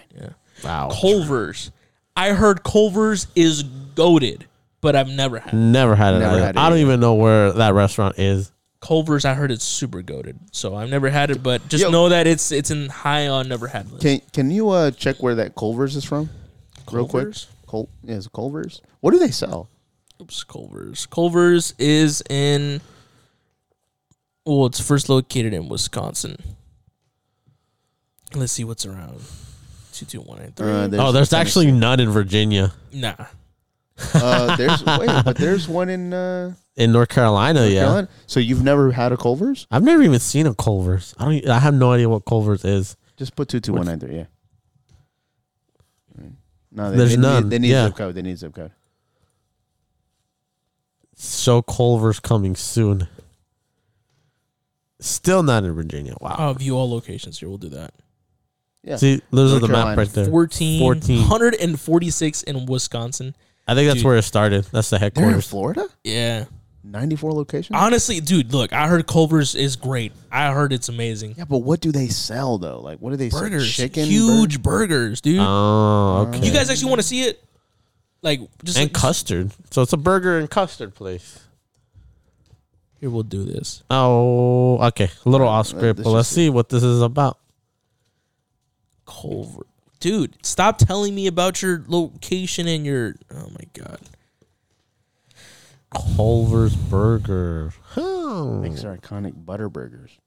[SPEAKER 3] wow.
[SPEAKER 1] Culver's. I heard Culver's is goaded, but I've never had it.
[SPEAKER 3] Never had it.
[SPEAKER 2] Never
[SPEAKER 3] either.
[SPEAKER 2] had it
[SPEAKER 3] I don't
[SPEAKER 2] either.
[SPEAKER 3] even know where that restaurant is.
[SPEAKER 1] Culver's. I heard it's super goaded, so I've never had it. But just
[SPEAKER 2] Yo.
[SPEAKER 1] know that it's it's in high on never had list.
[SPEAKER 2] Can Can you uh check where that Culver's is from? Real quick.
[SPEAKER 1] Culver's?
[SPEAKER 2] Col- yeah, it's Culver's. What do they sell?
[SPEAKER 1] Oops, Culver's. Culver's is in. Well, it's first located in Wisconsin. Let's see what's around. Two two one nine three.
[SPEAKER 2] Uh,
[SPEAKER 3] oh, there's actually none in Virginia.
[SPEAKER 1] nah.
[SPEAKER 2] Uh, there's wait, but there's one in uh,
[SPEAKER 3] In North Carolina, yeah.
[SPEAKER 2] Carolina. So you've never had a Culver's?
[SPEAKER 3] I've never even seen a Culver's. I don't. e, I have no idea what Culver's is.
[SPEAKER 2] Just put two two one nine three. Yeah. No, they,
[SPEAKER 3] There's
[SPEAKER 2] they
[SPEAKER 3] none,
[SPEAKER 2] Need, they need
[SPEAKER 3] yeah.
[SPEAKER 2] zip code. They need zip code.
[SPEAKER 3] So Culver's coming soon. Still not in Virginia. Wow.
[SPEAKER 1] I'll view all locations here. We'll do that. Oh.
[SPEAKER 2] Yeah.
[SPEAKER 3] See, those
[SPEAKER 2] North
[SPEAKER 3] are the
[SPEAKER 2] Carolina.
[SPEAKER 3] map right there.
[SPEAKER 1] 14,
[SPEAKER 3] 14.
[SPEAKER 1] 146 in Wisconsin.
[SPEAKER 3] I think that's
[SPEAKER 1] Dude.
[SPEAKER 3] where it started. That's the
[SPEAKER 2] They're in
[SPEAKER 3] headquarters.
[SPEAKER 2] Florida.
[SPEAKER 1] Yeah.
[SPEAKER 2] Ninety four locations.
[SPEAKER 1] Honestly, dude, look, I heard Culver's is great. I heard it's amazing.
[SPEAKER 2] yeah, but what do they sell though? Like, what do they
[SPEAKER 1] Burgers,
[SPEAKER 2] sell? Chicken,
[SPEAKER 1] huge
[SPEAKER 2] burger? Um,
[SPEAKER 1] burgers, dude.
[SPEAKER 3] Oh, okay.
[SPEAKER 1] you guys actually want to see it? Like, just
[SPEAKER 3] and
[SPEAKER 1] like,
[SPEAKER 3] custard. So it's a burger and custard place.
[SPEAKER 1] here we'll do this.
[SPEAKER 3] Oh, okay. A little off script,
[SPEAKER 2] this
[SPEAKER 3] but let's
[SPEAKER 2] is-
[SPEAKER 3] see what this is about.
[SPEAKER 1] Culver, dude, stop telling me about your location and your. Oh my god,
[SPEAKER 3] Culver's Burger. Oh,
[SPEAKER 2] These are iconic butter burgers.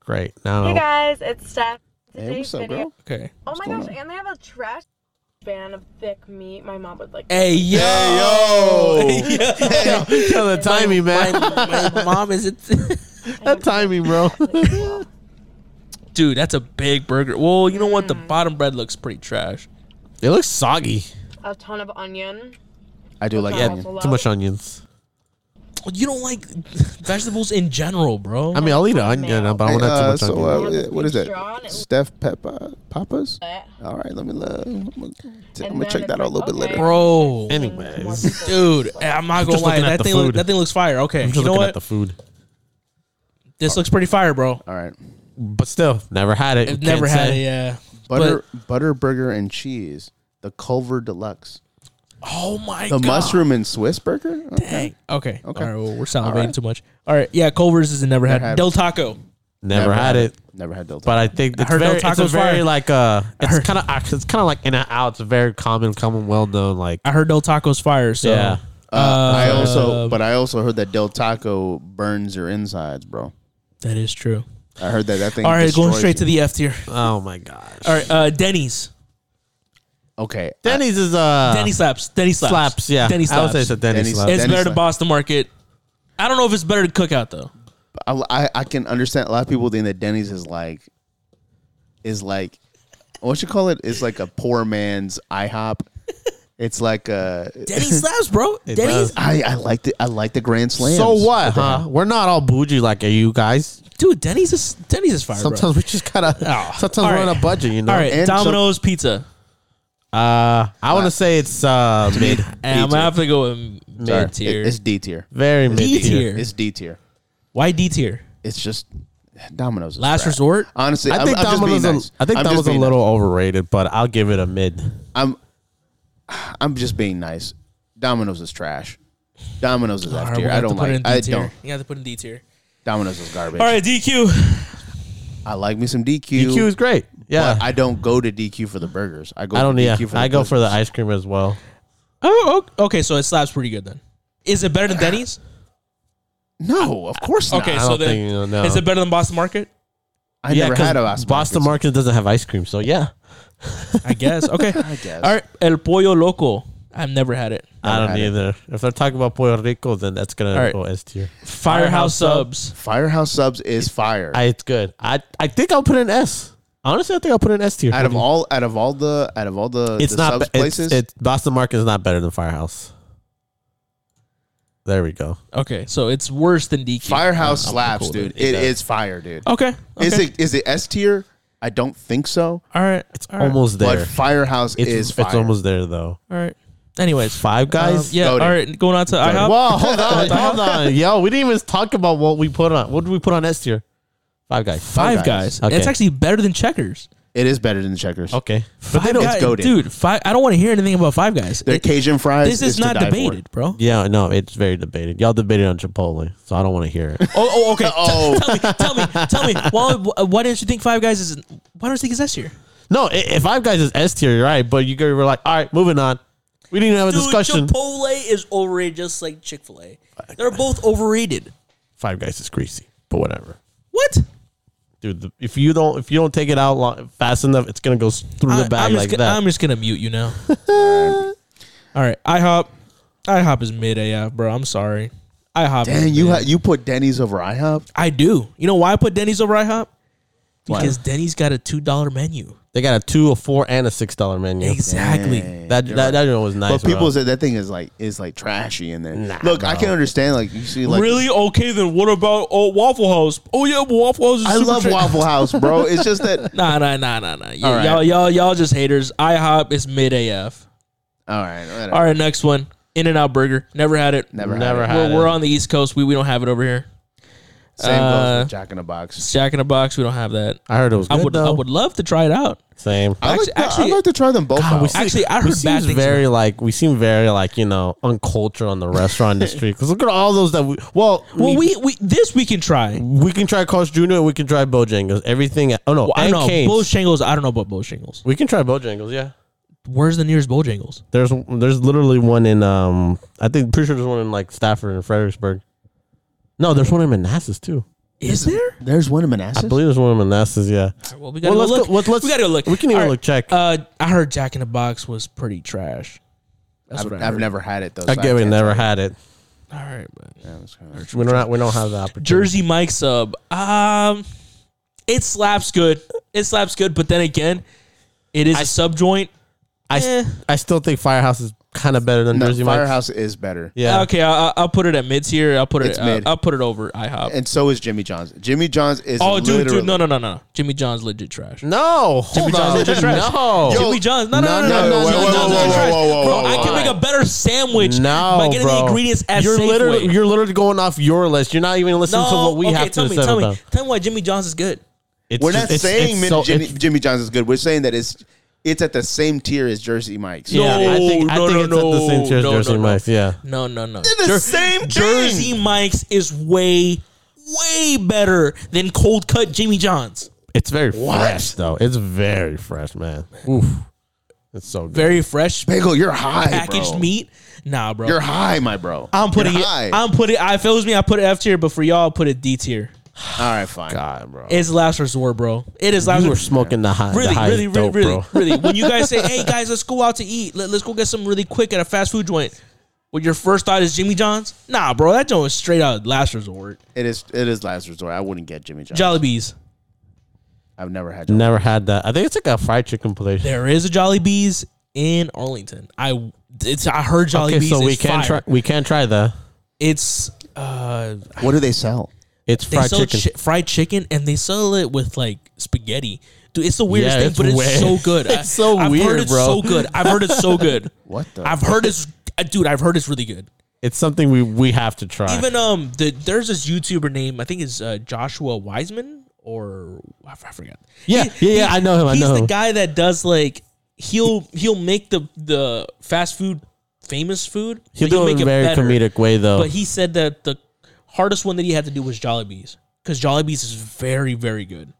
[SPEAKER 3] great.
[SPEAKER 7] Hey
[SPEAKER 3] Now,
[SPEAKER 7] guys, it's Steph.
[SPEAKER 2] Oh. Hey, what's up, bro?
[SPEAKER 1] okay.
[SPEAKER 7] Oh my
[SPEAKER 2] going
[SPEAKER 7] gosh, and they have a trash ban of thick meat. My mom would
[SPEAKER 2] Eh.
[SPEAKER 7] like.
[SPEAKER 1] Hey yo,
[SPEAKER 2] Hey,
[SPEAKER 1] yo.
[SPEAKER 3] the timing, man.
[SPEAKER 1] my, my mom is it.
[SPEAKER 3] That timing, bro.
[SPEAKER 1] dude, that's a big burger. Well, you know what? The
[SPEAKER 3] Mm.
[SPEAKER 1] bottom bread looks pretty trash.
[SPEAKER 3] It looks soggy.
[SPEAKER 7] a ton of onion.
[SPEAKER 2] I do like
[SPEAKER 7] Yeah.
[SPEAKER 2] onion.
[SPEAKER 3] Too much onions.
[SPEAKER 1] you don't like vegetables in general, bro.
[SPEAKER 3] I mean, I'll eat an onion, but I
[SPEAKER 2] Hey,
[SPEAKER 3] won't
[SPEAKER 2] uh,
[SPEAKER 3] have too much
[SPEAKER 2] so
[SPEAKER 3] onion.
[SPEAKER 2] uh, what is
[SPEAKER 7] Picture on
[SPEAKER 2] that?
[SPEAKER 7] it.
[SPEAKER 2] Steph Peppa Papas.
[SPEAKER 7] That.
[SPEAKER 2] All right, let me look. I'm gonna, I'm
[SPEAKER 7] And
[SPEAKER 2] gonna
[SPEAKER 7] then
[SPEAKER 2] check
[SPEAKER 7] it's
[SPEAKER 2] that out a
[SPEAKER 7] like,
[SPEAKER 2] little bit
[SPEAKER 7] okay.
[SPEAKER 2] later.
[SPEAKER 1] bro.
[SPEAKER 3] Anyways,
[SPEAKER 1] Dude, I'm not gonna
[SPEAKER 3] just
[SPEAKER 1] lie.
[SPEAKER 3] looking at
[SPEAKER 1] That
[SPEAKER 3] the
[SPEAKER 1] thing, look,
[SPEAKER 3] food.
[SPEAKER 1] that thing looks fire. Okay,
[SPEAKER 3] I'm just
[SPEAKER 1] you know
[SPEAKER 3] looking at
[SPEAKER 1] what?
[SPEAKER 3] the food,
[SPEAKER 1] this looks pretty fire, bro.
[SPEAKER 2] All right,
[SPEAKER 3] but still, never had it.
[SPEAKER 1] I've
[SPEAKER 3] You
[SPEAKER 1] never
[SPEAKER 3] can't
[SPEAKER 1] had
[SPEAKER 3] say.
[SPEAKER 1] it. Yeah.
[SPEAKER 2] butter butter burger and cheese. The Culver Deluxe.
[SPEAKER 1] Oh my
[SPEAKER 2] The
[SPEAKER 1] god.
[SPEAKER 2] mushroom and Swiss burger. Okay.
[SPEAKER 1] Okay. All
[SPEAKER 2] Okay.
[SPEAKER 1] right. Well, we're salivating
[SPEAKER 2] right.
[SPEAKER 1] too much. All right. Yeah. Culver's is a never had.
[SPEAKER 2] Never had
[SPEAKER 1] Del Taco.
[SPEAKER 3] Never had it.
[SPEAKER 2] Never had Del
[SPEAKER 3] But
[SPEAKER 2] Taco.
[SPEAKER 3] I think it's
[SPEAKER 1] heard
[SPEAKER 3] very,
[SPEAKER 1] El
[SPEAKER 3] it's a
[SPEAKER 1] Taco's
[SPEAKER 3] very
[SPEAKER 1] fire.
[SPEAKER 3] like uh, it's
[SPEAKER 1] heard-
[SPEAKER 3] kind of it's kind of like in and out. It's a very common, common, well known like.
[SPEAKER 1] I heard Del Taco's fire. So
[SPEAKER 3] Yeah.
[SPEAKER 2] Uh, I also, but I also heard that Del Taco burns your insides, bro.
[SPEAKER 1] that is true.
[SPEAKER 2] I heard that that thing.
[SPEAKER 1] All right. Going
[SPEAKER 2] destroys
[SPEAKER 1] straight
[SPEAKER 2] you.
[SPEAKER 1] to the F tier.
[SPEAKER 3] Oh my gosh!
[SPEAKER 1] All right. Uh, Denny's.
[SPEAKER 2] okay. I-
[SPEAKER 3] Denny's is uh
[SPEAKER 2] Ah.
[SPEAKER 1] Denny slaps. Denny slaps.
[SPEAKER 3] slaps. Yeah,
[SPEAKER 1] Denny
[SPEAKER 3] I would
[SPEAKER 1] slaps.
[SPEAKER 3] say it's a Denny's,
[SPEAKER 2] Denny's-
[SPEAKER 3] slap.
[SPEAKER 1] it's
[SPEAKER 2] Denny
[SPEAKER 1] better to
[SPEAKER 2] slap.
[SPEAKER 1] Boston Market. I don't know if it's better to cook out though.
[SPEAKER 2] I, I I can understand a lot of people think that Denny's is like is like what you call it is like a poor man's IHOP. It's like a
[SPEAKER 1] Denny slaps, bro. Denny's,
[SPEAKER 3] does.
[SPEAKER 2] I I like the I like the Grand Slams.
[SPEAKER 3] So what, huh? We're not all bougie like you guys.
[SPEAKER 1] dude. Denny's is Denny's is fire,
[SPEAKER 3] Sometimes we just gotta.
[SPEAKER 1] Oh,
[SPEAKER 3] Sometimes
[SPEAKER 1] all
[SPEAKER 3] we're on
[SPEAKER 1] right.
[SPEAKER 3] a budget, you know.
[SPEAKER 1] bro. All right.
[SPEAKER 2] and some-
[SPEAKER 1] Domino's pizza.
[SPEAKER 3] Uh, I want to say it's uh mid,
[SPEAKER 1] And I'm gonna have to go in
[SPEAKER 2] Sorry.
[SPEAKER 1] mid tier.
[SPEAKER 2] It- it's D tier.
[SPEAKER 3] very mid
[SPEAKER 1] D tier.
[SPEAKER 2] It's D tier.
[SPEAKER 1] Why D tier?
[SPEAKER 2] It's just Domino's. is
[SPEAKER 1] Last
[SPEAKER 2] crap.
[SPEAKER 1] resort.
[SPEAKER 2] Honestly,
[SPEAKER 3] I
[SPEAKER 2] I'm-
[SPEAKER 3] think
[SPEAKER 2] I'm, just being
[SPEAKER 3] Domino's.
[SPEAKER 2] nice.
[SPEAKER 3] a, I think
[SPEAKER 2] I'm
[SPEAKER 3] that
[SPEAKER 2] just
[SPEAKER 3] was a
[SPEAKER 2] being
[SPEAKER 3] little overrated, but I'll give it a mid.
[SPEAKER 2] I'm I'm just being nice. Domino's is trash. Domino's is F
[SPEAKER 1] All right,
[SPEAKER 2] tier.
[SPEAKER 1] we'll
[SPEAKER 2] I
[SPEAKER 1] have to
[SPEAKER 2] don't
[SPEAKER 1] put it in
[SPEAKER 2] like.
[SPEAKER 1] D
[SPEAKER 2] I
[SPEAKER 1] tier.
[SPEAKER 2] don't.
[SPEAKER 1] You have to put in D tier.
[SPEAKER 2] Domino's is garbage.
[SPEAKER 1] All right, DQ.
[SPEAKER 2] I like me some DQ.
[SPEAKER 3] DQ is great. Yeah,
[SPEAKER 2] But I don't go to DQ for the burgers. I go.
[SPEAKER 3] I, don't.
[SPEAKER 2] to
[SPEAKER 3] Yeah,
[SPEAKER 2] DQ for
[SPEAKER 3] I go for the
[SPEAKER 2] blizzards.
[SPEAKER 3] ice cream as well.
[SPEAKER 1] Oh, oh, okay. So it slaps pretty good then. Is it better than Denny's?
[SPEAKER 2] No, of course not.
[SPEAKER 1] Okay,
[SPEAKER 3] I
[SPEAKER 1] so
[SPEAKER 3] don't
[SPEAKER 1] then
[SPEAKER 3] think you know.
[SPEAKER 1] is it better than Boston Market?
[SPEAKER 2] I
[SPEAKER 3] yeah,
[SPEAKER 2] never
[SPEAKER 3] 'cause
[SPEAKER 2] had a Boston,
[SPEAKER 3] Boston
[SPEAKER 2] Market.
[SPEAKER 3] Market doesn't have ice cream, so yeah.
[SPEAKER 1] I guess. Okay.
[SPEAKER 2] I guess.
[SPEAKER 1] All right, El Pollo Loco. I've never had it.
[SPEAKER 3] I don't
[SPEAKER 2] had it.
[SPEAKER 3] either. If they're talking about Puerto Rico, then that's gonna
[SPEAKER 1] All right.
[SPEAKER 3] go S tier.
[SPEAKER 1] Firehouse
[SPEAKER 3] Firehouse
[SPEAKER 1] Subs.
[SPEAKER 2] Firehouse subs is fire.
[SPEAKER 3] I, it's good. I I think I'll put an S. Honestly, I think I'll put an S tier.
[SPEAKER 2] out of all, out of all the, out of all the,
[SPEAKER 3] it's
[SPEAKER 2] the
[SPEAKER 3] not.
[SPEAKER 2] subs
[SPEAKER 3] be- It's,
[SPEAKER 2] places.
[SPEAKER 3] it's Boston Market is not better than Firehouse. There we go.
[SPEAKER 1] Okay, so it's worse than DQ.
[SPEAKER 2] Firehouse
[SPEAKER 1] Uh, I'm
[SPEAKER 2] slaps,
[SPEAKER 1] cool with
[SPEAKER 2] dude.
[SPEAKER 1] it.
[SPEAKER 2] It
[SPEAKER 3] does. Oh.
[SPEAKER 2] is fire, dude.
[SPEAKER 1] Okay. okay.
[SPEAKER 2] Is it is it S tier? I don't think so.
[SPEAKER 1] All right. It's
[SPEAKER 3] Almost there.
[SPEAKER 2] But Firehouse
[SPEAKER 3] It's,
[SPEAKER 2] is fire.
[SPEAKER 3] it's almost there though.
[SPEAKER 1] All right. Anyways,
[SPEAKER 3] Five
[SPEAKER 1] Um,
[SPEAKER 3] guys.
[SPEAKER 1] yeah.
[SPEAKER 2] Go
[SPEAKER 1] All
[SPEAKER 2] there.
[SPEAKER 1] right. Going on to
[SPEAKER 3] Whoa,
[SPEAKER 1] IHOP.
[SPEAKER 3] hold on, hold on, yo. We didn't even talk about what we put on. What did we put on S tier? Five guys.
[SPEAKER 1] Five
[SPEAKER 2] Five
[SPEAKER 1] guys.
[SPEAKER 2] Guys.
[SPEAKER 1] That's
[SPEAKER 3] Okay.
[SPEAKER 1] actually better than Checkers.
[SPEAKER 2] It is better than Checkers.
[SPEAKER 3] Okay.
[SPEAKER 1] But
[SPEAKER 2] they don't- It's goated.
[SPEAKER 1] dude. Five. I don't want to hear anything about Five Guys.
[SPEAKER 2] Their
[SPEAKER 1] It-
[SPEAKER 2] Cajun fries.
[SPEAKER 1] this is
[SPEAKER 2] to
[SPEAKER 1] not
[SPEAKER 2] die for.
[SPEAKER 1] debated, bro.
[SPEAKER 3] Yeah, no, it's very debated. Y'all debated on Chipotle, so I don't want to hear it.
[SPEAKER 1] Oh, oh, okay.
[SPEAKER 2] Oh,
[SPEAKER 1] tell me, tell me, tell me. Why, why didn't you think Five Guys is? Why don't you think it's S tier?
[SPEAKER 3] no, i- if Five Guys is S tier, you're right. But you guys were like, all right, moving on. We didn't even have a discussion.
[SPEAKER 1] Chipotle is overrated, just like Chick Fil A. They're both overrated.
[SPEAKER 3] Five Guys is greasy, but whatever,
[SPEAKER 1] What?
[SPEAKER 3] dude. The, if you don't, if you don't take it out long, fast enough, it's gonna go s- through the
[SPEAKER 1] I,
[SPEAKER 3] bag
[SPEAKER 1] am
[SPEAKER 3] like
[SPEAKER 1] just, gonna-
[SPEAKER 3] that.
[SPEAKER 1] I'm just gonna mute you now. All right, IHOP. IHOP is mid AF, bro. I'm sorry. IHOP. is
[SPEAKER 2] Dang, you
[SPEAKER 1] mid.
[SPEAKER 2] ha- you put Denny's over IHOP.
[SPEAKER 1] I do. You know why I put Denny's over IHOP?
[SPEAKER 2] Why?
[SPEAKER 1] Because Denny's got a two dollar menu.
[SPEAKER 3] they got a two, a four, and a six dollar menu.
[SPEAKER 1] Exactly.
[SPEAKER 2] Dang,
[SPEAKER 3] That
[SPEAKER 2] you're
[SPEAKER 3] that, that one was nice.
[SPEAKER 2] But people
[SPEAKER 3] bro.
[SPEAKER 2] said that thing is like is like trashy in there. Look, I can understand like you see like
[SPEAKER 1] really? Okay, then what about oh, Waffle House? Oh yeah, Waffle House. Is
[SPEAKER 2] I
[SPEAKER 1] super
[SPEAKER 2] love
[SPEAKER 1] tra-
[SPEAKER 2] Waffle House, bro. It's just that
[SPEAKER 1] Nah, nah, nah, nah, nah. Yeah,
[SPEAKER 2] All right.
[SPEAKER 1] Y'all, y'all, y'all just haters. IHOP is mid AF.
[SPEAKER 2] all right, whatever.
[SPEAKER 1] All right, next one. In and Out Burger. Never had it.
[SPEAKER 2] Never,
[SPEAKER 3] never
[SPEAKER 2] had
[SPEAKER 3] had
[SPEAKER 1] We're,
[SPEAKER 3] it.
[SPEAKER 1] we're on the East Coast. We we don't have it over here.
[SPEAKER 2] it. Same
[SPEAKER 1] uh,
[SPEAKER 2] goes with Jack in the Box.
[SPEAKER 1] It's Jack in a Box. We don't have that.
[SPEAKER 3] I heard it was
[SPEAKER 1] I
[SPEAKER 3] good
[SPEAKER 1] would
[SPEAKER 3] though.
[SPEAKER 1] I would love to try it out.
[SPEAKER 3] Same.
[SPEAKER 2] I like
[SPEAKER 1] actually-
[SPEAKER 2] to,
[SPEAKER 1] actually-
[SPEAKER 2] I'd like to try them both. out.
[SPEAKER 1] see- Actually, I
[SPEAKER 3] we
[SPEAKER 1] heard bad
[SPEAKER 3] seems
[SPEAKER 1] things
[SPEAKER 3] very like we seem very like you know uncultured on the restaurant industry because look at all those that we well
[SPEAKER 1] Well, we, we this we can try.
[SPEAKER 3] we can try Carl's Jr. and we can try Bojangles. Everything. Oh no,
[SPEAKER 1] Well, I
[SPEAKER 3] and
[SPEAKER 1] don't know
[SPEAKER 3] Cane's.
[SPEAKER 1] Bojangles. I don't know about Bojangles.
[SPEAKER 3] we can try Bojangles. Yeah,
[SPEAKER 1] Where's the nearest Bojangles?
[SPEAKER 3] there's there's literally one in um I think pretty sure there's one in like Stafford and Fredericksburg. No, there's one in Manassas too.
[SPEAKER 1] Is there?
[SPEAKER 2] there's one in Manassas.
[SPEAKER 3] I believe there's one in Manassas. Yeah.
[SPEAKER 1] Well, we gotta
[SPEAKER 3] Well,
[SPEAKER 1] go
[SPEAKER 3] let's
[SPEAKER 1] look.
[SPEAKER 3] go- let's- let's-
[SPEAKER 1] we gotta go look.
[SPEAKER 3] we can even look, check.
[SPEAKER 1] Uh, I heard Jack in the Box was pretty trash. That's
[SPEAKER 2] I've,
[SPEAKER 1] what I
[SPEAKER 2] I've
[SPEAKER 1] heard.
[SPEAKER 2] never had it though. so
[SPEAKER 3] I get we
[SPEAKER 2] can't
[SPEAKER 3] never
[SPEAKER 2] tell you.
[SPEAKER 3] had it.
[SPEAKER 1] All right, but
[SPEAKER 2] Yeah, it's kinda-
[SPEAKER 3] We don't we don't have the opportunity.
[SPEAKER 1] Jersey Mike sub. Um, it slaps good. It slaps good, but then again, it is a sub joint.
[SPEAKER 3] I,
[SPEAKER 1] Eh.
[SPEAKER 3] I still think Firehouse is kind of better than
[SPEAKER 2] No,
[SPEAKER 3] Jersey Mike's.
[SPEAKER 2] Firehouse is better.
[SPEAKER 3] Yeah.
[SPEAKER 1] Oh, Okay, I'll, I'll put it at mid tier. I'll put it.
[SPEAKER 2] It's
[SPEAKER 1] Uh,
[SPEAKER 2] mid.
[SPEAKER 1] I'll put it over IHOP.
[SPEAKER 2] And so is Jimmy John's. Jimmy John's is
[SPEAKER 1] oh, dude,
[SPEAKER 2] literally-
[SPEAKER 1] dude, no, no, no, no. Jimmy John's legit trash.
[SPEAKER 3] No, hold
[SPEAKER 1] John's
[SPEAKER 3] on.
[SPEAKER 1] legit trash.
[SPEAKER 3] No.
[SPEAKER 2] Yo,
[SPEAKER 1] Jimmy John's. No, no, no,
[SPEAKER 3] no,
[SPEAKER 1] no,
[SPEAKER 3] no,
[SPEAKER 1] no.
[SPEAKER 3] wait,
[SPEAKER 1] Jimmy
[SPEAKER 3] wait,
[SPEAKER 1] John's
[SPEAKER 3] wait,
[SPEAKER 1] is
[SPEAKER 3] wait,
[SPEAKER 1] trash.
[SPEAKER 2] whoa, whoa,
[SPEAKER 1] Bro,
[SPEAKER 2] whoa,
[SPEAKER 1] I can
[SPEAKER 2] whoa.
[SPEAKER 1] make a better sandwich
[SPEAKER 3] No,
[SPEAKER 1] by getting
[SPEAKER 3] bro.
[SPEAKER 1] the ingredients at
[SPEAKER 3] you're
[SPEAKER 1] Safeway.
[SPEAKER 3] Literally, you're literally going off your list. You're not even listening
[SPEAKER 1] no,
[SPEAKER 3] to what we
[SPEAKER 1] okay,
[SPEAKER 3] have
[SPEAKER 1] tell
[SPEAKER 3] to
[SPEAKER 1] me,
[SPEAKER 3] say
[SPEAKER 1] tell
[SPEAKER 3] about.
[SPEAKER 1] me, tell me why Jimmy John's is good.
[SPEAKER 3] It's
[SPEAKER 2] We're
[SPEAKER 3] just-
[SPEAKER 2] not
[SPEAKER 3] it's-
[SPEAKER 2] saying
[SPEAKER 3] it's
[SPEAKER 2] mid-
[SPEAKER 3] so-
[SPEAKER 2] Jimmy,
[SPEAKER 3] it's-
[SPEAKER 2] Jimmy John's is good. We're saying that it's it's at the same tier as Jersey Mike's.
[SPEAKER 3] Yeah, I think, I
[SPEAKER 1] No,
[SPEAKER 3] think
[SPEAKER 1] no,
[SPEAKER 3] it's at the same
[SPEAKER 1] no,
[SPEAKER 3] tier as
[SPEAKER 1] no,
[SPEAKER 3] Jersey
[SPEAKER 1] no, no.
[SPEAKER 3] Mike's. Yeah.
[SPEAKER 1] No, no, no.
[SPEAKER 2] They're the same thing.
[SPEAKER 1] Jersey Mike's is way, way better than cold cut Jimmy John's.
[SPEAKER 3] It's very fresh though. It's very fresh, man. Oof. It's so good.
[SPEAKER 1] Very fresh
[SPEAKER 2] Bagel, you're high.
[SPEAKER 1] packaged
[SPEAKER 2] bro.
[SPEAKER 1] meat. Nah, bro.
[SPEAKER 2] You're high, my bro.
[SPEAKER 1] I'm putting
[SPEAKER 2] You're
[SPEAKER 1] it.
[SPEAKER 2] high.
[SPEAKER 1] I'm putting. I feels me. I put it F tier, but for y'all, I'll put it D tier.
[SPEAKER 2] All right, fine.
[SPEAKER 3] God, bro.
[SPEAKER 1] It's last resort, bro. It is last
[SPEAKER 3] you were
[SPEAKER 1] resort.
[SPEAKER 3] smoking the high,
[SPEAKER 1] Really,
[SPEAKER 3] the highest
[SPEAKER 1] really, really,
[SPEAKER 3] dope,
[SPEAKER 1] really,
[SPEAKER 3] bro.
[SPEAKER 1] really. When you guys say, "Hey guys, let's go out to eat. Let, us go get some really quick at a fast food joint," what your first thought is Jimmy John's? Nah, bro, that joint is straight out of last resort.
[SPEAKER 2] It is it is last resort. I wouldn't get Jimmy John's.
[SPEAKER 1] Jollibees.
[SPEAKER 2] I've never had. Jolly.
[SPEAKER 3] Never had that. I think it's like a fried chicken place.
[SPEAKER 1] There is a Jollibees in Arlington. I it's I heard Jollibees.
[SPEAKER 3] okay, so we
[SPEAKER 1] is
[SPEAKER 3] can
[SPEAKER 1] fire.
[SPEAKER 3] try. We can try the.
[SPEAKER 1] It's uh,
[SPEAKER 2] What do they sell?
[SPEAKER 3] It's
[SPEAKER 1] they
[SPEAKER 3] fried
[SPEAKER 1] sell
[SPEAKER 3] chicken.
[SPEAKER 1] chi- fried chicken, and they sell it with like spaghetti. Dude, it's the weirdest
[SPEAKER 3] Yeah,
[SPEAKER 1] thing,
[SPEAKER 3] it's
[SPEAKER 1] but it's
[SPEAKER 3] weird.
[SPEAKER 1] so good.
[SPEAKER 3] It's so
[SPEAKER 1] I've heard
[SPEAKER 3] weird,
[SPEAKER 1] it's
[SPEAKER 3] bro.
[SPEAKER 1] So good. I've heard it's so good.
[SPEAKER 2] What the?
[SPEAKER 1] I've heard it's, uh, dude. I've heard it's really good.
[SPEAKER 3] it's something we we have to try.
[SPEAKER 1] Even um, the, there's this YouTuber name I think is uh, Joshua Wiseman or I f- I forgot.
[SPEAKER 3] Yeah, yeah, yeah, I know him, I
[SPEAKER 1] he's
[SPEAKER 3] know
[SPEAKER 1] the
[SPEAKER 3] him.
[SPEAKER 1] guy that does like he'll he'll make the the fast food famous food.
[SPEAKER 3] He'll
[SPEAKER 1] but
[SPEAKER 3] do it in a very
[SPEAKER 1] better.
[SPEAKER 3] comedic way though.
[SPEAKER 1] But he said that the hardest one that he had to do was Jollibees because Jollibees is very very good.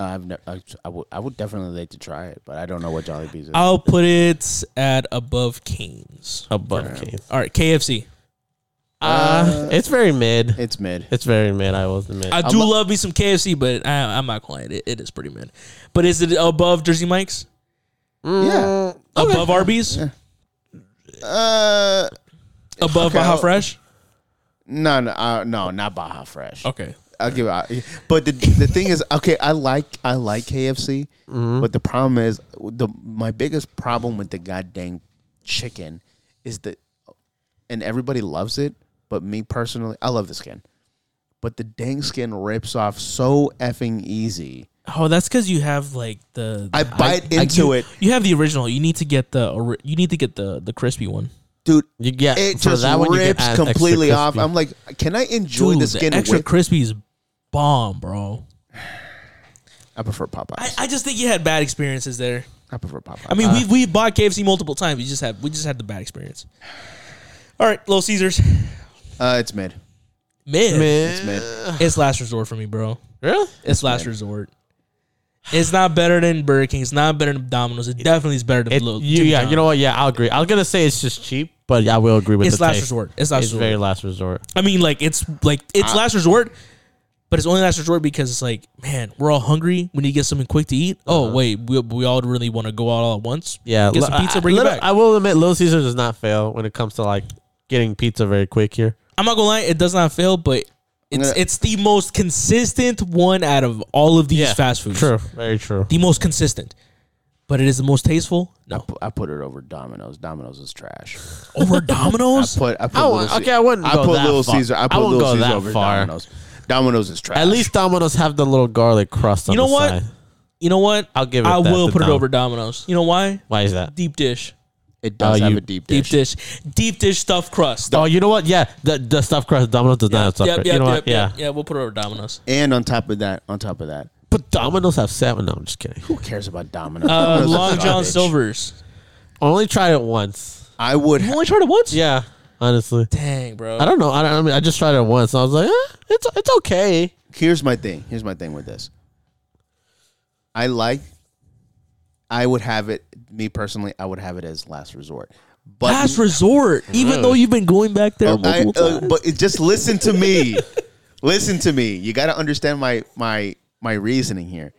[SPEAKER 2] Uh, I've never. I, I would. I would definitely like to try it, but I don't know what Jolly Bees is.
[SPEAKER 1] I'll put it at above Canes.
[SPEAKER 3] above Keith.
[SPEAKER 1] All right, KFC.
[SPEAKER 3] Uh, it's very mid.
[SPEAKER 2] it's mid.
[SPEAKER 3] It's very mid. I will admit.
[SPEAKER 1] I do love me some KFC, but I, I'm not calling it. It is pretty mid. But is it above Jersey Mike's?
[SPEAKER 2] yeah.
[SPEAKER 1] Above Arby's?
[SPEAKER 2] Uh.
[SPEAKER 1] Above
[SPEAKER 2] Okay,
[SPEAKER 1] Baja
[SPEAKER 2] I'll-
[SPEAKER 1] Fresh?
[SPEAKER 2] No. No. Uh, no. Not Baja Fresh.
[SPEAKER 1] Okay.
[SPEAKER 2] I'll give out. But the the thing is, okay, I like I like KFC,
[SPEAKER 3] Mm-hmm.
[SPEAKER 2] but the problem is the my biggest problem with the goddamn chicken is that, and everybody loves it, but me personally, I love the skin, but the dang skin rips off so effing easy.
[SPEAKER 1] Oh, that's because you have like the.
[SPEAKER 2] I bite into
[SPEAKER 1] you-
[SPEAKER 2] it,
[SPEAKER 1] You have the original. You need to get the. ori- You need to get the the crispy one.
[SPEAKER 2] dude.
[SPEAKER 3] You get
[SPEAKER 2] It
[SPEAKER 3] for
[SPEAKER 2] just
[SPEAKER 3] that one, you can
[SPEAKER 2] rips
[SPEAKER 3] add extra
[SPEAKER 2] completely off.
[SPEAKER 3] crispy.
[SPEAKER 2] I'm like, can I enjoy
[SPEAKER 1] Dude,
[SPEAKER 2] the skin?
[SPEAKER 1] extra
[SPEAKER 2] with-
[SPEAKER 1] crispy is bomb, bro.
[SPEAKER 2] I prefer Popeyes.
[SPEAKER 1] I,
[SPEAKER 2] I,
[SPEAKER 1] I just think you had bad experiences there.
[SPEAKER 2] prefer Popeyes.
[SPEAKER 1] I mean, we we bought KFC multiple times. We just had we just had the bad experience. All right, Little Caesars,
[SPEAKER 2] uh, it's mid.
[SPEAKER 1] mid.
[SPEAKER 2] It's mid.
[SPEAKER 1] It's last resort for me, bro.
[SPEAKER 3] really?
[SPEAKER 1] It's last resort. It's not better than Burger King. It's not better than Domino's. It definitely is better than
[SPEAKER 3] It,
[SPEAKER 1] Little.
[SPEAKER 3] you,
[SPEAKER 1] Jimmy
[SPEAKER 3] yeah,
[SPEAKER 1] John's.
[SPEAKER 3] you know what? Yeah, I'll agree. I was gonna say it's just cheap, but yeah, I will agree with
[SPEAKER 1] It's
[SPEAKER 3] the
[SPEAKER 1] last
[SPEAKER 3] taste.
[SPEAKER 1] resort. It's last
[SPEAKER 3] It's
[SPEAKER 1] resort.
[SPEAKER 3] very last resort.
[SPEAKER 1] I mean, like it's like it's last resort, but it's only last resort because it's like, man, we're all hungry. We need to get something quick to eat. Oh wait, we, we all really want to go out all at once.
[SPEAKER 3] Uh-huh. Yeah,
[SPEAKER 1] get some
[SPEAKER 3] li-
[SPEAKER 1] pizza,
[SPEAKER 3] I-
[SPEAKER 1] bring it
[SPEAKER 3] little-
[SPEAKER 1] back.
[SPEAKER 3] I will admit, Little Caesar does not fail when it comes to like getting pizza very quick here.
[SPEAKER 1] I'm not gonna lie, it does not fail, but it's
[SPEAKER 2] gonna-
[SPEAKER 1] it's the most consistent one out of all of these fast foods.
[SPEAKER 3] True, very true.
[SPEAKER 1] the most consistent, but it is the most tasteful.
[SPEAKER 2] I
[SPEAKER 1] No,
[SPEAKER 2] pu- I put it over Domino's. Domino's is trash.
[SPEAKER 1] over
[SPEAKER 2] I
[SPEAKER 1] Domino's.
[SPEAKER 2] put I put
[SPEAKER 3] I
[SPEAKER 2] Little
[SPEAKER 3] wouldn't-
[SPEAKER 2] Caesar.
[SPEAKER 3] okay, I wouldn't
[SPEAKER 2] I
[SPEAKER 3] go
[SPEAKER 2] put
[SPEAKER 3] that
[SPEAKER 2] Little
[SPEAKER 3] far.
[SPEAKER 2] Caesar. I
[SPEAKER 3] I
[SPEAKER 2] put
[SPEAKER 3] wouldn't
[SPEAKER 2] Little
[SPEAKER 3] go
[SPEAKER 2] Caesar
[SPEAKER 3] that
[SPEAKER 2] over
[SPEAKER 3] far.
[SPEAKER 2] Domino's. Domino's is trash.
[SPEAKER 3] At least Domino's have the little garlic crust. on
[SPEAKER 1] You know
[SPEAKER 3] the
[SPEAKER 1] what?
[SPEAKER 3] side.
[SPEAKER 1] You know what?
[SPEAKER 3] I'll give it
[SPEAKER 1] I
[SPEAKER 3] that,
[SPEAKER 1] will
[SPEAKER 3] the
[SPEAKER 1] put it
[SPEAKER 3] Dom-
[SPEAKER 1] over Domino's. You know why?
[SPEAKER 3] Why is that?
[SPEAKER 1] Deep dish,
[SPEAKER 2] it does
[SPEAKER 3] Oh,
[SPEAKER 2] have
[SPEAKER 3] you-
[SPEAKER 2] a deep
[SPEAKER 1] deep
[SPEAKER 2] dish.
[SPEAKER 1] dish, deep dish stuffed crust.
[SPEAKER 3] Oh, you know what? Yeah, the the stuffed crust. Domino's does not have stuffed
[SPEAKER 1] Yep,
[SPEAKER 3] crust.
[SPEAKER 1] yep,
[SPEAKER 3] you know
[SPEAKER 1] yep,
[SPEAKER 3] what? Yeah.
[SPEAKER 1] yep, yeah. We'll put it over Domino's.
[SPEAKER 2] And on top of that, on top of that,
[SPEAKER 3] but Domino's have seven. No, I'm just kidding.
[SPEAKER 2] who cares about Domino's?
[SPEAKER 1] Uh,
[SPEAKER 2] Domino's is
[SPEAKER 1] Long John
[SPEAKER 2] garbage.
[SPEAKER 1] Silver's.
[SPEAKER 3] Only tried it once.
[SPEAKER 2] I would.
[SPEAKER 1] You
[SPEAKER 2] Ha-
[SPEAKER 1] only tried it once.
[SPEAKER 3] Yeah, honestly,
[SPEAKER 1] Dang, bro.
[SPEAKER 3] I don't know. I, don't, I mean, I just tried it once. And I was like, eh, it's it's okay.
[SPEAKER 2] here's my thing. Here's my thing with this. I like. I would have it. Me personally, I would have it as last resort. But
[SPEAKER 1] Last resort. Even though you've been going back there
[SPEAKER 2] I,
[SPEAKER 1] multiple
[SPEAKER 2] uh,
[SPEAKER 1] times.
[SPEAKER 2] but it- just listen to me. listen to me. You got to understand my my my reasoning here.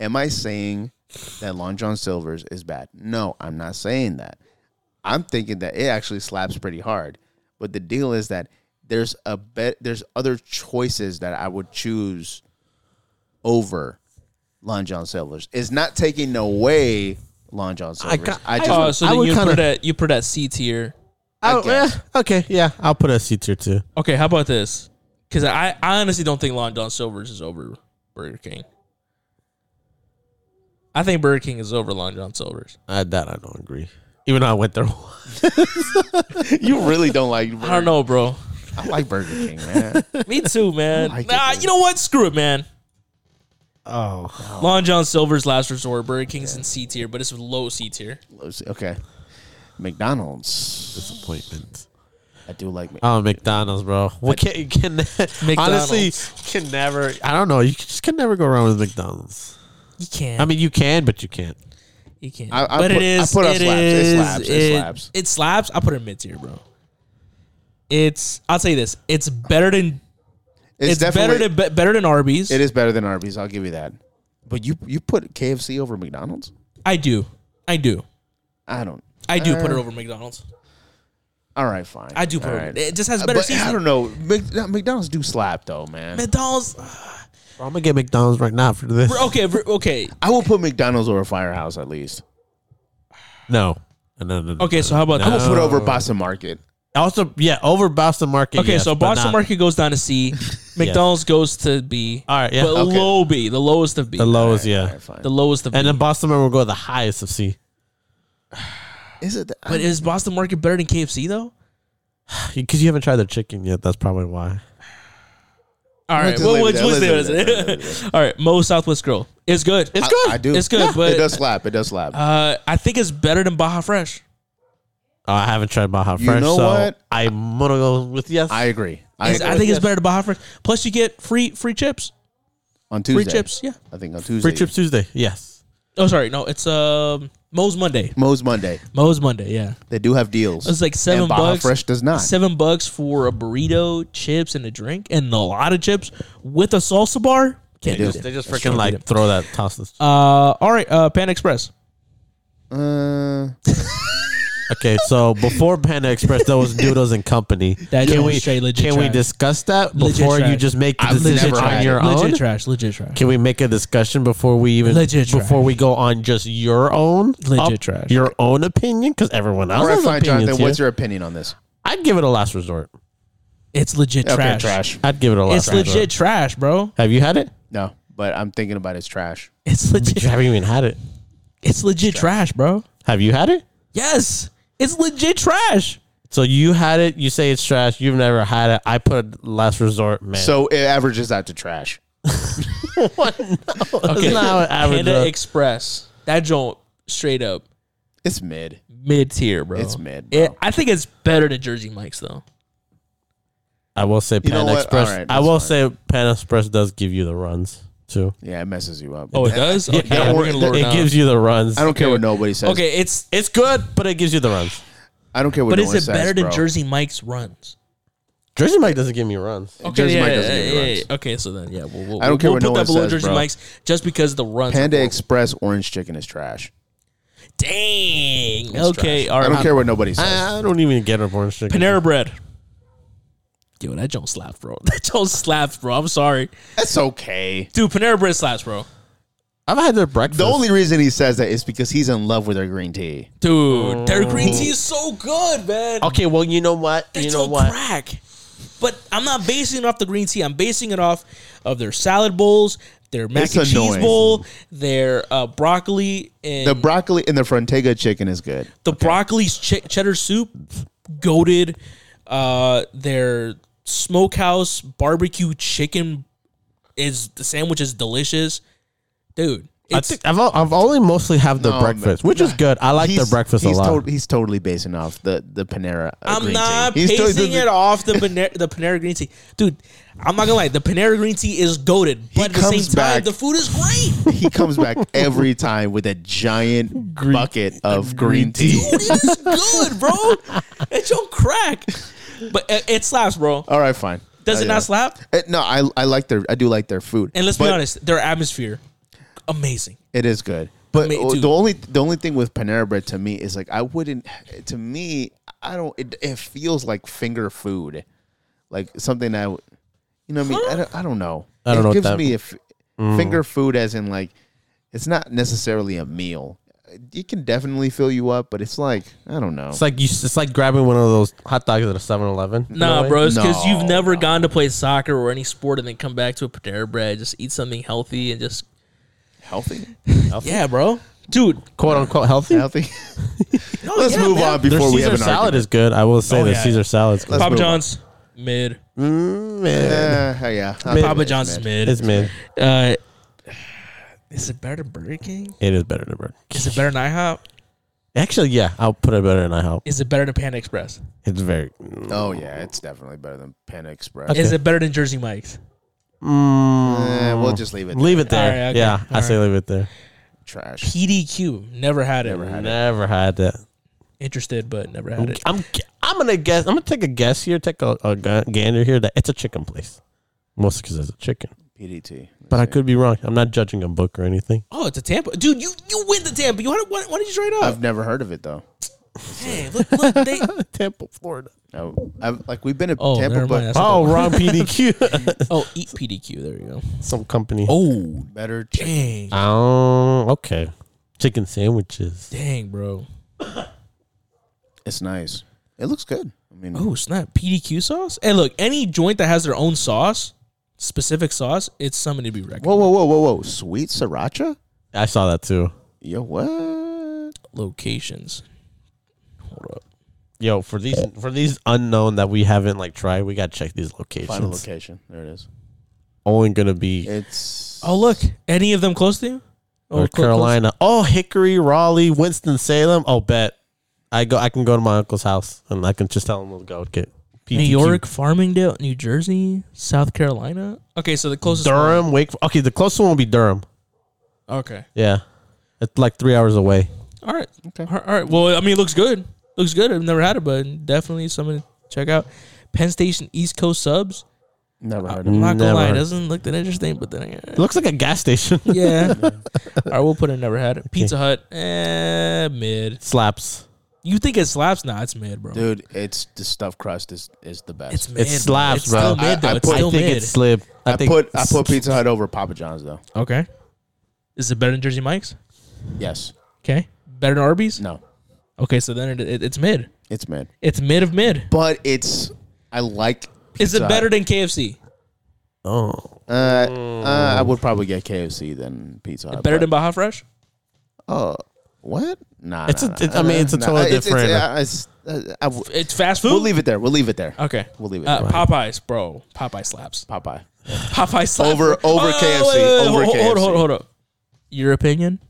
[SPEAKER 2] Am I saying that Long John Silver's is bad? No, I'm not saying that. I'm thinking that it actually slaps pretty hard. But the deal is that there's a bet there's other choices that I would choose over Long John Silver's. It's not taking away Long John
[SPEAKER 3] I
[SPEAKER 2] Silver's.
[SPEAKER 3] ca-
[SPEAKER 2] I, just
[SPEAKER 1] Oh, so
[SPEAKER 3] I
[SPEAKER 1] then
[SPEAKER 3] would
[SPEAKER 1] you
[SPEAKER 3] kinda-
[SPEAKER 1] put it you put it at C tier.
[SPEAKER 3] Oh, yeah.
[SPEAKER 2] guess.
[SPEAKER 3] Okay, yeah. I'll put a C tier too.
[SPEAKER 1] Okay, how about this? Because I, I honestly don't think Long John Silver's is over Burger King. I think Burger King is over Long John Silver's.
[SPEAKER 3] Uh, that I don't agree. Even though I went there,
[SPEAKER 2] you really don't like. Burger.
[SPEAKER 1] I don't know, bro.
[SPEAKER 2] I like Burger King, man.
[SPEAKER 1] Me too, man.
[SPEAKER 2] like it,
[SPEAKER 1] nah,
[SPEAKER 2] dude.
[SPEAKER 1] you know what? Screw it, man.
[SPEAKER 3] oh,
[SPEAKER 1] Long John Silver's last resort. Burger King's in C tier, but it's low C tier.
[SPEAKER 2] okay, McDonald's.
[SPEAKER 3] disappointment.
[SPEAKER 2] I do like. Mc-
[SPEAKER 3] Oh, McDonald's, bro. What can you can honestly can never. I don't know. You just can never go wrong with McDonald's.
[SPEAKER 1] You can't.
[SPEAKER 3] I mean, you can, but you can't.
[SPEAKER 1] you can't.
[SPEAKER 2] I- I
[SPEAKER 1] but it
[SPEAKER 2] put- I
[SPEAKER 1] is.
[SPEAKER 2] put it on
[SPEAKER 1] it
[SPEAKER 2] slaps.
[SPEAKER 1] is-
[SPEAKER 2] It slaps. It slaps.
[SPEAKER 1] It slaps. I put it mid tier, bro. It's. I'll say this. It's better than.
[SPEAKER 2] it's,
[SPEAKER 1] It's, better
[SPEAKER 2] definitely.
[SPEAKER 1] than be- better than Arby's.
[SPEAKER 2] it is better than Arby's. I'll give you that. But you you put KFC over McDonald's?
[SPEAKER 1] I do. I do.
[SPEAKER 2] I don't.
[SPEAKER 1] I do put it
[SPEAKER 2] Uh,
[SPEAKER 1] over McDonald's.
[SPEAKER 2] All right, fine.
[SPEAKER 1] I do put
[SPEAKER 2] All
[SPEAKER 1] it.
[SPEAKER 2] right.
[SPEAKER 1] It just has
[SPEAKER 2] Uh,
[SPEAKER 1] better
[SPEAKER 2] but I
[SPEAKER 1] seasoning.
[SPEAKER 2] don't know. Mc- no, McDonald's do slap though, man.
[SPEAKER 1] McDonald's.
[SPEAKER 3] Bro, I'm gonna get McDonald's right now for this.
[SPEAKER 1] Bro, Okay, bro, okay,
[SPEAKER 2] I will put McDonald's over Firehouse at least.
[SPEAKER 3] No. No, no, no.
[SPEAKER 1] okay. So how about
[SPEAKER 2] I will
[SPEAKER 1] this?
[SPEAKER 2] put over Boston Market.
[SPEAKER 3] Also, yeah, over Boston Market.
[SPEAKER 1] Okay,
[SPEAKER 3] yes,
[SPEAKER 1] so
[SPEAKER 3] but
[SPEAKER 1] Boston
[SPEAKER 3] not
[SPEAKER 1] Market goes down to C. McDonald's goes to B.
[SPEAKER 3] All right, yeah.
[SPEAKER 1] but
[SPEAKER 2] Okay.
[SPEAKER 1] low B, the lowest of B,
[SPEAKER 3] the lowest.
[SPEAKER 2] All
[SPEAKER 3] yeah,
[SPEAKER 2] right, fine.
[SPEAKER 1] the lowest of B.
[SPEAKER 3] and uh, then Boston Market will go the highest of C.
[SPEAKER 2] Is it? I-
[SPEAKER 1] but is Boston Market better than KFC though?
[SPEAKER 3] Because you haven't tried their chicken yet. That's probably why.
[SPEAKER 1] All right,
[SPEAKER 2] just
[SPEAKER 1] well,
[SPEAKER 2] leave it
[SPEAKER 1] we'll
[SPEAKER 2] there,
[SPEAKER 1] we'll
[SPEAKER 2] let's
[SPEAKER 1] stay
[SPEAKER 2] leave
[SPEAKER 1] with
[SPEAKER 2] it there,
[SPEAKER 1] it. All right, Mo Southwest Grill. It's good.
[SPEAKER 2] I- I, do.
[SPEAKER 1] It's good, but-
[SPEAKER 2] it does slap. It does slap.
[SPEAKER 1] Uh, I think it's better than Baja Fresh.
[SPEAKER 3] Oh, I haven't tried Baja
[SPEAKER 2] You
[SPEAKER 3] Fresh.
[SPEAKER 2] know
[SPEAKER 3] so
[SPEAKER 2] what?
[SPEAKER 3] I'm gonna go with yes.
[SPEAKER 2] I agree. I,
[SPEAKER 1] It's-
[SPEAKER 2] agree.
[SPEAKER 1] I think it's better than Baja Fresh. Plus, you get free free chips,
[SPEAKER 2] on Tuesday.
[SPEAKER 1] free chips. Yeah.
[SPEAKER 2] I think on Tuesday.
[SPEAKER 3] Free Chips Tuesday. Yes.
[SPEAKER 1] Oh, sorry, no, it's um Mo's Monday.
[SPEAKER 2] Moe's Monday.
[SPEAKER 1] Mo's Monday. Yeah.
[SPEAKER 2] They do have deals.
[SPEAKER 1] It's like seven
[SPEAKER 2] and Baja
[SPEAKER 1] bucks.
[SPEAKER 2] Fresh does not.
[SPEAKER 1] Seven bucks for a burrito, chips, and a drink, and a lot of chips with a salsa bar. Can't do
[SPEAKER 3] They
[SPEAKER 1] it.
[SPEAKER 3] just
[SPEAKER 1] That's
[SPEAKER 3] freaking
[SPEAKER 1] right,
[SPEAKER 3] like
[SPEAKER 1] dude.
[SPEAKER 3] throw that toss this.
[SPEAKER 1] Uh, all right, uh, Pan Express.
[SPEAKER 2] Uh,
[SPEAKER 3] Okay, so before Panda Express, there was Noodles and Company.
[SPEAKER 1] That
[SPEAKER 3] can
[SPEAKER 1] is
[SPEAKER 3] we
[SPEAKER 1] straight legit
[SPEAKER 3] can we
[SPEAKER 1] trash.
[SPEAKER 3] discuss that
[SPEAKER 1] Legit
[SPEAKER 3] before you
[SPEAKER 1] trash.
[SPEAKER 3] just make the
[SPEAKER 2] I've
[SPEAKER 3] decision
[SPEAKER 2] never
[SPEAKER 3] on
[SPEAKER 2] had
[SPEAKER 3] your
[SPEAKER 2] it.
[SPEAKER 1] Legit
[SPEAKER 3] own?
[SPEAKER 1] trash. Legit trash.
[SPEAKER 3] Can we make a discussion before we even
[SPEAKER 1] Legit trash.
[SPEAKER 3] before we go on just your own
[SPEAKER 1] Legit trash.
[SPEAKER 3] your own opinion? Because everyone else
[SPEAKER 2] all right,
[SPEAKER 3] has
[SPEAKER 2] fine,
[SPEAKER 3] opinions
[SPEAKER 2] Jonathan.
[SPEAKER 3] here.
[SPEAKER 2] What's your opinion on this?
[SPEAKER 3] I'd give it a last resort.
[SPEAKER 1] It's legit
[SPEAKER 2] Okay,
[SPEAKER 1] trash.
[SPEAKER 2] trash.
[SPEAKER 3] I'd give it a last.
[SPEAKER 1] It's
[SPEAKER 3] resort.
[SPEAKER 1] legit trash, bro.
[SPEAKER 3] Have you had it?
[SPEAKER 2] No, but I'm thinking about it's trash.
[SPEAKER 1] It's
[SPEAKER 3] You
[SPEAKER 1] legit.
[SPEAKER 3] haven't even had it.
[SPEAKER 1] It's legit trash, bro.
[SPEAKER 3] Have you had it?
[SPEAKER 1] Yes, it's legit trash.
[SPEAKER 3] So you had it. You say it's trash. You've never had it. I put last resort, man.
[SPEAKER 2] So it averages out to trash.
[SPEAKER 3] That's not how it averages
[SPEAKER 1] Panda
[SPEAKER 3] out.
[SPEAKER 2] uh,
[SPEAKER 1] Express. That joint straight up
[SPEAKER 2] It's mid.
[SPEAKER 1] mid tier, bro.
[SPEAKER 2] It's mid,
[SPEAKER 1] It-
[SPEAKER 2] bro.
[SPEAKER 1] I think it's better than Jersey Mike's though.
[SPEAKER 3] I will say
[SPEAKER 2] You know
[SPEAKER 3] Panda
[SPEAKER 2] what?
[SPEAKER 3] Express.
[SPEAKER 2] All right,
[SPEAKER 3] I
[SPEAKER 2] that's
[SPEAKER 3] will
[SPEAKER 2] fine.
[SPEAKER 3] say Panda Express does give you the runs too.
[SPEAKER 2] Yeah, it messes you up.
[SPEAKER 1] Oh, it does. Okay,
[SPEAKER 3] Yeah,
[SPEAKER 1] we're
[SPEAKER 2] it-
[SPEAKER 1] gonna lower
[SPEAKER 3] it
[SPEAKER 1] down.
[SPEAKER 3] gives you the runs.
[SPEAKER 2] I don't care what nobody says.
[SPEAKER 1] Okay, it's
[SPEAKER 3] It's good, but it gives you the runs.
[SPEAKER 2] I don't care what
[SPEAKER 1] But
[SPEAKER 2] no
[SPEAKER 1] is
[SPEAKER 2] one
[SPEAKER 1] it
[SPEAKER 2] says,
[SPEAKER 1] better than
[SPEAKER 2] bro.
[SPEAKER 1] Jersey Mike's runs?
[SPEAKER 3] Jersey Mike doesn't give me runs.
[SPEAKER 1] Okay,
[SPEAKER 2] Jersey
[SPEAKER 1] yeah,
[SPEAKER 2] Mike doesn't
[SPEAKER 1] yeah,
[SPEAKER 2] give you
[SPEAKER 1] yeah,
[SPEAKER 2] runs.
[SPEAKER 1] yeah. Okay, so then yeah, we'll, we'll,
[SPEAKER 2] I don't care
[SPEAKER 1] we'll
[SPEAKER 2] what
[SPEAKER 1] put
[SPEAKER 2] no
[SPEAKER 1] that
[SPEAKER 2] one
[SPEAKER 1] below
[SPEAKER 2] says,
[SPEAKER 1] Jersey
[SPEAKER 2] bro.
[SPEAKER 1] Mike's just because the runs. are
[SPEAKER 2] Panda
[SPEAKER 1] horrible.
[SPEAKER 2] Express orange chicken is trash.
[SPEAKER 1] Dang. Okay, all
[SPEAKER 2] I
[SPEAKER 1] right.
[SPEAKER 2] don't care what nobody says.
[SPEAKER 1] Uh,
[SPEAKER 3] I, I don't even get a orange chicken.
[SPEAKER 1] Panera Bread. Yo, that don't slaps, bro. That don't slaps, bro. I'm sorry,
[SPEAKER 2] That's okay.
[SPEAKER 1] dude. Panera Bread slaps, bro.
[SPEAKER 3] I've had their breakfast.
[SPEAKER 2] The only reason he says that is because he's in love with her green tea.
[SPEAKER 1] Dude, their green tea is so good, man.
[SPEAKER 3] Oh. okay, well you know what?
[SPEAKER 1] It's
[SPEAKER 3] you know
[SPEAKER 1] a
[SPEAKER 3] what?
[SPEAKER 1] crack. But I'm not basing it off the green tea. I'm basing it off of their salad bowls, their mac
[SPEAKER 2] It's
[SPEAKER 1] and cheese
[SPEAKER 2] annoying.
[SPEAKER 1] bowl, their uh, broccoli and
[SPEAKER 2] The broccoli and the Frontega chicken is good.
[SPEAKER 1] The broccoli's ch- cheddar soup, goaded. Uh, their smokehouse barbecue chicken is the sandwich is delicious, dude.
[SPEAKER 3] I
[SPEAKER 1] It's
[SPEAKER 3] think I've, al- I've only mostly have the
[SPEAKER 2] No,
[SPEAKER 3] breakfast,
[SPEAKER 2] man.
[SPEAKER 3] which is good. I like their
[SPEAKER 2] He's-
[SPEAKER 3] breakfast a
[SPEAKER 2] he's
[SPEAKER 3] lot.
[SPEAKER 2] tot- he's totally basing off the the Panera. uh,
[SPEAKER 1] I'm
[SPEAKER 2] green
[SPEAKER 1] not
[SPEAKER 2] tea. He's totally-
[SPEAKER 1] pacing it off the Panera, the Panera green tea, dude. I'm not gonna lie, the Panera green tea is goaded, but at the same
[SPEAKER 2] comes
[SPEAKER 1] time,
[SPEAKER 2] back-
[SPEAKER 1] the food is great.
[SPEAKER 2] He comes back every time with a giant bucket of green tea.
[SPEAKER 1] Dude, it is good, bro. It's on crack, but it, it slaps, bro.
[SPEAKER 2] All right, fine.
[SPEAKER 1] Does
[SPEAKER 2] Uh,
[SPEAKER 1] it
[SPEAKER 2] yeah.
[SPEAKER 1] not slap?
[SPEAKER 2] Uh, no, I I like their I do like their food.
[SPEAKER 1] And let's be
[SPEAKER 2] but
[SPEAKER 1] honest, their atmosphere, amazing.
[SPEAKER 2] it is good. But
[SPEAKER 1] Me
[SPEAKER 2] uh,
[SPEAKER 1] too.
[SPEAKER 2] the only the only thing with Panera bread to me is like I wouldn't. To me, I don't. It, it feels like finger food, like something that I would- you know. What I mean, I don't, I don't know.
[SPEAKER 3] I don't
[SPEAKER 2] it
[SPEAKER 3] know what
[SPEAKER 2] gives
[SPEAKER 3] that-
[SPEAKER 2] me a f- finger food as in like it's not necessarily a meal. it can definitely fill you up, but it's like I don't know.
[SPEAKER 3] It's like you. It's like grabbing one of those hot dogs at a 7-Eleven.
[SPEAKER 1] Nah, bro, it's because
[SPEAKER 2] No,
[SPEAKER 1] you've never gone to play soccer or any sport and then come back to a Panera Bread, just eat something healthy and just
[SPEAKER 2] healthy,
[SPEAKER 1] yeah, bro, dude.
[SPEAKER 3] quote unquote healthy.
[SPEAKER 2] healthy. Let's
[SPEAKER 1] yeah,
[SPEAKER 2] move
[SPEAKER 1] man.
[SPEAKER 2] on
[SPEAKER 3] Their
[SPEAKER 2] before we have
[SPEAKER 3] Caesar
[SPEAKER 2] an
[SPEAKER 3] salad
[SPEAKER 2] argument.
[SPEAKER 3] is good. I will say
[SPEAKER 1] Oh,
[SPEAKER 3] the
[SPEAKER 1] yeah.
[SPEAKER 3] Caesar salad's good.
[SPEAKER 2] Let's
[SPEAKER 1] Papa
[SPEAKER 2] move on.
[SPEAKER 1] John's mid.
[SPEAKER 3] Mm, man.
[SPEAKER 2] Uh, yeah,
[SPEAKER 1] Papa John's is mid.
[SPEAKER 3] It's man.
[SPEAKER 1] Uh, is it better than Burger King?
[SPEAKER 3] It is better than Burger. King.
[SPEAKER 1] Is it better than IHOP?
[SPEAKER 3] Actually, yeah, I'll put it better than IHOP.
[SPEAKER 1] Is it better than Panda Express?
[SPEAKER 3] It's very.
[SPEAKER 2] Oh yeah, it's definitely better than Panda Express.
[SPEAKER 1] Is it better than Jersey Mike's?
[SPEAKER 2] Eh,
[SPEAKER 3] Mm,
[SPEAKER 2] we'll just leave it. there.
[SPEAKER 3] leave it there.
[SPEAKER 1] Alright, okay,
[SPEAKER 3] yeah, I say leave it there.
[SPEAKER 2] Trash.
[SPEAKER 1] PDQ, never had it.
[SPEAKER 2] Never had it.
[SPEAKER 3] Never had that.
[SPEAKER 1] Interested, but never had it.
[SPEAKER 3] I'm I'm gonna guess. I'm gonna take a guess here. Take a, a ga- gander here. That it's a chicken place, mostly because it's a chicken.
[SPEAKER 2] PDT. Let's
[SPEAKER 3] But I
[SPEAKER 2] see.
[SPEAKER 3] could be wrong. I'm not judging a book or anything.
[SPEAKER 1] Oh, it's a Tampa, dude. You you win the Tampa. You why, why, why did you trade
[SPEAKER 2] I've
[SPEAKER 1] up?
[SPEAKER 2] never heard of it though.
[SPEAKER 1] Hey, look, look, they,
[SPEAKER 3] Tampa, Florida.
[SPEAKER 2] No, I've, like we've been at
[SPEAKER 1] Oh,
[SPEAKER 2] Tampa,
[SPEAKER 1] never mind.
[SPEAKER 2] but
[SPEAKER 1] That's
[SPEAKER 3] Oh, wrong PDQ.
[SPEAKER 1] oh, eat PDQ. There you go.
[SPEAKER 3] Some company.
[SPEAKER 1] Oh,
[SPEAKER 2] better.
[SPEAKER 1] dang,
[SPEAKER 3] Oh, okay. Chicken sandwiches.
[SPEAKER 1] dang, bro.
[SPEAKER 2] It's nice. It looks good. I mean,
[SPEAKER 1] Oh, snap. PDQ sauce. Hey, look, any joint that has their own sauce, specific sauce, it's something to be reckoned.
[SPEAKER 2] whoa, whoa, whoa, whoa, whoa! Sweet sriracha.
[SPEAKER 3] I saw that too.
[SPEAKER 2] Yo, what?
[SPEAKER 1] Locations. Hold up.
[SPEAKER 3] Yo, for these for these unknown that we haven't like tried, we gotta check these locations.
[SPEAKER 2] Final location. There it is.
[SPEAKER 3] Only gonna be
[SPEAKER 2] It's
[SPEAKER 1] Oh, look. Any of them close to you? Oh,
[SPEAKER 3] North
[SPEAKER 1] clo- close.
[SPEAKER 3] Carolina. Oh, Hickory, Raleigh, Winston Salem. Oh, bet I go. I can go to my uncle's house and I can just tell him we'll go get
[SPEAKER 1] New
[SPEAKER 3] PTQ.
[SPEAKER 1] York, Farmingdale, New Jersey, South Carolina. Okay, so the closest. one-
[SPEAKER 3] Durham, Wake. Okay, the closest one will be Durham.
[SPEAKER 1] Okay.
[SPEAKER 3] Yeah, it's like three hours away.
[SPEAKER 1] All right. Okay. All right. Well, I mean, it looks good. Looks good. I've never had it, but definitely something to check out. Penn Station East Coast subs.
[SPEAKER 2] never heard of.
[SPEAKER 1] I'm not gonna
[SPEAKER 3] Never
[SPEAKER 1] lie, it
[SPEAKER 3] heard.
[SPEAKER 1] doesn't look that interesting, but then I,
[SPEAKER 3] It looks like a gas station.
[SPEAKER 1] Yeah. All right, we'll put it. Never had it. Pizza Hut, eh, mid.
[SPEAKER 3] Slaps.
[SPEAKER 1] You think it slaps? Nah, it's mid, bro.
[SPEAKER 2] Dude, it's the stuffed crust is is the best.
[SPEAKER 1] it's mid.
[SPEAKER 3] It
[SPEAKER 1] bro.
[SPEAKER 3] slaps,
[SPEAKER 1] it's
[SPEAKER 3] bro.
[SPEAKER 1] Still mid, though.
[SPEAKER 2] I- I
[SPEAKER 1] it's
[SPEAKER 2] put-
[SPEAKER 3] I
[SPEAKER 1] still
[SPEAKER 3] think
[SPEAKER 1] mid.
[SPEAKER 3] it's slib. I,
[SPEAKER 2] I,
[SPEAKER 3] think
[SPEAKER 2] put I put Pizza Hut over Papa John's though.
[SPEAKER 1] okay. Is it better than Jersey Mike's?
[SPEAKER 2] Yes.
[SPEAKER 1] Okay. Better than Arby's?
[SPEAKER 2] No.
[SPEAKER 1] Okay, so then it, it, it's mid.
[SPEAKER 2] It's mid.
[SPEAKER 1] It's mid of mid.
[SPEAKER 2] But it's I like.
[SPEAKER 1] Is
[SPEAKER 2] Pizza
[SPEAKER 1] it
[SPEAKER 2] Hut.
[SPEAKER 1] better than KFC?
[SPEAKER 3] Oh,
[SPEAKER 2] Uh, uh, I would probably get KFC than Pizza Hut.
[SPEAKER 1] Better
[SPEAKER 2] but-
[SPEAKER 1] than Baja Fresh?
[SPEAKER 2] Oh, what? Nah.
[SPEAKER 3] It's
[SPEAKER 2] nah,
[SPEAKER 3] a- it-
[SPEAKER 2] nah,
[SPEAKER 3] I mean,
[SPEAKER 2] nah,
[SPEAKER 3] it's a
[SPEAKER 2] nah,
[SPEAKER 3] totally
[SPEAKER 2] it's- it's-
[SPEAKER 3] different-
[SPEAKER 2] yeah, it's- uh, I w-
[SPEAKER 1] It's fast food.
[SPEAKER 2] we'll leave it there. We'll leave it there.
[SPEAKER 1] Okay.
[SPEAKER 2] We'll leave it
[SPEAKER 1] Uh,
[SPEAKER 2] there.
[SPEAKER 1] Popeyes, bro. Popeye slaps.
[SPEAKER 2] Popeye.
[SPEAKER 1] Popeye slaps. Oh,
[SPEAKER 2] Over-
[SPEAKER 1] bro.
[SPEAKER 2] over KFC, over
[SPEAKER 1] hold, Hold,
[SPEAKER 2] KFC.
[SPEAKER 1] hold, hold up. Your opinion?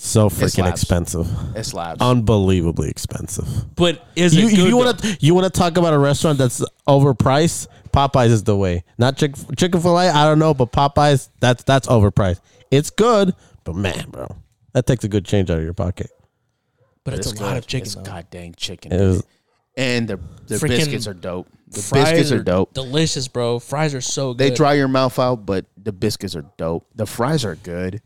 [SPEAKER 3] so freaking
[SPEAKER 2] slaps.
[SPEAKER 3] expensive.
[SPEAKER 2] It slaps.
[SPEAKER 3] Unbelievably expensive.
[SPEAKER 1] But is
[SPEAKER 3] you,
[SPEAKER 1] it good?
[SPEAKER 3] if you
[SPEAKER 1] though?
[SPEAKER 3] want to you want to talk about a restaurant that's overpriced popeyes is the way not chick chicken fillet i don't know but popeyes that's that's overpriced it's good but man bro that takes a good change out of your pocket
[SPEAKER 1] but it's, a lot
[SPEAKER 2] good.
[SPEAKER 1] of chicken.
[SPEAKER 2] It's
[SPEAKER 1] though.
[SPEAKER 2] god dang chicken.
[SPEAKER 3] It was-
[SPEAKER 2] and their their
[SPEAKER 1] Freaking
[SPEAKER 2] biscuits are dope. The
[SPEAKER 1] Fries
[SPEAKER 2] biscuits are dope.
[SPEAKER 1] Delicious, bro. Fries are so good.
[SPEAKER 2] They dry your mouth out, but the biscuits are dope. The fries are good.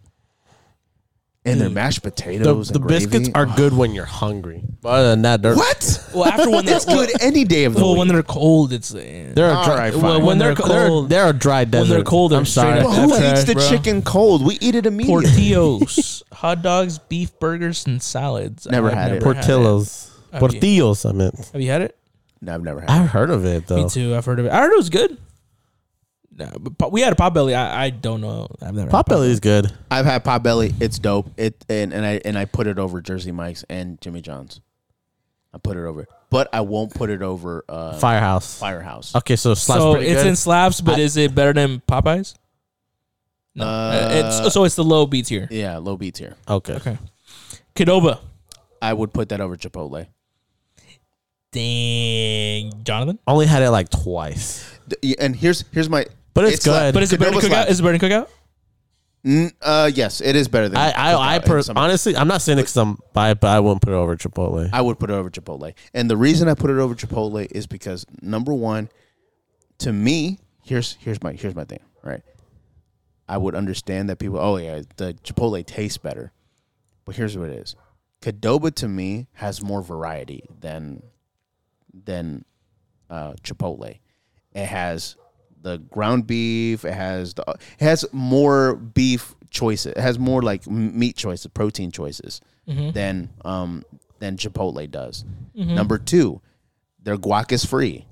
[SPEAKER 2] And their mashed
[SPEAKER 3] the,
[SPEAKER 2] potatoes.
[SPEAKER 3] the
[SPEAKER 2] and
[SPEAKER 3] biscuits
[SPEAKER 2] gravy.
[SPEAKER 3] are
[SPEAKER 1] Oh.
[SPEAKER 3] good when you're hungry but other than that they're,
[SPEAKER 2] What?
[SPEAKER 1] Well, after when they're
[SPEAKER 2] That's good any day of the
[SPEAKER 1] well,
[SPEAKER 2] week.
[SPEAKER 1] when they're cold, it's eh.
[SPEAKER 3] they're a
[SPEAKER 2] All
[SPEAKER 3] dry,
[SPEAKER 2] right, fine.
[SPEAKER 3] well, when,
[SPEAKER 1] When
[SPEAKER 3] they're,
[SPEAKER 1] they're
[SPEAKER 3] they're-
[SPEAKER 1] cold-
[SPEAKER 3] they're a dry desert
[SPEAKER 1] when they're cold, they're
[SPEAKER 3] i'm
[SPEAKER 1] straight
[SPEAKER 3] sorry
[SPEAKER 1] up-
[SPEAKER 2] Well, who
[SPEAKER 1] That's trash,
[SPEAKER 2] eats the
[SPEAKER 1] bro.
[SPEAKER 2] chicken cold? We eat it immediately.
[SPEAKER 1] portillos, hot dogs, beef burgers, and salads.
[SPEAKER 2] Never
[SPEAKER 1] I've
[SPEAKER 2] had it.
[SPEAKER 1] never
[SPEAKER 3] portillos portillos i meant
[SPEAKER 1] Have you had it?
[SPEAKER 2] No, I've never had.
[SPEAKER 3] i've heard of it though
[SPEAKER 1] Me too. I've heard of it. I heard it was good. Nah, but po- we had a potbelly. I, I don't know. I've never had
[SPEAKER 3] popelli is good
[SPEAKER 2] it. I've had potbelly. It's dope. It and, and I and I put it over Jersey Mike's and Jimmy John's. I put it over, but I won't put it over uh,
[SPEAKER 3] firehouse
[SPEAKER 2] Firehouse.
[SPEAKER 3] okay so slaps
[SPEAKER 1] so
[SPEAKER 3] pretty
[SPEAKER 1] it's
[SPEAKER 3] good.
[SPEAKER 1] in slabs, but is it better than Popeyes? No. Uh, it's, so it's the low B tier.
[SPEAKER 2] Yeah, low B tier.
[SPEAKER 3] okay
[SPEAKER 1] Okay. Kadoba.
[SPEAKER 2] I would put that over Chipotle.
[SPEAKER 1] Dang. Jonathan?
[SPEAKER 3] only had it like twice
[SPEAKER 2] Th- And here's here's my.
[SPEAKER 3] But it's
[SPEAKER 2] like-
[SPEAKER 3] good.
[SPEAKER 1] But is it better than
[SPEAKER 2] Qdoba
[SPEAKER 1] Cookout?
[SPEAKER 2] slaps.
[SPEAKER 1] Is it better than Cookout?
[SPEAKER 2] N- uh, yes, it is better than.
[SPEAKER 3] I I, I
[SPEAKER 2] Cookout in
[SPEAKER 3] per,
[SPEAKER 2] some-
[SPEAKER 3] honestly, I'm not saying it's some buy, but I wouldn't put it over Chipotle.
[SPEAKER 2] I would put it over Chipotle, and the reason I put it over Chipotle is because number one, to me, here's here's my here's my thing, right? I would understand that people, oh yeah, the Chipotle tastes better, but here's what it is: Cadoba to me has more variety than than uh, Chipotle. It has the ground beef. It has the it has more beef choices. It has more like m- meat choices, protein choices
[SPEAKER 1] Mm-hmm.
[SPEAKER 2] than um than Chipotle does. Number two, their guac is free.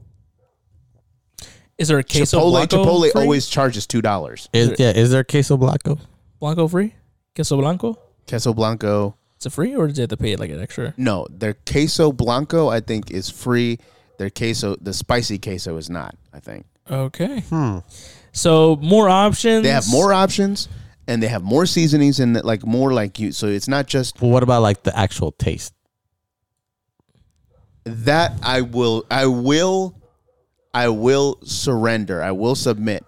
[SPEAKER 1] Is there a queso
[SPEAKER 2] Chipotle
[SPEAKER 1] blanco?
[SPEAKER 2] Chipotle
[SPEAKER 1] free?
[SPEAKER 2] always charges two dollars.
[SPEAKER 3] Is, yeah, is there queso blanco?
[SPEAKER 1] blanco free queso blanco.
[SPEAKER 2] Queso blanco.
[SPEAKER 1] Is it free or did they have to pay like an extra?
[SPEAKER 2] No, their queso blanco I think is free. Their queso, the spicy queso is not. I think
[SPEAKER 1] Okay. So more options.
[SPEAKER 2] Hmm. they have more options and they have more seasonings and like more like you. So it's not just
[SPEAKER 3] But what about like the actual taste?
[SPEAKER 2] that. I will. I will. I will surrender. I will submit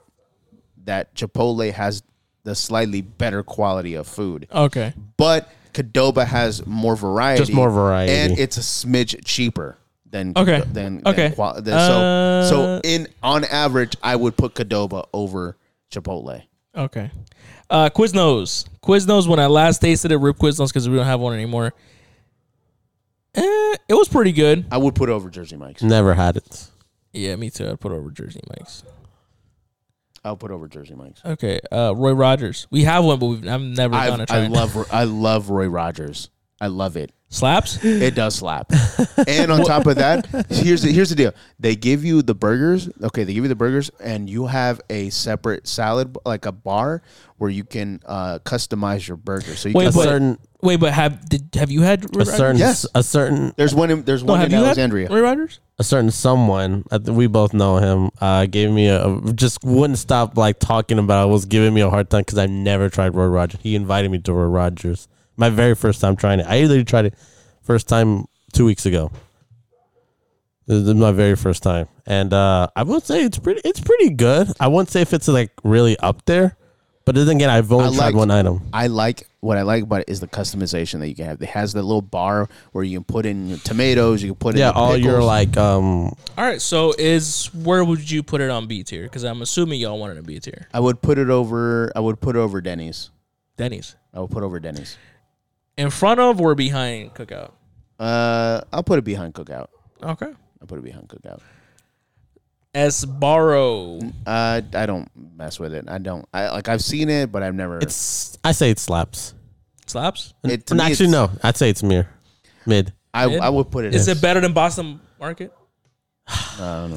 [SPEAKER 2] that Chipotle has the slightly better quality of food,
[SPEAKER 1] Okay.
[SPEAKER 2] but Cadoba has more variety.
[SPEAKER 3] Just more variety.
[SPEAKER 2] and it's a smidge cheaper than
[SPEAKER 1] Okay.
[SPEAKER 2] than
[SPEAKER 1] Okay.
[SPEAKER 2] than, qual- than
[SPEAKER 1] Uh,
[SPEAKER 2] so so in on average I would put Cadoba over Chipotle.
[SPEAKER 1] Okay. Uh, Quiznos. Quiznos. When I last tasted it, rip Quiznos because we don't have one anymore. Eh, it was pretty good.
[SPEAKER 2] I would put it over Jersey Mike's.
[SPEAKER 3] Never had it.
[SPEAKER 1] Yeah, me too. I'd put over Jersey Mike's.
[SPEAKER 2] I'll put over Jersey Mike's.
[SPEAKER 1] Okay. Uh, Roy Rogers. We have one, but we've, I've never
[SPEAKER 2] I
[SPEAKER 1] gone to try.
[SPEAKER 2] I
[SPEAKER 1] it.
[SPEAKER 2] love I love Roy Rogers. I love it.
[SPEAKER 1] slaps.
[SPEAKER 2] It does slap. and on top of that, here's the here's the deal. They give you the burgers. Okay, they give you the burgers, and you have a separate salad, like a bar, where you can uh, customize your burger. So you
[SPEAKER 1] Wait,
[SPEAKER 2] can,
[SPEAKER 3] A
[SPEAKER 1] but
[SPEAKER 3] certain,
[SPEAKER 1] wait, but have did, have you had Roy
[SPEAKER 3] a certain,
[SPEAKER 2] Yes.
[SPEAKER 3] a certain,
[SPEAKER 2] there's one. In, there's
[SPEAKER 1] No,
[SPEAKER 2] one
[SPEAKER 1] have
[SPEAKER 2] in
[SPEAKER 1] you had
[SPEAKER 2] Alexandria.
[SPEAKER 1] Roy Rogers?
[SPEAKER 3] a certain someone. I th- we both know him. Uh, gave me a, a- just wouldn't stop like talking about. it, Was giving me a hard time because I never tried Roy Rogers. He invited me to Roy Rogers. My very first time trying it. I literally tried it first time two weeks ago. This is my very first time, and uh, I would say it's pretty. It's pretty good. I wouldn't say if it's like really up there, but then again, I've
[SPEAKER 2] I
[SPEAKER 3] only tried
[SPEAKER 2] liked-
[SPEAKER 3] one item.
[SPEAKER 2] I like what I like about it is the customization that you can have. It has that little bar where you can put in your tomatoes, you can put
[SPEAKER 3] Yeah,
[SPEAKER 2] in your
[SPEAKER 3] all
[SPEAKER 2] pickles.
[SPEAKER 3] your like um
[SPEAKER 1] All right. So is where would you put it on B tier? Because I'm assuming y'all wanted a B tier.
[SPEAKER 2] I would put it over. I would put it over Denny's.
[SPEAKER 1] Denny's.
[SPEAKER 2] I would put over Denny's.
[SPEAKER 1] In front of or behind cookout?
[SPEAKER 2] Uh, I'll put it behind Cookout.
[SPEAKER 1] Okay.
[SPEAKER 2] I'll put it behind Cookout.
[SPEAKER 1] S borrow.
[SPEAKER 2] Uh, I don't mess with it. I don't. I like. I've seen it, but I've never.
[SPEAKER 3] It's I say it slaps.
[SPEAKER 1] Slaps.
[SPEAKER 2] it, to
[SPEAKER 3] And
[SPEAKER 2] me,
[SPEAKER 3] actually,
[SPEAKER 2] it's-
[SPEAKER 3] no, I'd say it's mere, mid.
[SPEAKER 2] I,
[SPEAKER 1] It-
[SPEAKER 2] I would put it.
[SPEAKER 1] Is
[SPEAKER 2] as-
[SPEAKER 1] it better than Boston Market?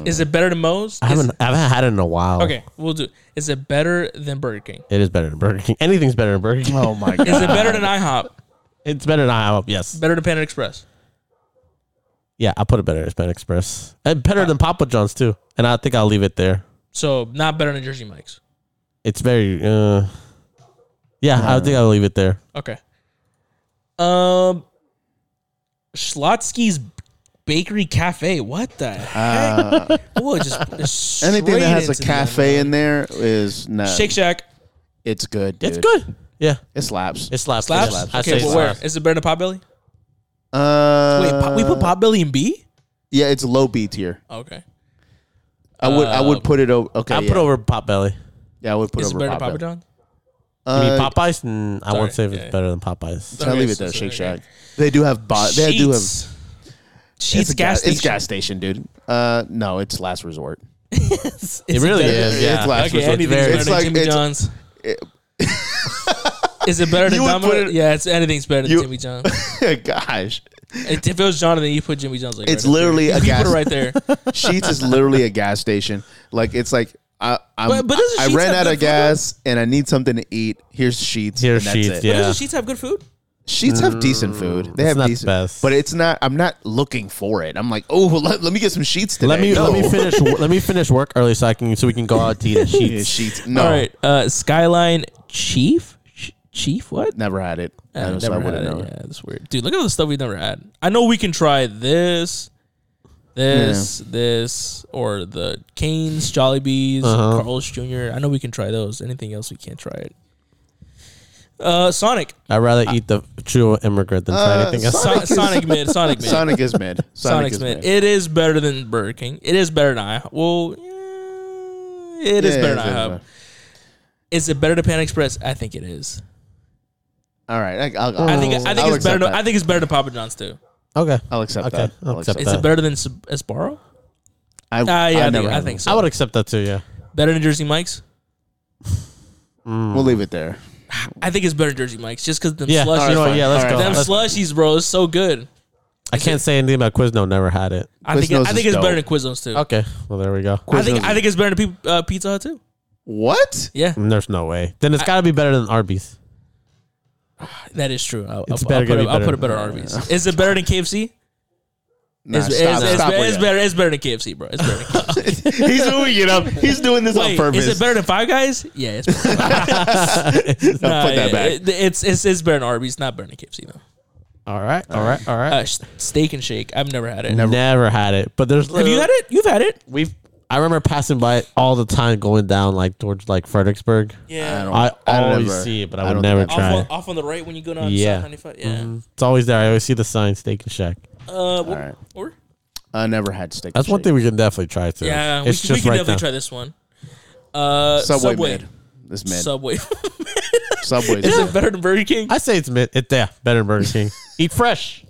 [SPEAKER 1] Is it better than Moe's?
[SPEAKER 3] I
[SPEAKER 1] Is-
[SPEAKER 3] haven't I haven't had it in a while.
[SPEAKER 1] Okay, we'll do. Is it better than Burger King?
[SPEAKER 3] it is better than Burger King. Anything's better than Burger King.
[SPEAKER 2] Oh my
[SPEAKER 1] Is
[SPEAKER 2] god!
[SPEAKER 1] it better than IHOP?
[SPEAKER 3] It's better than IHOP. Yes.
[SPEAKER 1] Better than Panda Express?
[SPEAKER 3] Yeah, I put it better. It's better Express. And better than Papa John's too. And I think I'll leave it there.
[SPEAKER 1] So not better than Jersey Mike's.
[SPEAKER 3] It's very. uh Yeah, I think I'll leave it there.
[SPEAKER 1] Okay. Um, Schlotsky's Bakery Cafe. What the heck? Whoa, just, just
[SPEAKER 2] Uh, Anything
[SPEAKER 1] straight
[SPEAKER 2] that has a
[SPEAKER 1] into the-
[SPEAKER 2] cafe uh, in there is no.
[SPEAKER 1] Shake Shack
[SPEAKER 2] It's good. Dude.
[SPEAKER 3] It's good. Yeah,
[SPEAKER 2] It slaps.
[SPEAKER 3] it slaps.
[SPEAKER 1] slaps.
[SPEAKER 3] It slaps. I
[SPEAKER 1] Okay,
[SPEAKER 3] say
[SPEAKER 1] but where
[SPEAKER 3] slaps.
[SPEAKER 1] is it better than Potbelly?
[SPEAKER 2] uh,
[SPEAKER 1] Wait, Pot- we put Potbelly in B.
[SPEAKER 2] Yeah, it's low B tier.
[SPEAKER 3] Oh,
[SPEAKER 1] Okay.
[SPEAKER 2] I would. I
[SPEAKER 1] Oh.
[SPEAKER 2] would put it over. Okay.
[SPEAKER 3] I
[SPEAKER 2] yeah.
[SPEAKER 3] put over Pop Belly.
[SPEAKER 2] Yeah, I would put
[SPEAKER 1] Is it
[SPEAKER 2] over
[SPEAKER 1] better than
[SPEAKER 2] Papa.
[SPEAKER 1] Papa John's?
[SPEAKER 3] You mean
[SPEAKER 2] Uh,
[SPEAKER 3] Popeyes? Mm, I won't say if it's
[SPEAKER 1] yeah.
[SPEAKER 3] better than Popeyes.
[SPEAKER 2] Can I leave
[SPEAKER 1] Okay,
[SPEAKER 2] it there?
[SPEAKER 1] so-
[SPEAKER 2] Shake
[SPEAKER 1] okay.
[SPEAKER 2] Shack. They do have. Bo- they do have.
[SPEAKER 1] Sheetz.
[SPEAKER 2] It's
[SPEAKER 1] Sheetz
[SPEAKER 2] a
[SPEAKER 1] gas
[SPEAKER 2] It's
[SPEAKER 1] station.
[SPEAKER 2] gas station, dude. Uh, no, it's last resort.
[SPEAKER 1] Is
[SPEAKER 3] It really
[SPEAKER 1] better-
[SPEAKER 3] is.
[SPEAKER 2] It's
[SPEAKER 3] Yeah.
[SPEAKER 2] last
[SPEAKER 1] Okay,
[SPEAKER 2] resort.
[SPEAKER 1] anything's
[SPEAKER 3] very-
[SPEAKER 1] better
[SPEAKER 2] It's
[SPEAKER 1] than
[SPEAKER 2] like-
[SPEAKER 1] Jimmy
[SPEAKER 2] it's-
[SPEAKER 1] John's. is it better than
[SPEAKER 2] You would put
[SPEAKER 1] Domino's?
[SPEAKER 2] it-
[SPEAKER 1] Yeah, it's anything's better than
[SPEAKER 2] You-
[SPEAKER 1] Jimmy John's.
[SPEAKER 2] Gosh,
[SPEAKER 1] if it was Jonathan, you put Jimmy John's. Like
[SPEAKER 2] It's
[SPEAKER 1] right up there.
[SPEAKER 2] literally a
[SPEAKER 1] You
[SPEAKER 2] gas-
[SPEAKER 1] Put it right there.
[SPEAKER 2] Sheets is literally a gas station. Like it's like I I'm,
[SPEAKER 1] But- but doesn't
[SPEAKER 2] I, I
[SPEAKER 1] Sheetz
[SPEAKER 2] ran
[SPEAKER 1] have
[SPEAKER 2] out
[SPEAKER 1] good
[SPEAKER 2] of
[SPEAKER 1] food?
[SPEAKER 2] gas and I need something to eat. Here's Sheets.
[SPEAKER 3] Here's
[SPEAKER 2] and that's
[SPEAKER 3] Sheetz,
[SPEAKER 2] it.
[SPEAKER 3] yeah.
[SPEAKER 1] Doesn't Sheets have good food?
[SPEAKER 2] Sheets have decent
[SPEAKER 1] Mm.
[SPEAKER 2] food. They
[SPEAKER 3] it's
[SPEAKER 2] have
[SPEAKER 3] not the
[SPEAKER 2] decent,
[SPEAKER 3] best.
[SPEAKER 2] but it's not. I'm not looking for it. I'm like, oh, well, let, let me get some Sheets today.
[SPEAKER 3] Let me
[SPEAKER 2] No.
[SPEAKER 3] let me finish let me finish work early so I can so we can go out to eat at
[SPEAKER 2] Yeah,
[SPEAKER 3] Sheets.
[SPEAKER 2] Sheets. No,
[SPEAKER 1] All right. Uh, Skyline Chief. Ch- Chief, what?
[SPEAKER 2] never had it.
[SPEAKER 1] I've
[SPEAKER 2] I, so I
[SPEAKER 1] never
[SPEAKER 2] wouldn't
[SPEAKER 1] had it.
[SPEAKER 2] know.
[SPEAKER 1] Yeah, that's weird, dude. Look at all the stuff we've never had. I know we can try this, this, this, or the Canes, Jollibees,
[SPEAKER 3] Uh-huh.
[SPEAKER 1] Carl's Jr. I know we can try those. Anything else we can't try it. Uh, Sonic,
[SPEAKER 3] I'd rather eat the true immigrant than try
[SPEAKER 2] Uh,
[SPEAKER 3] anything else.
[SPEAKER 1] Sonic,
[SPEAKER 2] Sonic is-
[SPEAKER 1] Sonic mid, Sonic mid,
[SPEAKER 2] Sonic is mid. Sonic
[SPEAKER 1] Sonic's
[SPEAKER 2] is
[SPEAKER 1] mid.
[SPEAKER 2] mid.
[SPEAKER 1] It is better than Burger King. It is better than I. Well, yeah, it is
[SPEAKER 2] Yeah,
[SPEAKER 1] better than
[SPEAKER 2] it's better
[SPEAKER 1] IHOP.
[SPEAKER 2] than-
[SPEAKER 1] Is it better than Pan Express? I think it is.
[SPEAKER 2] All right, Oh, I, I'll,
[SPEAKER 1] I think I think
[SPEAKER 2] I'll
[SPEAKER 1] it's better.
[SPEAKER 2] accept
[SPEAKER 1] Than,
[SPEAKER 2] that.
[SPEAKER 1] I think it's better than Papa John's too.
[SPEAKER 3] Okay.
[SPEAKER 2] I'll accept
[SPEAKER 3] Okay,
[SPEAKER 2] that.
[SPEAKER 3] I'll accept
[SPEAKER 1] Is
[SPEAKER 3] that.
[SPEAKER 1] it better than Sbarro?
[SPEAKER 2] I,
[SPEAKER 1] Ah,
[SPEAKER 2] I
[SPEAKER 1] yeah, I,
[SPEAKER 2] never
[SPEAKER 1] think, I
[SPEAKER 2] had
[SPEAKER 1] think
[SPEAKER 2] it.
[SPEAKER 1] so.
[SPEAKER 3] I would accept that too, yeah.
[SPEAKER 1] Better than Jersey Mike's?
[SPEAKER 2] We'll leave it there.
[SPEAKER 1] I think it's better than Jersey Mike's just because them
[SPEAKER 3] Yeah,
[SPEAKER 1] slushies.
[SPEAKER 3] you know what, yeah, let's
[SPEAKER 1] All
[SPEAKER 3] go.
[SPEAKER 1] Them
[SPEAKER 3] Let's-
[SPEAKER 1] slushies, bro, is so good.
[SPEAKER 3] I can't say anything about Quizno. Never had it.
[SPEAKER 1] I think,
[SPEAKER 2] Quiznos
[SPEAKER 1] I think
[SPEAKER 2] is
[SPEAKER 1] it's better than
[SPEAKER 2] dope. Uh,
[SPEAKER 1] Quiznos too.
[SPEAKER 3] Okay, well there we go.
[SPEAKER 1] I think I think it's better than Pe- uh, Pizza Hut too. Mm.
[SPEAKER 2] What?
[SPEAKER 1] Yeah,
[SPEAKER 3] There's no way. Then it's got to be better than Arby's.
[SPEAKER 1] that is true. I'll,
[SPEAKER 3] It's
[SPEAKER 1] I'll,
[SPEAKER 3] better
[SPEAKER 1] I'll put
[SPEAKER 3] gonna
[SPEAKER 1] it,
[SPEAKER 3] be
[SPEAKER 1] I'll put it
[SPEAKER 3] better
[SPEAKER 1] better
[SPEAKER 3] than-
[SPEAKER 1] Arby's. Is it better than KFC?
[SPEAKER 2] Nah,
[SPEAKER 1] it's,
[SPEAKER 2] stop.
[SPEAKER 1] it's,
[SPEAKER 2] stop
[SPEAKER 1] it's,
[SPEAKER 2] with
[SPEAKER 1] it's
[SPEAKER 2] that.
[SPEAKER 1] better. It's better than KFC, bro. It's better. Than KFC.
[SPEAKER 2] He's moving it up. He's doing this on
[SPEAKER 1] Wait,
[SPEAKER 2] purpose.
[SPEAKER 1] is it better than Five Guys? Yeah, it's better.
[SPEAKER 2] No,
[SPEAKER 1] Nah,
[SPEAKER 2] put that
[SPEAKER 1] yeah,
[SPEAKER 2] back.
[SPEAKER 1] it- it's, it's it's better than Arby's, not better than KFC though.
[SPEAKER 3] All right, all right, all
[SPEAKER 1] Uh,
[SPEAKER 3] right.
[SPEAKER 1] s- steak and Shake, I've never had it.
[SPEAKER 3] never, had it, but there's.
[SPEAKER 1] Have you had it? You've had it.
[SPEAKER 3] We've. I remember passing by it all the time, going down like towards like Fredericksburg.
[SPEAKER 1] Yeah,
[SPEAKER 3] I
[SPEAKER 2] I don't
[SPEAKER 3] always
[SPEAKER 2] ever-
[SPEAKER 3] see it, but
[SPEAKER 2] I
[SPEAKER 3] I would
[SPEAKER 2] don't
[SPEAKER 3] never
[SPEAKER 2] think
[SPEAKER 1] off
[SPEAKER 3] try
[SPEAKER 1] on,
[SPEAKER 3] it.
[SPEAKER 1] off on the right when you go down
[SPEAKER 3] Yeah. Mm-hmm.
[SPEAKER 1] South 95. Yeah.
[SPEAKER 3] It's always there. I always see the sign, Steak and Shack.
[SPEAKER 1] Uh, what,
[SPEAKER 2] right.
[SPEAKER 1] or-
[SPEAKER 2] I never had steak.
[SPEAKER 3] That's
[SPEAKER 2] and
[SPEAKER 3] one
[SPEAKER 2] shake.
[SPEAKER 3] thing we can definitely try too.
[SPEAKER 1] yeah, we,
[SPEAKER 3] it's
[SPEAKER 1] can- we
[SPEAKER 3] just
[SPEAKER 1] can
[SPEAKER 3] right
[SPEAKER 1] definitely
[SPEAKER 3] now.
[SPEAKER 1] try this one. Uh,
[SPEAKER 2] Subway,
[SPEAKER 1] Subway,
[SPEAKER 2] mid. This mid.
[SPEAKER 1] Subway.
[SPEAKER 2] Subway.
[SPEAKER 1] Is it better than Burger King?
[SPEAKER 3] I say it's mid. It, yeah, better than Burger King. Eat fresh.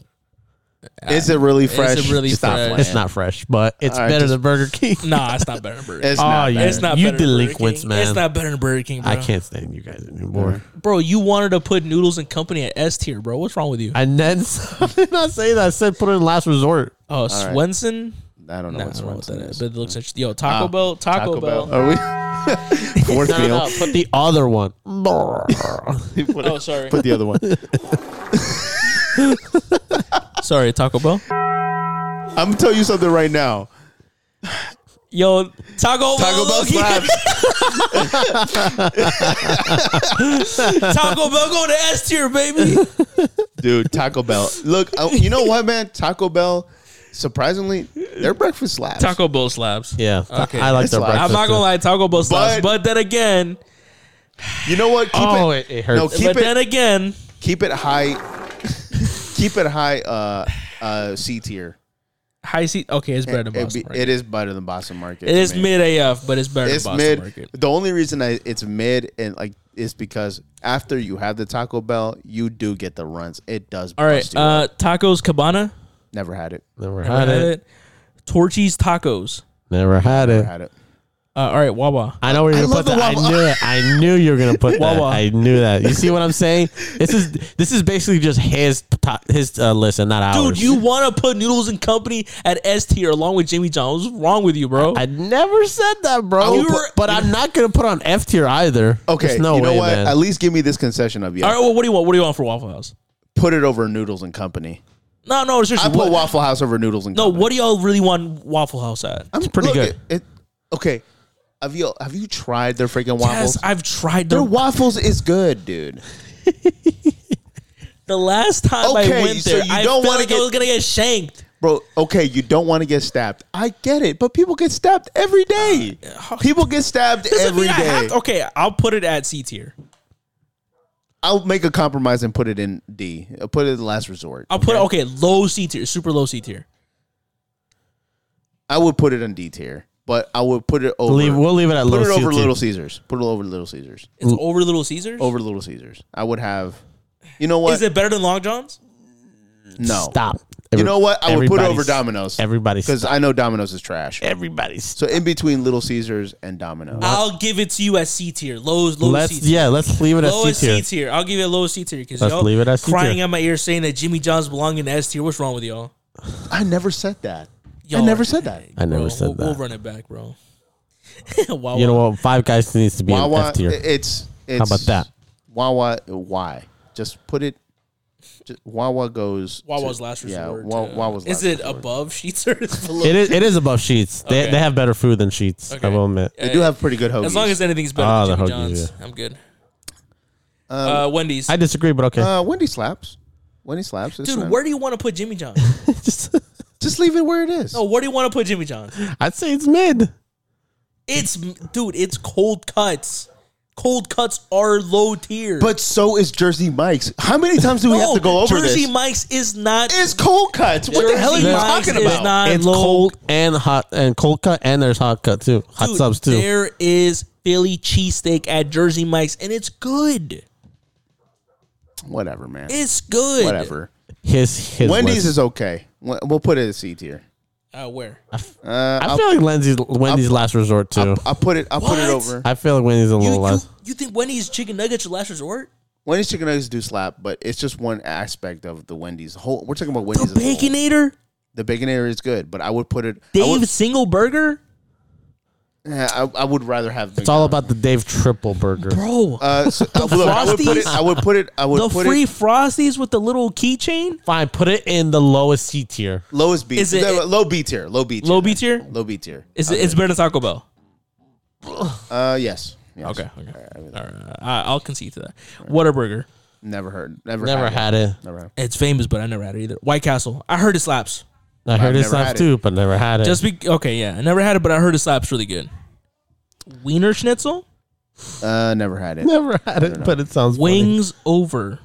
[SPEAKER 2] Is it really
[SPEAKER 1] it
[SPEAKER 2] fresh?
[SPEAKER 1] really
[SPEAKER 2] Stop
[SPEAKER 1] fresh?
[SPEAKER 2] playing.
[SPEAKER 3] It's not fresh, but it's
[SPEAKER 2] All right,
[SPEAKER 3] better
[SPEAKER 2] just-
[SPEAKER 3] than Burger King.
[SPEAKER 1] nah, it's not better than Burger King.
[SPEAKER 2] It's
[SPEAKER 3] Oh,
[SPEAKER 2] not.
[SPEAKER 3] yeah.
[SPEAKER 2] bad.
[SPEAKER 1] It's not
[SPEAKER 3] You
[SPEAKER 1] better than Burger
[SPEAKER 3] delinquents,
[SPEAKER 1] King.
[SPEAKER 3] man.
[SPEAKER 1] It's not better than Burger King, bro.
[SPEAKER 3] I can't stand you guys anymore.
[SPEAKER 1] Bro, you wanted to put noodles and company at S tier, bro. What's wrong with you?
[SPEAKER 3] And then I did not say that. I said put it in last resort.
[SPEAKER 1] Oh, Swenson?
[SPEAKER 2] I don't know
[SPEAKER 1] Nah, I
[SPEAKER 2] what's
[SPEAKER 1] don't know
[SPEAKER 2] wrong
[SPEAKER 1] what
[SPEAKER 2] with
[SPEAKER 1] that
[SPEAKER 2] that.
[SPEAKER 1] is. But it looks interesting. Yo, Taco Bell, Taco,
[SPEAKER 2] Mm. Ah, Taco
[SPEAKER 1] Bell.
[SPEAKER 2] Bell. Are we? Fourth
[SPEAKER 3] No, no,
[SPEAKER 2] meal.
[SPEAKER 3] put the other one. Brrr.
[SPEAKER 1] Oh, sorry.
[SPEAKER 2] Put the other one.
[SPEAKER 1] sorry, Taco Bell.
[SPEAKER 2] I'm gonna tell you something right now.
[SPEAKER 1] Yo, Taco,
[SPEAKER 2] Taco Bell
[SPEAKER 1] low-key-
[SPEAKER 2] slaps.
[SPEAKER 1] Taco Bell go to S tier, baby.
[SPEAKER 2] dude. Taco Bell. Look, uh, you know what, man? Taco Bell. Surprisingly, their breakfast slaps.
[SPEAKER 1] Taco Bell slabs.
[SPEAKER 3] yeah,
[SPEAKER 1] Okay.
[SPEAKER 3] I like
[SPEAKER 2] It's
[SPEAKER 3] their
[SPEAKER 2] like-
[SPEAKER 1] I'm
[SPEAKER 3] breakfast.
[SPEAKER 1] not gonna lie, Taco Bell slabs.
[SPEAKER 2] But-
[SPEAKER 1] But then again,
[SPEAKER 2] You know what? Keep
[SPEAKER 3] Oh,
[SPEAKER 2] it,
[SPEAKER 3] it, it hurts.
[SPEAKER 2] No, keep
[SPEAKER 1] but
[SPEAKER 2] it.
[SPEAKER 1] then again,
[SPEAKER 2] keep it high. keep it high. Uh, uh, C tier.
[SPEAKER 1] high seat. Okay, it's better than
[SPEAKER 2] It,
[SPEAKER 1] Boston
[SPEAKER 2] be-
[SPEAKER 1] Market.
[SPEAKER 2] it is better than Boston Market.
[SPEAKER 1] it
[SPEAKER 2] to
[SPEAKER 1] is
[SPEAKER 2] me.
[SPEAKER 1] mid AF, but it's better
[SPEAKER 2] It's
[SPEAKER 1] than Boston
[SPEAKER 2] mid.
[SPEAKER 1] Market.
[SPEAKER 2] The only reason I, it's mid and like is because after you have the Taco Bell, you do get the runs. It does.
[SPEAKER 1] All right,
[SPEAKER 2] bust you up.
[SPEAKER 1] uh, tacos Cabana.
[SPEAKER 2] never had it.
[SPEAKER 3] Never
[SPEAKER 1] Never
[SPEAKER 3] had,
[SPEAKER 1] had
[SPEAKER 3] it.
[SPEAKER 1] it. Torchy's tacos.
[SPEAKER 3] Never had
[SPEAKER 2] Never
[SPEAKER 3] it.
[SPEAKER 2] had it.
[SPEAKER 1] Uh, all right, Wawa.
[SPEAKER 3] I know where you're gonna
[SPEAKER 2] love
[SPEAKER 3] put
[SPEAKER 2] the
[SPEAKER 3] that. I
[SPEAKER 2] Wawa.
[SPEAKER 3] knew it. I knew you were gonna put that.
[SPEAKER 1] Wawa.
[SPEAKER 3] I knew that. You see what I'm saying? This is this is basically just his top, his uh, list and not ours.
[SPEAKER 1] Dude, you want to put Noodles and Company at S tier along with Jimmy John's? What's wrong with you, bro?
[SPEAKER 3] I never said that, bro.
[SPEAKER 1] You
[SPEAKER 3] But-
[SPEAKER 1] were-
[SPEAKER 3] but I'm not gonna put on F tier either.
[SPEAKER 2] Okay,
[SPEAKER 3] There's no
[SPEAKER 2] you know
[SPEAKER 3] way,
[SPEAKER 2] what?
[SPEAKER 3] man.
[SPEAKER 2] At least give me this concession of you.
[SPEAKER 1] all right, well, what do you want? What do you want for Waffle House?
[SPEAKER 2] Put it over noodles and company.
[SPEAKER 1] No, no,
[SPEAKER 2] I
[SPEAKER 1] seriously.
[SPEAKER 2] put
[SPEAKER 1] What,
[SPEAKER 2] Waffle House over noodles and
[SPEAKER 1] no,
[SPEAKER 2] company.
[SPEAKER 1] what do y'all really want Waffle House at?
[SPEAKER 2] I'm
[SPEAKER 3] pretty
[SPEAKER 2] look,
[SPEAKER 3] good.
[SPEAKER 2] It, it- okay, have you have you tried their freaking waffles?
[SPEAKER 1] Yes, I've tried
[SPEAKER 2] their
[SPEAKER 1] the,
[SPEAKER 2] waffles is good, dude.
[SPEAKER 1] the last time I
[SPEAKER 2] Okay,
[SPEAKER 1] went
[SPEAKER 2] so
[SPEAKER 1] there.
[SPEAKER 2] you
[SPEAKER 1] I don't
[SPEAKER 2] don't
[SPEAKER 1] felt
[SPEAKER 2] wanna
[SPEAKER 1] like I
[SPEAKER 2] get-
[SPEAKER 1] was gonna get shanked.
[SPEAKER 2] Bro, okay, you don't want to get stabbed. I get it, but people get stabbed every day.
[SPEAKER 1] Uh, oh.
[SPEAKER 2] People get stabbed
[SPEAKER 1] Doesn't
[SPEAKER 2] every
[SPEAKER 1] mean I
[SPEAKER 2] day.
[SPEAKER 1] have to- okay, I'll put it at C tier.
[SPEAKER 2] I'll make a compromise and put it in D. I'll put it in the last resort.
[SPEAKER 1] I'll put okay low C tier, super low C tier.
[SPEAKER 2] I would put it in D tier, but I would put it over.
[SPEAKER 3] Leave- we'll leave it at
[SPEAKER 2] put
[SPEAKER 3] Little
[SPEAKER 2] it over
[SPEAKER 3] Caesar.
[SPEAKER 2] Little Caesars. Put it over Little Caesars.
[SPEAKER 1] It's over Little Caesars.
[SPEAKER 2] Over Little Caesars. I would have. You know what?
[SPEAKER 1] Is it better than Long John's?
[SPEAKER 2] no.
[SPEAKER 3] Stop.
[SPEAKER 2] You know what? I would put it over
[SPEAKER 3] Everybody's-
[SPEAKER 2] Domino's.
[SPEAKER 3] Everybody's
[SPEAKER 2] because I know Domino's is trash.
[SPEAKER 3] Everybody's.
[SPEAKER 2] So in between Little Caesars and Domino's.
[SPEAKER 1] I'll give it to you at C tier, low low
[SPEAKER 3] Let's
[SPEAKER 1] C tier.
[SPEAKER 3] yeah. Let's leave it at C
[SPEAKER 1] Lowest C
[SPEAKER 3] tier.
[SPEAKER 1] tier. I'll give you a lowest C tier because
[SPEAKER 3] Let's
[SPEAKER 1] y'all
[SPEAKER 3] leave it at C tier.
[SPEAKER 1] crying at my ear saying that Jimmy John's belong in S tier. What's wrong with y'all?
[SPEAKER 2] I never said that.
[SPEAKER 1] Y'all
[SPEAKER 2] I never
[SPEAKER 1] are-
[SPEAKER 2] said that.
[SPEAKER 3] I never
[SPEAKER 1] Bro,
[SPEAKER 3] said
[SPEAKER 1] we'll,
[SPEAKER 3] that.
[SPEAKER 1] We'll run it back, bro. wow,
[SPEAKER 3] You know what? Five Guys needs to be in
[SPEAKER 2] Wawa,
[SPEAKER 3] F tier.
[SPEAKER 2] it's, it's
[SPEAKER 3] about that?
[SPEAKER 2] Wawa, why? Just put it. Just, Wawa goes. to-
[SPEAKER 1] Wawa's last resort.
[SPEAKER 2] Yeah, Wa-
[SPEAKER 1] uh,
[SPEAKER 2] Wawa's last
[SPEAKER 1] Is it
[SPEAKER 2] resort.
[SPEAKER 1] above sheets or is it below?
[SPEAKER 3] It is. It is above Sheets. They
[SPEAKER 1] Okay.
[SPEAKER 3] they have better food than Sheets. I
[SPEAKER 1] Okay.
[SPEAKER 3] will admit.
[SPEAKER 2] They do have pretty good hoagies.
[SPEAKER 1] As long as anything's better
[SPEAKER 3] Ah,
[SPEAKER 1] than
[SPEAKER 3] the
[SPEAKER 1] Jimmy
[SPEAKER 3] hoagies,
[SPEAKER 1] John's, I'm good.
[SPEAKER 2] Um,
[SPEAKER 1] uh, Wendy's.
[SPEAKER 3] I disagree, but okay.
[SPEAKER 2] uh, Wendy slaps. Wendy slaps. It's
[SPEAKER 1] Dude,
[SPEAKER 2] not-
[SPEAKER 1] where do you want to put Jimmy John's?
[SPEAKER 3] Just-
[SPEAKER 2] just leave it where it is.
[SPEAKER 1] No, where do you want to put Jimmy John's?
[SPEAKER 3] I'd say it's mid.
[SPEAKER 1] It's dude, it's cold cuts. Cold cuts are low tier.
[SPEAKER 2] But so is Jersey Mike's. How many times do we have to go over
[SPEAKER 1] Jersey
[SPEAKER 2] this?
[SPEAKER 1] Mike's is not.
[SPEAKER 2] it's cold cuts. What the
[SPEAKER 1] Jersey
[SPEAKER 2] hell are you
[SPEAKER 1] Mike's
[SPEAKER 2] talking
[SPEAKER 1] is
[SPEAKER 2] about?
[SPEAKER 1] not
[SPEAKER 3] It's
[SPEAKER 1] low.
[SPEAKER 3] cold and hot and cold cut, and there's hot cut too. Hot
[SPEAKER 1] Dude,
[SPEAKER 3] subs too.
[SPEAKER 1] There is Philly cheesesteak at Jersey Mike's, and it's good.
[SPEAKER 2] Whatever, man.
[SPEAKER 1] It's good.
[SPEAKER 2] Whatever.
[SPEAKER 3] His his
[SPEAKER 2] Wendy's
[SPEAKER 3] list.
[SPEAKER 2] is okay. We- We'll put it at C tier.
[SPEAKER 1] Uh, where?
[SPEAKER 2] Uh,
[SPEAKER 3] I
[SPEAKER 2] I'll,
[SPEAKER 3] feel like Wendy's Wendy's last resort too.
[SPEAKER 2] I'll, I'll put it. I'll put it
[SPEAKER 1] What?
[SPEAKER 2] over.
[SPEAKER 3] I feel like Wendy's a
[SPEAKER 1] You,
[SPEAKER 3] little
[SPEAKER 1] you,
[SPEAKER 3] less.
[SPEAKER 1] you think Wendy's chicken nuggets are last resort?
[SPEAKER 2] Wendy's chicken nuggets do slap, but it's just one aspect of the Wendy's whole. We're talking about
[SPEAKER 1] The
[SPEAKER 2] Wendy's. as a whole.
[SPEAKER 1] Baconator?
[SPEAKER 2] The baconator is good, but I would put it. I would,
[SPEAKER 1] Dave's single burger?
[SPEAKER 2] eh, I, I would rather have.
[SPEAKER 3] It's all about the Dave triple burger.
[SPEAKER 1] Bro,
[SPEAKER 2] Uh, so, uh, look, I would put it. I would put it. I would
[SPEAKER 1] the
[SPEAKER 2] put
[SPEAKER 1] free
[SPEAKER 2] it
[SPEAKER 1] Frosties with the little keychain?
[SPEAKER 3] Fine, put it in the lowest C tier.
[SPEAKER 2] lowest B.
[SPEAKER 1] Is it-
[SPEAKER 2] no, low B tier? Low B tier.
[SPEAKER 1] Low B tier?
[SPEAKER 2] Low B tier.
[SPEAKER 1] It's, it's better than Taco Bell.
[SPEAKER 2] Uh, yes. Yes.
[SPEAKER 1] Okay, okay. All right, I- I'll concede to that. Whataburger.
[SPEAKER 2] Never heard. Never.
[SPEAKER 3] Never had it.
[SPEAKER 2] Never. Had.
[SPEAKER 1] It's famous, but I never had it either. White Castle. I heard it slaps.
[SPEAKER 3] I heard
[SPEAKER 2] I've
[SPEAKER 3] it's
[SPEAKER 2] never had
[SPEAKER 3] not
[SPEAKER 2] it.
[SPEAKER 3] too, but never had it.
[SPEAKER 1] Just be okay, yeah. I never had it, but I heard it slaps really good. Wiener Schnitzel,
[SPEAKER 2] Uh, never had it.
[SPEAKER 3] never had it, but it sounds funny.
[SPEAKER 1] wings over,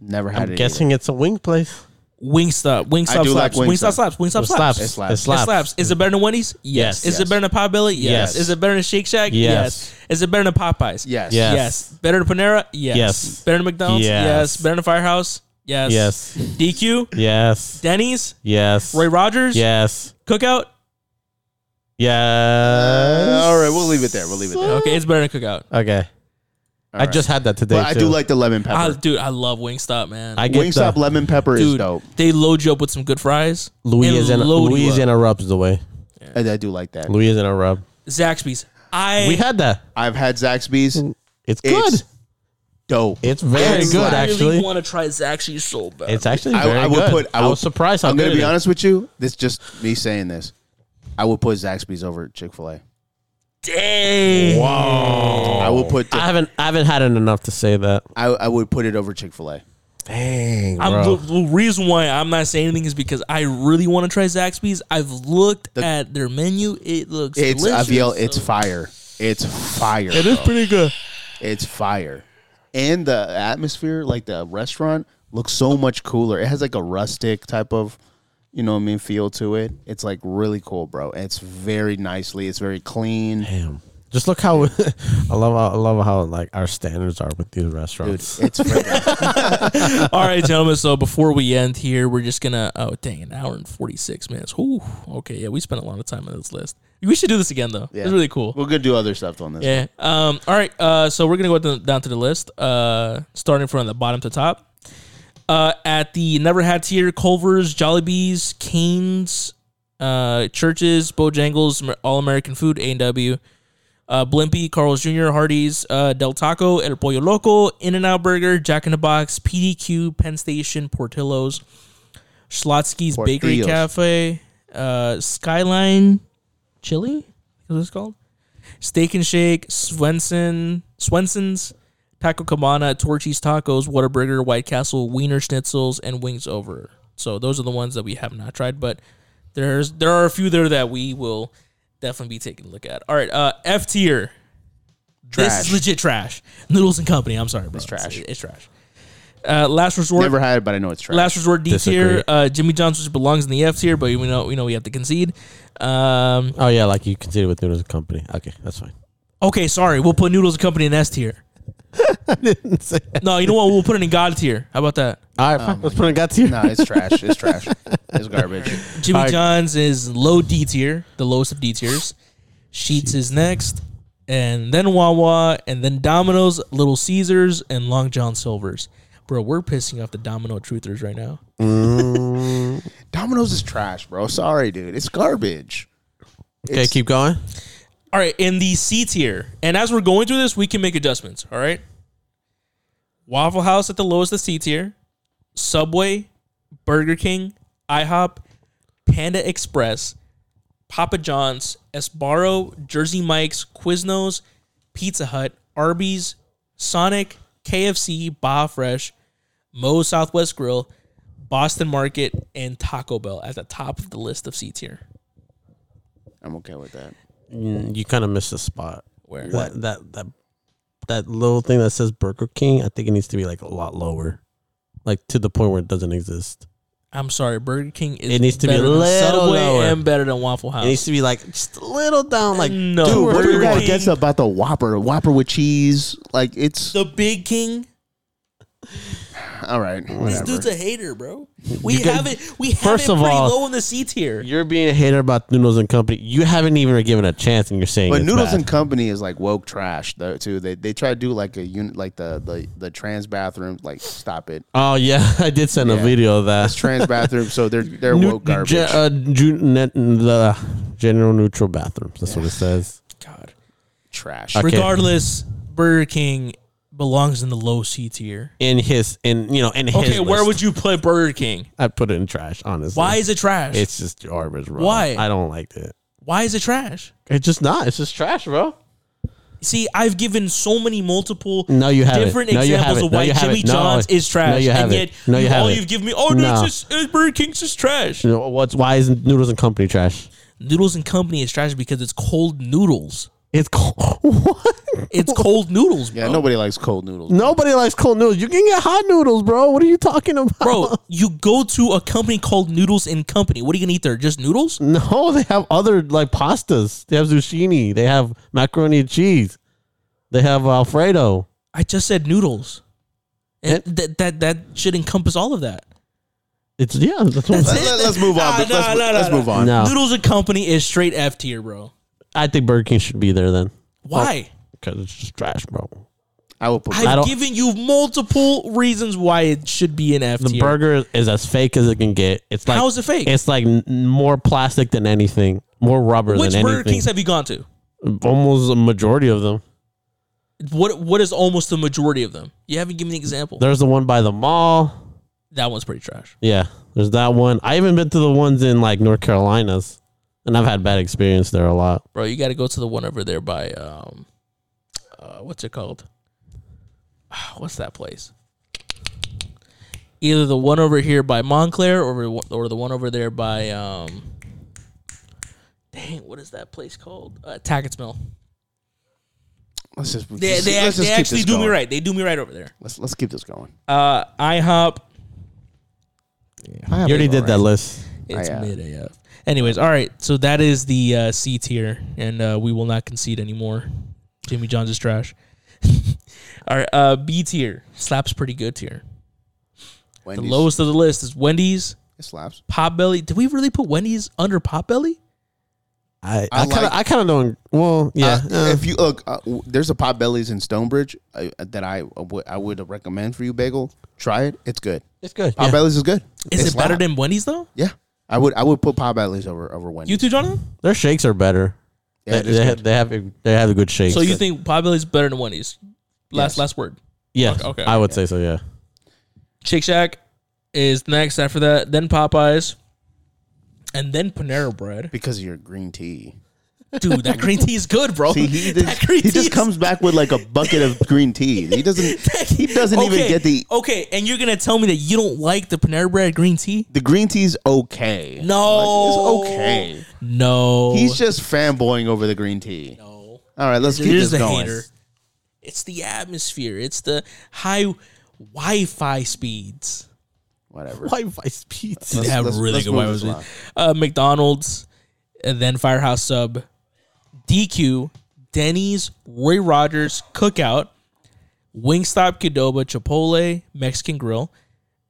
[SPEAKER 2] Never had
[SPEAKER 3] I'm
[SPEAKER 2] it.
[SPEAKER 3] guessing it's a wing place.
[SPEAKER 1] Wingstop, Wingstop
[SPEAKER 2] do like
[SPEAKER 1] slaps, Wingstop
[SPEAKER 2] Wingstop.
[SPEAKER 1] slaps, Wingstop
[SPEAKER 3] It slaps.
[SPEAKER 1] slaps.
[SPEAKER 3] It
[SPEAKER 1] It
[SPEAKER 3] slaps.
[SPEAKER 2] slaps.
[SPEAKER 3] It slaps.
[SPEAKER 1] slaps. Is it better than Wendy's?
[SPEAKER 3] Yes.
[SPEAKER 1] Is
[SPEAKER 2] Yes.
[SPEAKER 1] it better than Potbelly? Yes.
[SPEAKER 3] Yes.
[SPEAKER 1] Is it better than Shake Shack?
[SPEAKER 3] Yes.
[SPEAKER 1] Yes. Is it better than Popeyes?
[SPEAKER 2] Yes.
[SPEAKER 3] Yeah.
[SPEAKER 1] Yes.
[SPEAKER 3] Yes.
[SPEAKER 1] Either than Panera? Yes.
[SPEAKER 3] Yes.
[SPEAKER 1] Better than McDonald's?
[SPEAKER 3] Yes.
[SPEAKER 1] Yes. Better than Firehouse? Yes.
[SPEAKER 3] Yes.
[SPEAKER 1] DQ?
[SPEAKER 3] Yes.
[SPEAKER 1] Denny's?
[SPEAKER 3] Yes.
[SPEAKER 1] Roy Rogers?
[SPEAKER 3] Yes.
[SPEAKER 1] Cookout?
[SPEAKER 3] Yes.
[SPEAKER 2] Uh, all right, we'll leave it there. We'll leave it there.
[SPEAKER 1] Okay, it's better than Cookout.
[SPEAKER 3] Okay. I
[SPEAKER 2] right.
[SPEAKER 3] just had that today.
[SPEAKER 2] But I do
[SPEAKER 3] too.
[SPEAKER 2] like the lemon
[SPEAKER 1] I,
[SPEAKER 2] pepper.
[SPEAKER 1] dude, I love Wingstop, man.
[SPEAKER 3] I get
[SPEAKER 2] Wingstop
[SPEAKER 3] the
[SPEAKER 2] lemon pepper is
[SPEAKER 1] dude,
[SPEAKER 2] dope.
[SPEAKER 1] they load you up with some good fries. and
[SPEAKER 3] Louisiana
[SPEAKER 1] load you up.
[SPEAKER 3] Louisiana rubs the way.
[SPEAKER 2] I, I do like that.
[SPEAKER 3] Louisiana rub.
[SPEAKER 1] Zaxby's. I
[SPEAKER 3] We had that.
[SPEAKER 2] I've had Zaxby's.
[SPEAKER 3] Mm. It's good.
[SPEAKER 2] It's
[SPEAKER 3] It's,
[SPEAKER 2] dope.
[SPEAKER 3] very
[SPEAKER 2] It's
[SPEAKER 3] good
[SPEAKER 2] like-
[SPEAKER 1] I
[SPEAKER 3] actually.
[SPEAKER 1] really want to try Zaxby's so bad.
[SPEAKER 3] It's actually
[SPEAKER 2] I,
[SPEAKER 3] very
[SPEAKER 2] I would
[SPEAKER 3] good.
[SPEAKER 2] put. I,
[SPEAKER 3] I
[SPEAKER 2] would,
[SPEAKER 3] was surprised how
[SPEAKER 2] I'm
[SPEAKER 3] good
[SPEAKER 2] gonna
[SPEAKER 3] it
[SPEAKER 2] be
[SPEAKER 3] is.
[SPEAKER 2] honest with you. This is just me saying this. I would put Zaxby's over Chick Fil A.
[SPEAKER 1] Dang.
[SPEAKER 2] I would put.
[SPEAKER 3] I
[SPEAKER 2] I,
[SPEAKER 3] haven't I haven't had it enough to say that.
[SPEAKER 2] I, would put it over Chick Fil A.
[SPEAKER 3] Dang,
[SPEAKER 1] I'm,
[SPEAKER 3] bro.
[SPEAKER 1] the, the reason why I'm not saying anything is because I really want to try Zaxby's. I've looked at their menu; it looks
[SPEAKER 2] It's
[SPEAKER 1] delicious.
[SPEAKER 2] I've yelled, It's fire. It's fire.
[SPEAKER 3] it is pretty good.
[SPEAKER 2] It's fire. And the atmosphere, like the restaurant, looks so much cooler. It has like a rustic type of, you know what I mean, feel to it. It's like really cool, bro. It's very nicely. It's very clean.
[SPEAKER 3] Damn. Just look how I love how, I love how like our standards are with these
[SPEAKER 2] Dude,
[SPEAKER 3] restaurants.
[SPEAKER 2] it's freaking-
[SPEAKER 1] All right, gentlemen. So before we end here, we're just gonna oh dang, an hour and forty six minutes. Ooh, okay, yeah, we spent a lot of time on this list. We should do this again though.
[SPEAKER 2] Yeah.
[SPEAKER 1] It's really cool.
[SPEAKER 2] we're gonna do other stuff on this.
[SPEAKER 1] Yeah. Um. All right. Uh. So we're gonna go th- down to the list. Uh. Starting from the bottom to top. Uh. At the never had tier, Culver's, Jollibee's, Canes, uh, Churches, Bojangles, All American Food, A and W, uh, Blimpie, Carl's Jr., Hardee's, uh, Del Taco, El Pollo Loco, In and Out Burger, Jack in the Box, PDQ, Penn Station, Portillo's, Schlotsky's Bakery
[SPEAKER 2] Portillo's.
[SPEAKER 1] Cafe, uh, Skyline Chili, is what it's called. Steak and Shake, Swenson, Swenson's, Taco Cabana, Torchy's Tacos, Whataburger, White Castle, Wiener Schnitzels, and Wings Over. So those are the ones that we have not tried, but there's there are a few there that we will definitely be taking a look at. All right, uh, F tier. This
[SPEAKER 2] Trash.
[SPEAKER 1] is legit trash. Noodles and Company. I'm sorry, bro. It's
[SPEAKER 2] trash.
[SPEAKER 1] It's, trash. Uh, last resort.
[SPEAKER 2] Never had it, but I know it's trash.
[SPEAKER 1] Last resort D
[SPEAKER 3] Disagree.
[SPEAKER 1] tier. Uh, Jimmy John's which belongs in the F tier, but we know we know we have to concede. Um,
[SPEAKER 3] oh yeah, like you consider with Noodles and Company. Okay, that's fine.
[SPEAKER 1] okay, sorry. We'll put Noodles and Company in S tier. No, you know what? We'll put it in God tier. How about that?
[SPEAKER 3] All right, fine. let's put it in God tier.
[SPEAKER 2] no, it's trash. It's trash. It's garbage.
[SPEAKER 1] Jimmy
[SPEAKER 3] right.
[SPEAKER 1] John's is low D tier, the lowest of D tiers. Sheets is next, and then Wawa, and then Domino's, Little Caesars, and Long John Silver's. Bro, we're pissing off the Domino truthers right now.
[SPEAKER 2] Domino's is trash, bro. Sorry, dude. It's garbage.
[SPEAKER 3] Okay,
[SPEAKER 2] It's-
[SPEAKER 3] keep going.
[SPEAKER 1] All right, in the C tier, and as we're going through this, we can make adjustments. All right, Waffle House at the lowest of C tier, Subway, Burger King, IHOP, Panda Express, Papa John's, Esbarro, Jersey Mike's, Quiznos, Pizza Hut, Arby's, Sonic, KFC, Baja Fresh, Moe's Southwest Grill, Boston Market, and Taco Bell at the top of the list of C tier.
[SPEAKER 2] I'm okay with that.
[SPEAKER 3] Mm, You kind of missed a spot.
[SPEAKER 1] Where?
[SPEAKER 3] That, that that that little thing that says Burger King, I think it needs to be like a lot lower, like to the point where it doesn't exist.
[SPEAKER 1] I'm sorry, Burger King is
[SPEAKER 3] It needs to be
[SPEAKER 1] better than
[SPEAKER 3] a little
[SPEAKER 1] Subway
[SPEAKER 3] lower.
[SPEAKER 1] and better than Waffle House.
[SPEAKER 3] It needs to be like just a little down, like
[SPEAKER 1] no,
[SPEAKER 2] Dude, what do
[SPEAKER 1] Burger
[SPEAKER 2] you got
[SPEAKER 1] King-
[SPEAKER 2] against about the Whopper? Whopper with cheese? Like it's
[SPEAKER 1] the Big King,
[SPEAKER 2] all right.
[SPEAKER 1] This
[SPEAKER 2] Whatever.
[SPEAKER 1] dude's a hater, bro. We
[SPEAKER 3] got-
[SPEAKER 1] have it. We have
[SPEAKER 3] First
[SPEAKER 1] it
[SPEAKER 3] of
[SPEAKER 1] pretty
[SPEAKER 3] all,
[SPEAKER 1] low in the C tier.
[SPEAKER 3] You're being a hater about Noodles and Company. You haven't even given a chance, and you're saying.
[SPEAKER 2] But
[SPEAKER 3] it's
[SPEAKER 2] Noodles
[SPEAKER 3] bad.
[SPEAKER 2] and Company is like woke trash though too. They they try to do like a unit like the the the trans bathroom. Like stop it.
[SPEAKER 3] Oh yeah, I did send a
[SPEAKER 2] Yeah.
[SPEAKER 3] video of that.
[SPEAKER 2] It's trans bathroom, so they're they're
[SPEAKER 3] Nu-
[SPEAKER 2] woke garbage.
[SPEAKER 3] gen- uh, ju- net- the general neutral bathrooms. That's what it says.
[SPEAKER 1] God.
[SPEAKER 2] trash.
[SPEAKER 3] Okay.
[SPEAKER 1] Regardless, Burger King belongs in the low C tier.
[SPEAKER 3] In his, in you know, in his.
[SPEAKER 1] Okay, where would you put Burger King?
[SPEAKER 3] I put it in trash? Honestly,
[SPEAKER 1] Why is it trash?
[SPEAKER 3] It's just garbage, bro.
[SPEAKER 1] Why?
[SPEAKER 3] I don't like it.
[SPEAKER 1] Why is it trash?
[SPEAKER 3] It's just not. It's just trash, bro.
[SPEAKER 1] See, I've given so many multiple
[SPEAKER 3] No, you haven't.
[SPEAKER 1] different
[SPEAKER 3] No, you
[SPEAKER 1] examples
[SPEAKER 3] haven't.
[SPEAKER 1] of
[SPEAKER 3] No,
[SPEAKER 1] why
[SPEAKER 3] you haven't.
[SPEAKER 1] Jimmy
[SPEAKER 3] No,
[SPEAKER 1] John's is trash.
[SPEAKER 3] no, you
[SPEAKER 1] and
[SPEAKER 3] haven't.
[SPEAKER 1] yet
[SPEAKER 3] No, you
[SPEAKER 1] you- all
[SPEAKER 3] haven't.
[SPEAKER 1] you've given me, oh, no,
[SPEAKER 3] No.
[SPEAKER 1] it's just uh, Burger King's just trash.
[SPEAKER 3] You know, what's why is Noodles and Company trash?
[SPEAKER 1] Noodles and Company is trash because it's cold noodles.
[SPEAKER 3] It's cold. what?
[SPEAKER 1] It's cold noodles, bro.
[SPEAKER 2] Yeah, nobody likes cold noodles.
[SPEAKER 3] Nobody likes cold noodles. You can get hot noodles, bro. What are you talking about?
[SPEAKER 1] Bro, you go to a company called Noodles and Company. What are you gonna eat there? Just noodles?
[SPEAKER 3] No, they have other like pastas. They have zucchini. They have macaroni and cheese. They have Alfredo.
[SPEAKER 1] I just said noodles. And that that that should encompass all of that.
[SPEAKER 3] It's yeah. That's what
[SPEAKER 1] That's
[SPEAKER 2] Let,
[SPEAKER 1] it.
[SPEAKER 2] us move on.
[SPEAKER 1] Nah,
[SPEAKER 2] let's
[SPEAKER 1] nah, nah,
[SPEAKER 2] let's
[SPEAKER 1] nah,
[SPEAKER 2] move
[SPEAKER 1] nah.
[SPEAKER 2] on.
[SPEAKER 3] No.
[SPEAKER 1] Noodles and Company is straight F tier, bro.
[SPEAKER 3] I think Burger King should be there then
[SPEAKER 1] Why?
[SPEAKER 3] because it's just trash, bro.
[SPEAKER 2] I will put.
[SPEAKER 3] I
[SPEAKER 1] I've
[SPEAKER 3] don't-
[SPEAKER 1] given you multiple reasons why it should be an F
[SPEAKER 3] The
[SPEAKER 1] tier.
[SPEAKER 3] burger is as fake as it can get. It's like
[SPEAKER 1] How is it fake?
[SPEAKER 3] It's like n- more plastic than anything, more rubber
[SPEAKER 1] Which
[SPEAKER 3] than
[SPEAKER 1] Burger
[SPEAKER 3] anything.
[SPEAKER 1] Kings have you gone to?
[SPEAKER 3] Almost a majority of them.
[SPEAKER 1] What what is almost the majority of them? You haven't given me an example.
[SPEAKER 3] There's the one by the mall.
[SPEAKER 1] that one's pretty trash.
[SPEAKER 3] Yeah, there's that one. I haven't been to the ones in like North Carolinas, and I've had bad experience there a lot.
[SPEAKER 1] Bro, you got to go to the one over there by um uh what's it called? What's that place? Either the one over here by Montclair or or the one over there by um Dang, what is that place called? Uh, Tackett's Mill.
[SPEAKER 2] let's just.
[SPEAKER 1] They,
[SPEAKER 2] let's
[SPEAKER 1] they,
[SPEAKER 2] just
[SPEAKER 1] they
[SPEAKER 2] keep
[SPEAKER 1] actually
[SPEAKER 2] this
[SPEAKER 1] do me
[SPEAKER 2] going.
[SPEAKER 1] right. They do me right over there.
[SPEAKER 2] Let's let's keep this going.
[SPEAKER 1] Uh, IHOP.
[SPEAKER 2] I have
[SPEAKER 3] You already
[SPEAKER 2] it
[SPEAKER 3] did that
[SPEAKER 2] already.
[SPEAKER 3] list.
[SPEAKER 1] It's
[SPEAKER 2] I, uh,
[SPEAKER 1] mid AF. Anyways, all right. So that is the uh, C tier, and uh, we will not concede anymore. Jimmy John's is trash. all right, uh, B tier slaps pretty good tier. The
[SPEAKER 2] Wendy's.
[SPEAKER 1] lowest of the list is Wendy's,
[SPEAKER 2] It slaps.
[SPEAKER 1] Potbelly. Did we really put Wendy's under Potbelly?
[SPEAKER 3] I
[SPEAKER 2] I
[SPEAKER 3] I kind of
[SPEAKER 2] like-
[SPEAKER 3] I kind of don't. Well, yeah.
[SPEAKER 2] Uh,
[SPEAKER 3] uh,
[SPEAKER 2] if you look, uh, w- there's a Potbelly's in Stonebridge uh, that I would I would recommend for you, Bagel. Try it. It's good.
[SPEAKER 3] it's good. yeah.
[SPEAKER 2] Potbelly's is good.
[SPEAKER 1] Is
[SPEAKER 2] They
[SPEAKER 1] it better
[SPEAKER 2] slap.
[SPEAKER 1] than Wendy's though?
[SPEAKER 2] Yeah, I would I would put Potbelly's over over
[SPEAKER 1] You
[SPEAKER 2] Wendy's.
[SPEAKER 1] too, Jonathan.
[SPEAKER 3] Their shakes are better.
[SPEAKER 2] Yeah, it
[SPEAKER 3] they,
[SPEAKER 2] is
[SPEAKER 3] they,
[SPEAKER 2] good.
[SPEAKER 3] have, they have a- they have a good shake.
[SPEAKER 1] So you think Potbelly's better than Wendy's? Last
[SPEAKER 2] Yes.
[SPEAKER 1] last word.
[SPEAKER 3] Yes,
[SPEAKER 1] okay,
[SPEAKER 3] I would say so. Yeah.
[SPEAKER 1] Shake Shack is next. After that, then Popeyes, and then Panera Bread.
[SPEAKER 2] because of your green tea.
[SPEAKER 1] Dude, that green tea is good, bro.
[SPEAKER 2] See, he
[SPEAKER 1] Oh, that
[SPEAKER 2] just,
[SPEAKER 1] green
[SPEAKER 2] he
[SPEAKER 1] tea
[SPEAKER 2] just
[SPEAKER 1] is-
[SPEAKER 2] comes back with like a bucket of green tea. He doesn't he doesn't even
[SPEAKER 1] Okay, Oh.
[SPEAKER 2] get the
[SPEAKER 1] Okay, and you're gonna tell me that you don't like the Panera Bread green tea?
[SPEAKER 2] the green tea's okay.
[SPEAKER 1] No,
[SPEAKER 2] Like, it's okay.
[SPEAKER 1] No,
[SPEAKER 2] He's just fanboying over the green tea.
[SPEAKER 1] no.
[SPEAKER 2] All right, let's keep
[SPEAKER 1] You're
[SPEAKER 2] this
[SPEAKER 1] just a
[SPEAKER 2] going.
[SPEAKER 1] hater. It's the atmosphere. It's the high Wi-Fi speeds.
[SPEAKER 2] Whatever.
[SPEAKER 3] Wi-Fi speeds.
[SPEAKER 1] Dude, they
[SPEAKER 2] Let's-
[SPEAKER 1] have
[SPEAKER 2] let's-
[SPEAKER 1] really
[SPEAKER 2] let's
[SPEAKER 1] good
[SPEAKER 2] move
[SPEAKER 1] Wi-Fi
[SPEAKER 2] this along.
[SPEAKER 1] speeds. Uh, McDonald's, and then Firehouse Sub, DQ, Denny's, Roy Rogers, Cookout, Wingstop, Qdoba, Chipotle, Mexican Grill,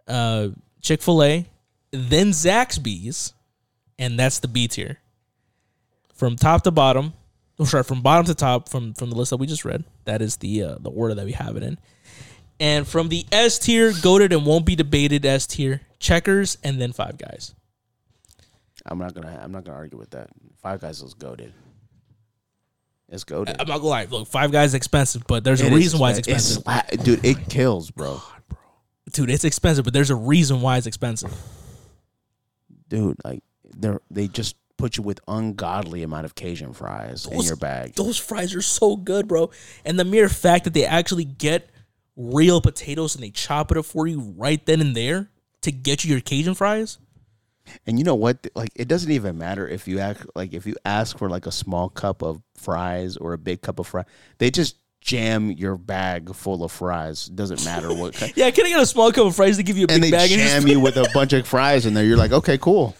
[SPEAKER 1] uh, Chick Fil A, then Zaxby's, and that's the B tier. From top to bottom, oh, sorry, from bottom to top, from from the list that we just read, that is the uh, the order that we have it in. And from the S tier, goaded and won't be debated S tier, checkers, and then Five Guys.
[SPEAKER 2] I'm not gonna I'm not gonna argue with that. Five Guys is goaded. It's goaded.
[SPEAKER 1] I'm not gonna lie. Look, Five Guys is expensive, but there's a
[SPEAKER 2] It is
[SPEAKER 1] reason why it's
[SPEAKER 2] expen-
[SPEAKER 1] expensive,
[SPEAKER 2] sla- dude. It kills, bro.
[SPEAKER 1] dude. It's expensive, but there's a reason why it's expensive.
[SPEAKER 2] Dude, like they are they just put you with ungodly amount of Cajun fries in
[SPEAKER 1] Those-
[SPEAKER 2] your bag.
[SPEAKER 1] Those fries are so good, bro. And the mere fact that they actually get real potatoes and they chop it up for you right then and there to get you your Cajun fries.
[SPEAKER 2] And you know what? Like, it doesn't even matter if you act like if you ask for like a small cup of fries or a big cup of fries, they just jam your bag full of fries. Doesn't matter what kind.
[SPEAKER 1] Yeah, can I get a small cup of fries to give you a big
[SPEAKER 2] and they
[SPEAKER 1] bag?
[SPEAKER 2] jam
[SPEAKER 1] and
[SPEAKER 2] you with a bunch of fries in there. You're like, okay, cool.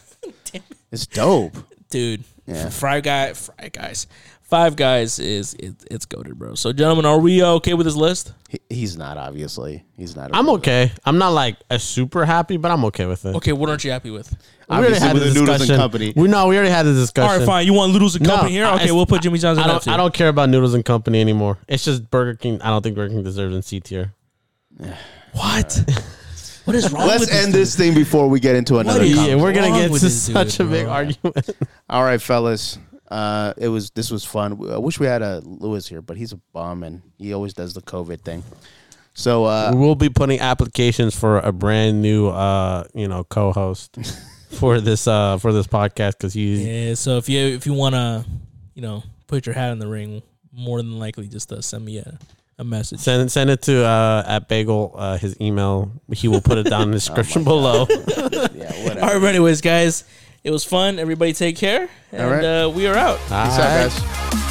[SPEAKER 2] It's dope.
[SPEAKER 1] dude, Fry Guy, Fry Guys, Five Guys is it, it's goaded, bro. So, gentlemen, are we uh, okay with this list?
[SPEAKER 2] He, he's not obviously. He's not.
[SPEAKER 3] I'm
[SPEAKER 2] okay.
[SPEAKER 3] okay. I'm not like a super happy, but I'm okay with it.
[SPEAKER 1] Okay, what aren't you happy with?
[SPEAKER 3] We already
[SPEAKER 2] Obviously,
[SPEAKER 3] had
[SPEAKER 2] with
[SPEAKER 3] the
[SPEAKER 2] the Noodles and
[SPEAKER 3] discussion.
[SPEAKER 2] Company.
[SPEAKER 3] We no, we already had the discussion.
[SPEAKER 1] All right, fine. You want Noodles and
[SPEAKER 3] No,
[SPEAKER 1] Company here?
[SPEAKER 3] I-
[SPEAKER 1] Okay, we'll put Jimmy John's in
[SPEAKER 3] I
[SPEAKER 1] that
[SPEAKER 3] don't,
[SPEAKER 1] too.
[SPEAKER 3] I don't care about Noodles and Company anymore. It's just Burger King. I don't think Burger King deserves in C tier.
[SPEAKER 1] What? what is wrong with
[SPEAKER 2] Let's
[SPEAKER 1] this
[SPEAKER 2] end this thing before we get into another.
[SPEAKER 1] is-
[SPEAKER 2] conversation.
[SPEAKER 3] Yeah, we're gonna
[SPEAKER 1] wrong
[SPEAKER 3] get
[SPEAKER 1] with
[SPEAKER 3] to
[SPEAKER 1] this dude,
[SPEAKER 3] such a big
[SPEAKER 1] bro?
[SPEAKER 3] argument.
[SPEAKER 2] All right, fellas. Uh, it was this was fun. I wish we had a Lewis here, but he's a bum and he always does the COVID thing. So uh,
[SPEAKER 3] we will be putting applications for a brand new, uh, you know, co-host for this uh for this podcast because he's
[SPEAKER 1] Yeah, so if you if you want to, you know, put your hat in the ring, more than likely just uh, send me a, a message.
[SPEAKER 3] Send send it to uh, at Bagel uh, his email. He will put it
[SPEAKER 2] Oh
[SPEAKER 3] down in the description below.
[SPEAKER 2] yeah, whatever.
[SPEAKER 1] All right, but anyways, guys, it was fun. Everybody take care. And
[SPEAKER 2] right.
[SPEAKER 1] uh, we are out.
[SPEAKER 2] Peace out, guys.
[SPEAKER 4] Slow